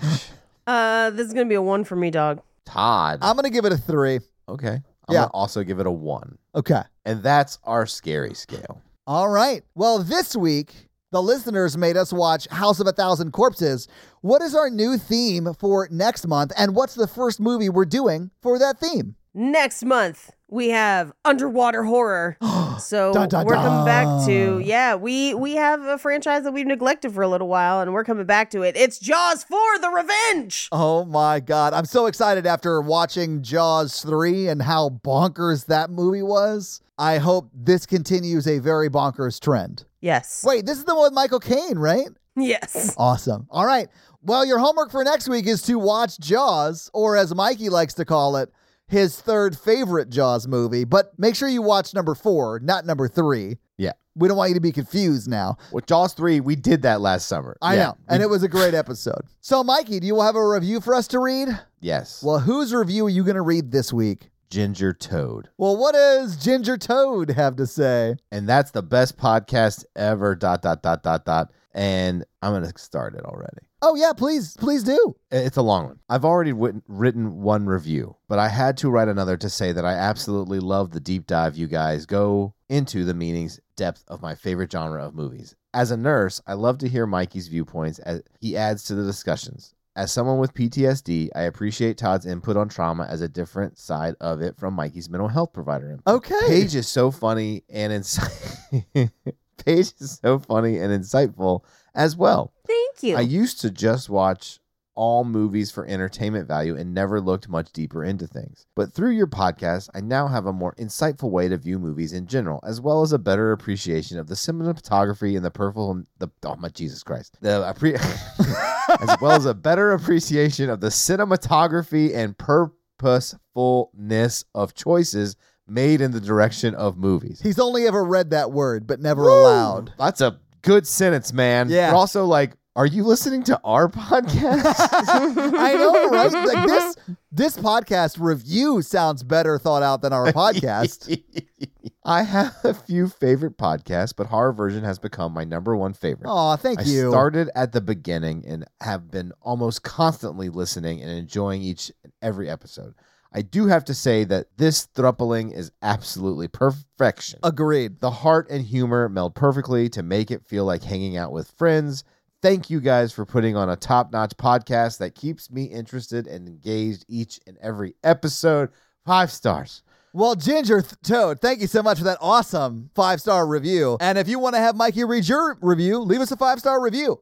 Uh, this is going to be a one for me, dog. Todd. I'm going to give it a three. okay, I'm Yeah. gonna also give it a one, Okay. and that's our scary scale. All right. Well, this week, the listeners made us watch House of a Thousand Corpses. What is our new theme for next month? And what's the first movie we're doing for that *gasps* theme? Next month, we have underwater horror. *gasps* so Dun, dun, we're coming back to dun. yeah, we we have a franchise that we've neglected for a little while, and we're coming back to it. It's Jaws for the revenge. Oh my God. I'm so excited after watching Jaws 3 and how bonkers that movie was. I hope this continues a very bonkers trend. Yes. *laughs* Wait, this is the one with Michael Caine, right? Yes. Awesome. All right. Well, your homework for next week is to watch Jaws, or as Mikey likes to call it, his third favorite Jaws movie. But make sure you watch number four, not number three. Yeah. We don't want you to be confused now. With Jaws three, we did that last summer. I Yeah, know. And we- it was a great episode. So, Mikey, do you have a review for us to read? yes, Well, whose review are you going to read this week? Ginger Toad. Well, what does Ginger Toad have to say? and that's the best podcast ever. Dot dot dot dot dot. And I'm gonna start it already. Oh, yeah, please, please do. I- It's a long one. I've already wit- written one review, but I had to write another to say that I absolutely love the deep dive you guys go into the meanings depth of my favorite genre of movies. As a nurse, I love to hear Mikey's viewpoints as he adds to the discussions. As someone with PTSD, I appreciate Todd's input on trauma as a different side of it from Mikey's mental health provider input. Okay. Paige is so funny and insightful. *laughs* Paige is so funny and insightful as well. Thank you. I used to just watch all movies for entertainment value and never looked much deeper into things. But through your podcast, I now have a more insightful way to view movies in general, as well as a better appreciation of the cinematography and the purple the oh my Jesus Christ. The appre- *laughs* as well as a better appreciation of the cinematography and purposefulness of choices made in the direction of movies. He's only ever read that word, but never Woo! *laughs* allowed. That's a good sentence, man. Yeah. But also, like, are you listening to our *laughs* *laughs* podcast? I know, right? Like this this podcast review sounds better thought out than *laughs* our podcast. I have a few favorite podcasts, but horror version has become my number one favorite. Aw, thank I you. started at the beginning and have been almost constantly listening and enjoying each and every episode. I do have to say that this thrupling is absolutely perfection. Agreed. The heart and humor meld perfectly to make it feel like hanging out with friends. Thank you guys for putting on a top notch podcast that keeps me interested and engaged each and every episode. Five stars. Well, Ginger Th- Toad, thank you so much for that awesome five star review. And if you want to have Mikey read your review, leave us a five star review.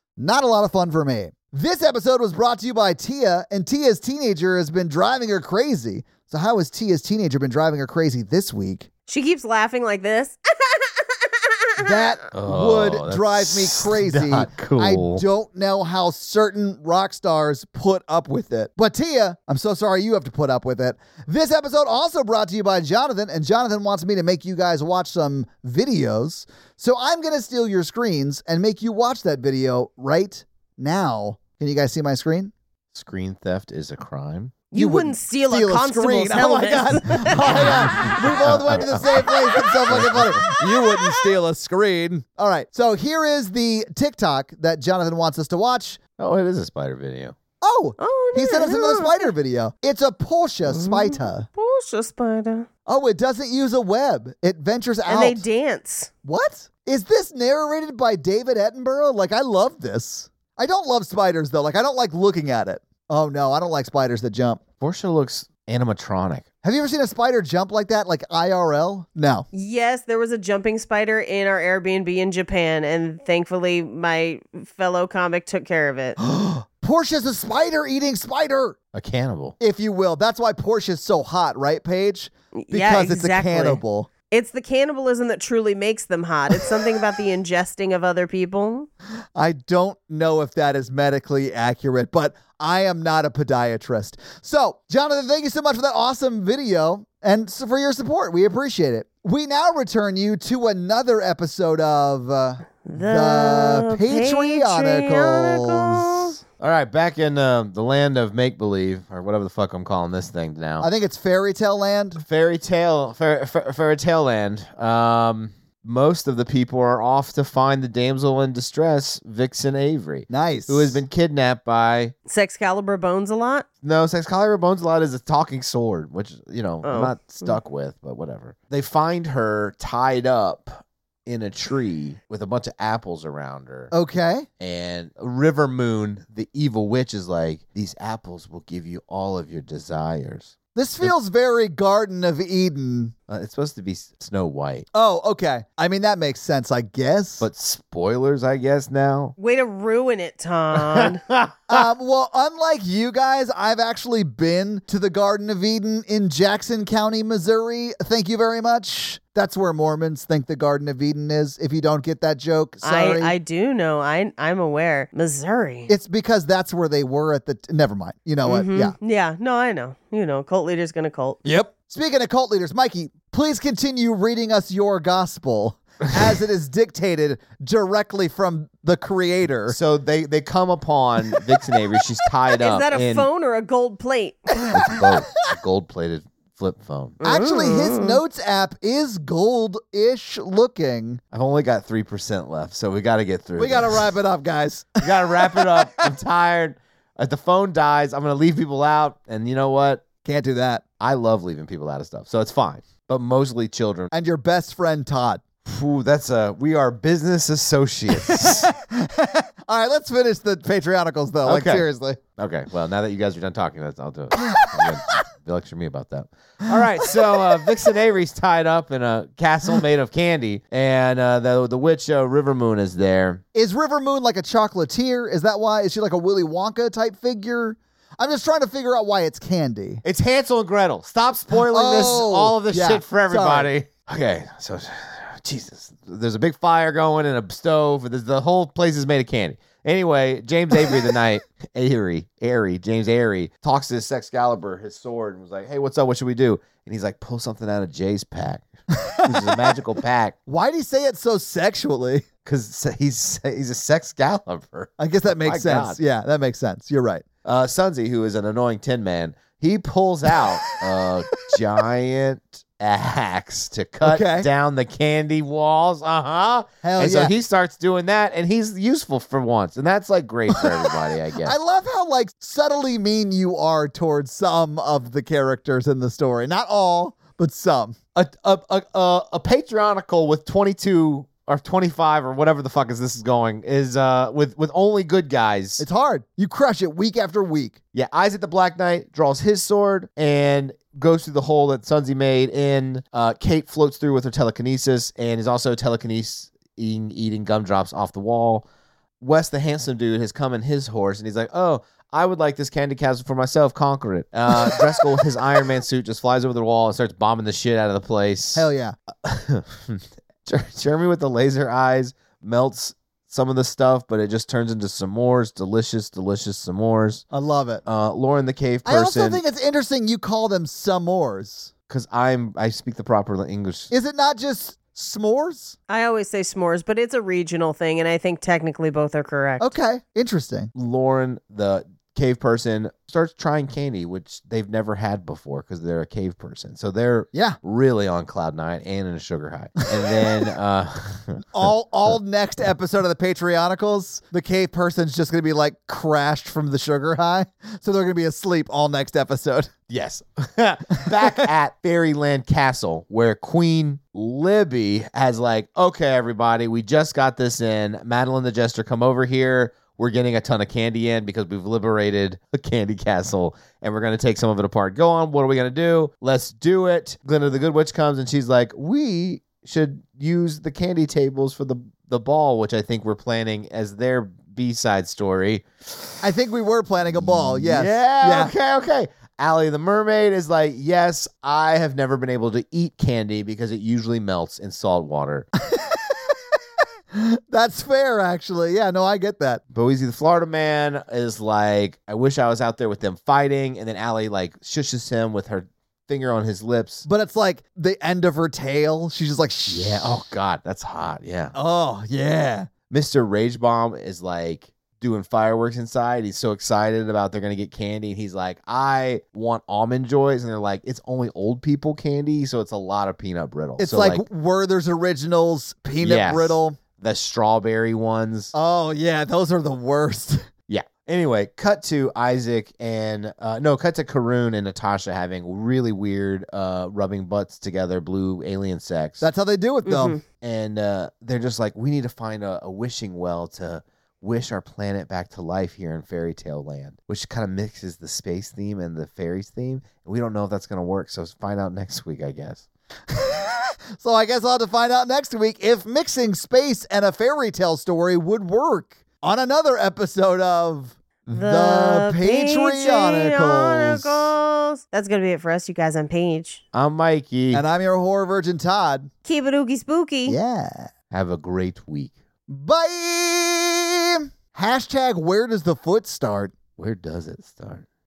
not a lot of fun for me. This episode was brought to you by Tia, and Tia's teenager has been driving her crazy. So, how has Tia's teenager been driving her crazy this week? She keeps laughing like this. *laughs* that *laughs* Oh, would drive *laughs* me that's crazy. not cool. I don't know how certain rock stars put up with it. But Tia, I'm so sorry you have to put up with it. This episode also brought to you by Jonathan, and Jonathan wants me to make you guys watch some videos. So I'm going to steal your screens and make you watch that video right now. Can you guys see my screen? Screen theft is a crime. *laughs* You, wouldn't, steal, a constable's *laughs* Oh my helmet. god! *laughs* Oh my god! We both went to the same place. It's so fucking funny. You wouldn't steal a screen. All right. So here is the TikTok that Jonathan wants us to watch. Oh, it is a spider video. Oh, Oh, he sent us another spider. spider video. It's a Porsche Spita. Porsche spider. Oh, it doesn't use a web. It ventures out. And they dance. what? Is this narrated by David Attenborough? Like, I love this. I don't love spiders, though. Like, I don't like looking at it. Oh, no. I don't like spiders that jump. Portia looks animatronic. Have you ever seen a spider jump like that, like IRL? No. Yes, there was a jumping spider in our Airbnb in Japan, and thankfully my fellow comic took care *gasps* of it. Porsche's a spider eating spider, A cannibal. if you will. That's why Porsche's so hot, right, Paige? Because yeah, it's a exactly. cannibal. It's the cannibalism that truly makes them hot. It's something about the *laughs* ingesting of other people. I don't know if that is medically accurate, but I am not a podiatrist. So, Jonathan, thank you so much for that awesome video and s- for your support. We appreciate it. We now return you to another episode of uh, The, Patreonicals. Patreonicals. All right, back in uh, the land of make believe, or whatever the fuck I'm calling this thing now. I think it's Fairy Tale Land. fairy tale, fair, fair, fairy tale land. Um, most of the people are off to find the damsel in distress, Vixen Avery, Nice. who has been kidnapped by Sex caliber bones a lot. No, Sexcalibur Bones Lot is a talking sword, which you know Oh. I'm not stuck with, but whatever. They find her tied up in a tree with a bunch of apples around her, Oh. okay. and River Moon, the evil witch, is like, "These apples will give you all of your desires." This feels very Garden of Eden. Uh, it's supposed to be S- Snow White, Oh, okay. I mean, that makes sense, I guess. but spoilers, I guess now. Way to ruin it, Tom. *laughs* *laughs* um, well, unlike you guys, I've actually been to the Garden of Eden in Jackson County, Missouri. Thank you very much. That's where Mormons think the Garden of Eden is. If you don't get that joke, sorry. I, I do know. I I'm aware. Missouri. it's because that's where they were at the. T- Never mind. You know what? Mhm. Oh, Yeah. Yeah. No, I know. You know, cult leader's gonna cult. Yep. Speaking of cult leaders, Mikey, please continue reading us your gospel. as it is dictated directly from the creator. *laughs* So they they come upon Vixen Avery. She's *laughs* tied Is up. that a in- phone or a gold plate? It's both. It's a gold-plated flip phone. Mm. Actually, his Mm-hmm. notes app is gold ish looking. I've only got three percent left, so we got to get through. We got to this. wrap it up, guys. We got to wrap it up. I'm tired. If the phone dies, I'm gonna leave people out, and you know what? Can't do that. I love leaving people out of stuff, so it's fine. But mostly children. And your best friend, Todd. *laughs* Phew, that's a we are business associates. *laughs* All right, let's finish the Patrioticals, though. Like, Okay. seriously. Okay. Well, now that you guys are done talking, that's I'll do *laughs* it. I'm gonna lecture me about that. All right. So uh, Vixen Avery's tied up in a castle made of candy, and uh, the the witch uh, River Moon is there. Is River Moon like a chocolatier? Is that why? Is she like a Willy Wonka type figure? I'm just trying to figure out why it's candy. It's Hansel and Gretel. Stop spoiling this Oh, all of this yeah, shit for sorry. everybody. Okay. So Jesus, there's a big fire going and a stove. There's, the whole place is made of candy. Anyway, James Avery the Knight, *laughs* Avery, Airy, James Airy, talks to his Sexcalibur, his sword, and was like, hey, what's up? What should we do? And he's like, pull something out of Jay's pack. this is a *laughs* magical pack Why'd he say it so sexually? *laughs* because he's he's a sex galloper. I guess that makes Oh My sense. God. Yeah, that makes sense. You're right. Uh, Sunzi, who is an annoying tin man, he pulls out *laughs* a giant axe to cut Okay. down the candy walls. Uh huh. Hell and yeah. so he starts doing that, and he's useful for once, and that's like great for everybody, I *laughs* guess. *laughs* I love how like subtly mean you are towards some of the characters in the story. Not all, but some. Uh, a a a, a, a patronical with 22 or 25 or whatever the fuck is this is going is uh with with only good guys It's hard. You crush it week after week. Yeah, Isaac the Black Knight draws his sword and goes through the hole that Sunzi made in. Uh, Kate floats through with her telekinesis and is also telekinesis eating, eating gumdrops off the wall. Wes, the handsome dude, has come in his horse and he's like, oh, I would like this candy castle for myself. Conquer it. Uh, *laughs* Dreskel, his Iron Man suit, just flies over the wall and starts bombing the shit out of the place. Hell yeah. *laughs* Jer- Jeremy with the laser eyes melts some of the stuff, but it just turns into s'mores. Delicious, delicious s'mores I love it. uh, Lauren the cave I also person think it's interesting you call them s'mores. because I'm I speak the proper English. Is it not just s'mores? I always say s'mores, but it's a regional thing, and I think technically both are correct. Okay. Interesting. Lauren the cave person starts trying candy, which they've never had before because they're a cave person, so they're *laughs* Yeah. really on cloud nine and in a sugar high. And *laughs* then uh, *laughs* All all next episode of the Patreonicals, the cave person's just gonna be like crashed from the sugar high. So they're gonna be asleep all next episode. Yes. *laughs* Back at Fairyland Castle, where Queen Libby has like, okay, everybody, we just got this in. Madeline the Jester, come over here. We're getting a ton of candy in because we've liberated the candy castle and we're going to take some of it apart. Go on. What are we going to do? Let's do it. Glinda the Good Witch comes and she's like, we should use the candy tables for the, the ball, which I think we're planning as their B side story. I think we were planning a ball, Oh, yes. Yeah. Okay. Okay. Allie the mermaid is like, yes, I have never been able to eat candy because it usually melts in salt water. *laughs* *laughs* That's fair, actually. Yeah, no, I get that. Boise the Florida man is like, I wish I was out there with them fighting. And then Allie like shushes him with her finger on his lips. But it's like the end of her tail. She's just like, Shh. Yeah. Oh God, that's hot. Yeah. Oh, yeah. Mr. Rage Bomb is like doing fireworks inside. He's so excited about they're gonna get candy, and he's like, "I want almond joys," and they're like, "It's only old people candy, so it's a lot of peanut brittle." It's So, like, Werther's Originals, Peanut Yes. Brittle. the strawberry ones. Oh, yeah, those are the worst. *laughs* yeah. Anyway, cut to Isaac and uh, no, cut to Karun and Natasha having really weird uh, rubbing butts together, blue alien sex. That's how they do it, though. Mhm. and uh, they're just like, we need to find a, a wishing well to wish our planet back to life here in fairy tale land, which kind of mixes the space theme and the fairies theme. And we don't know if that's going to work. So find out next week, I guess. So I guess I'll have to find out next week if mixing space and a fairy tale story would work on another episode of Patreonicals. That's gonna be it for us, you guys. On page, I'm Mikey. And I'm your horror virgin, Todd. keep it oogie spooky. Yeah. Have a great week. Bye. Hashtag where does the foot start? Where does it start?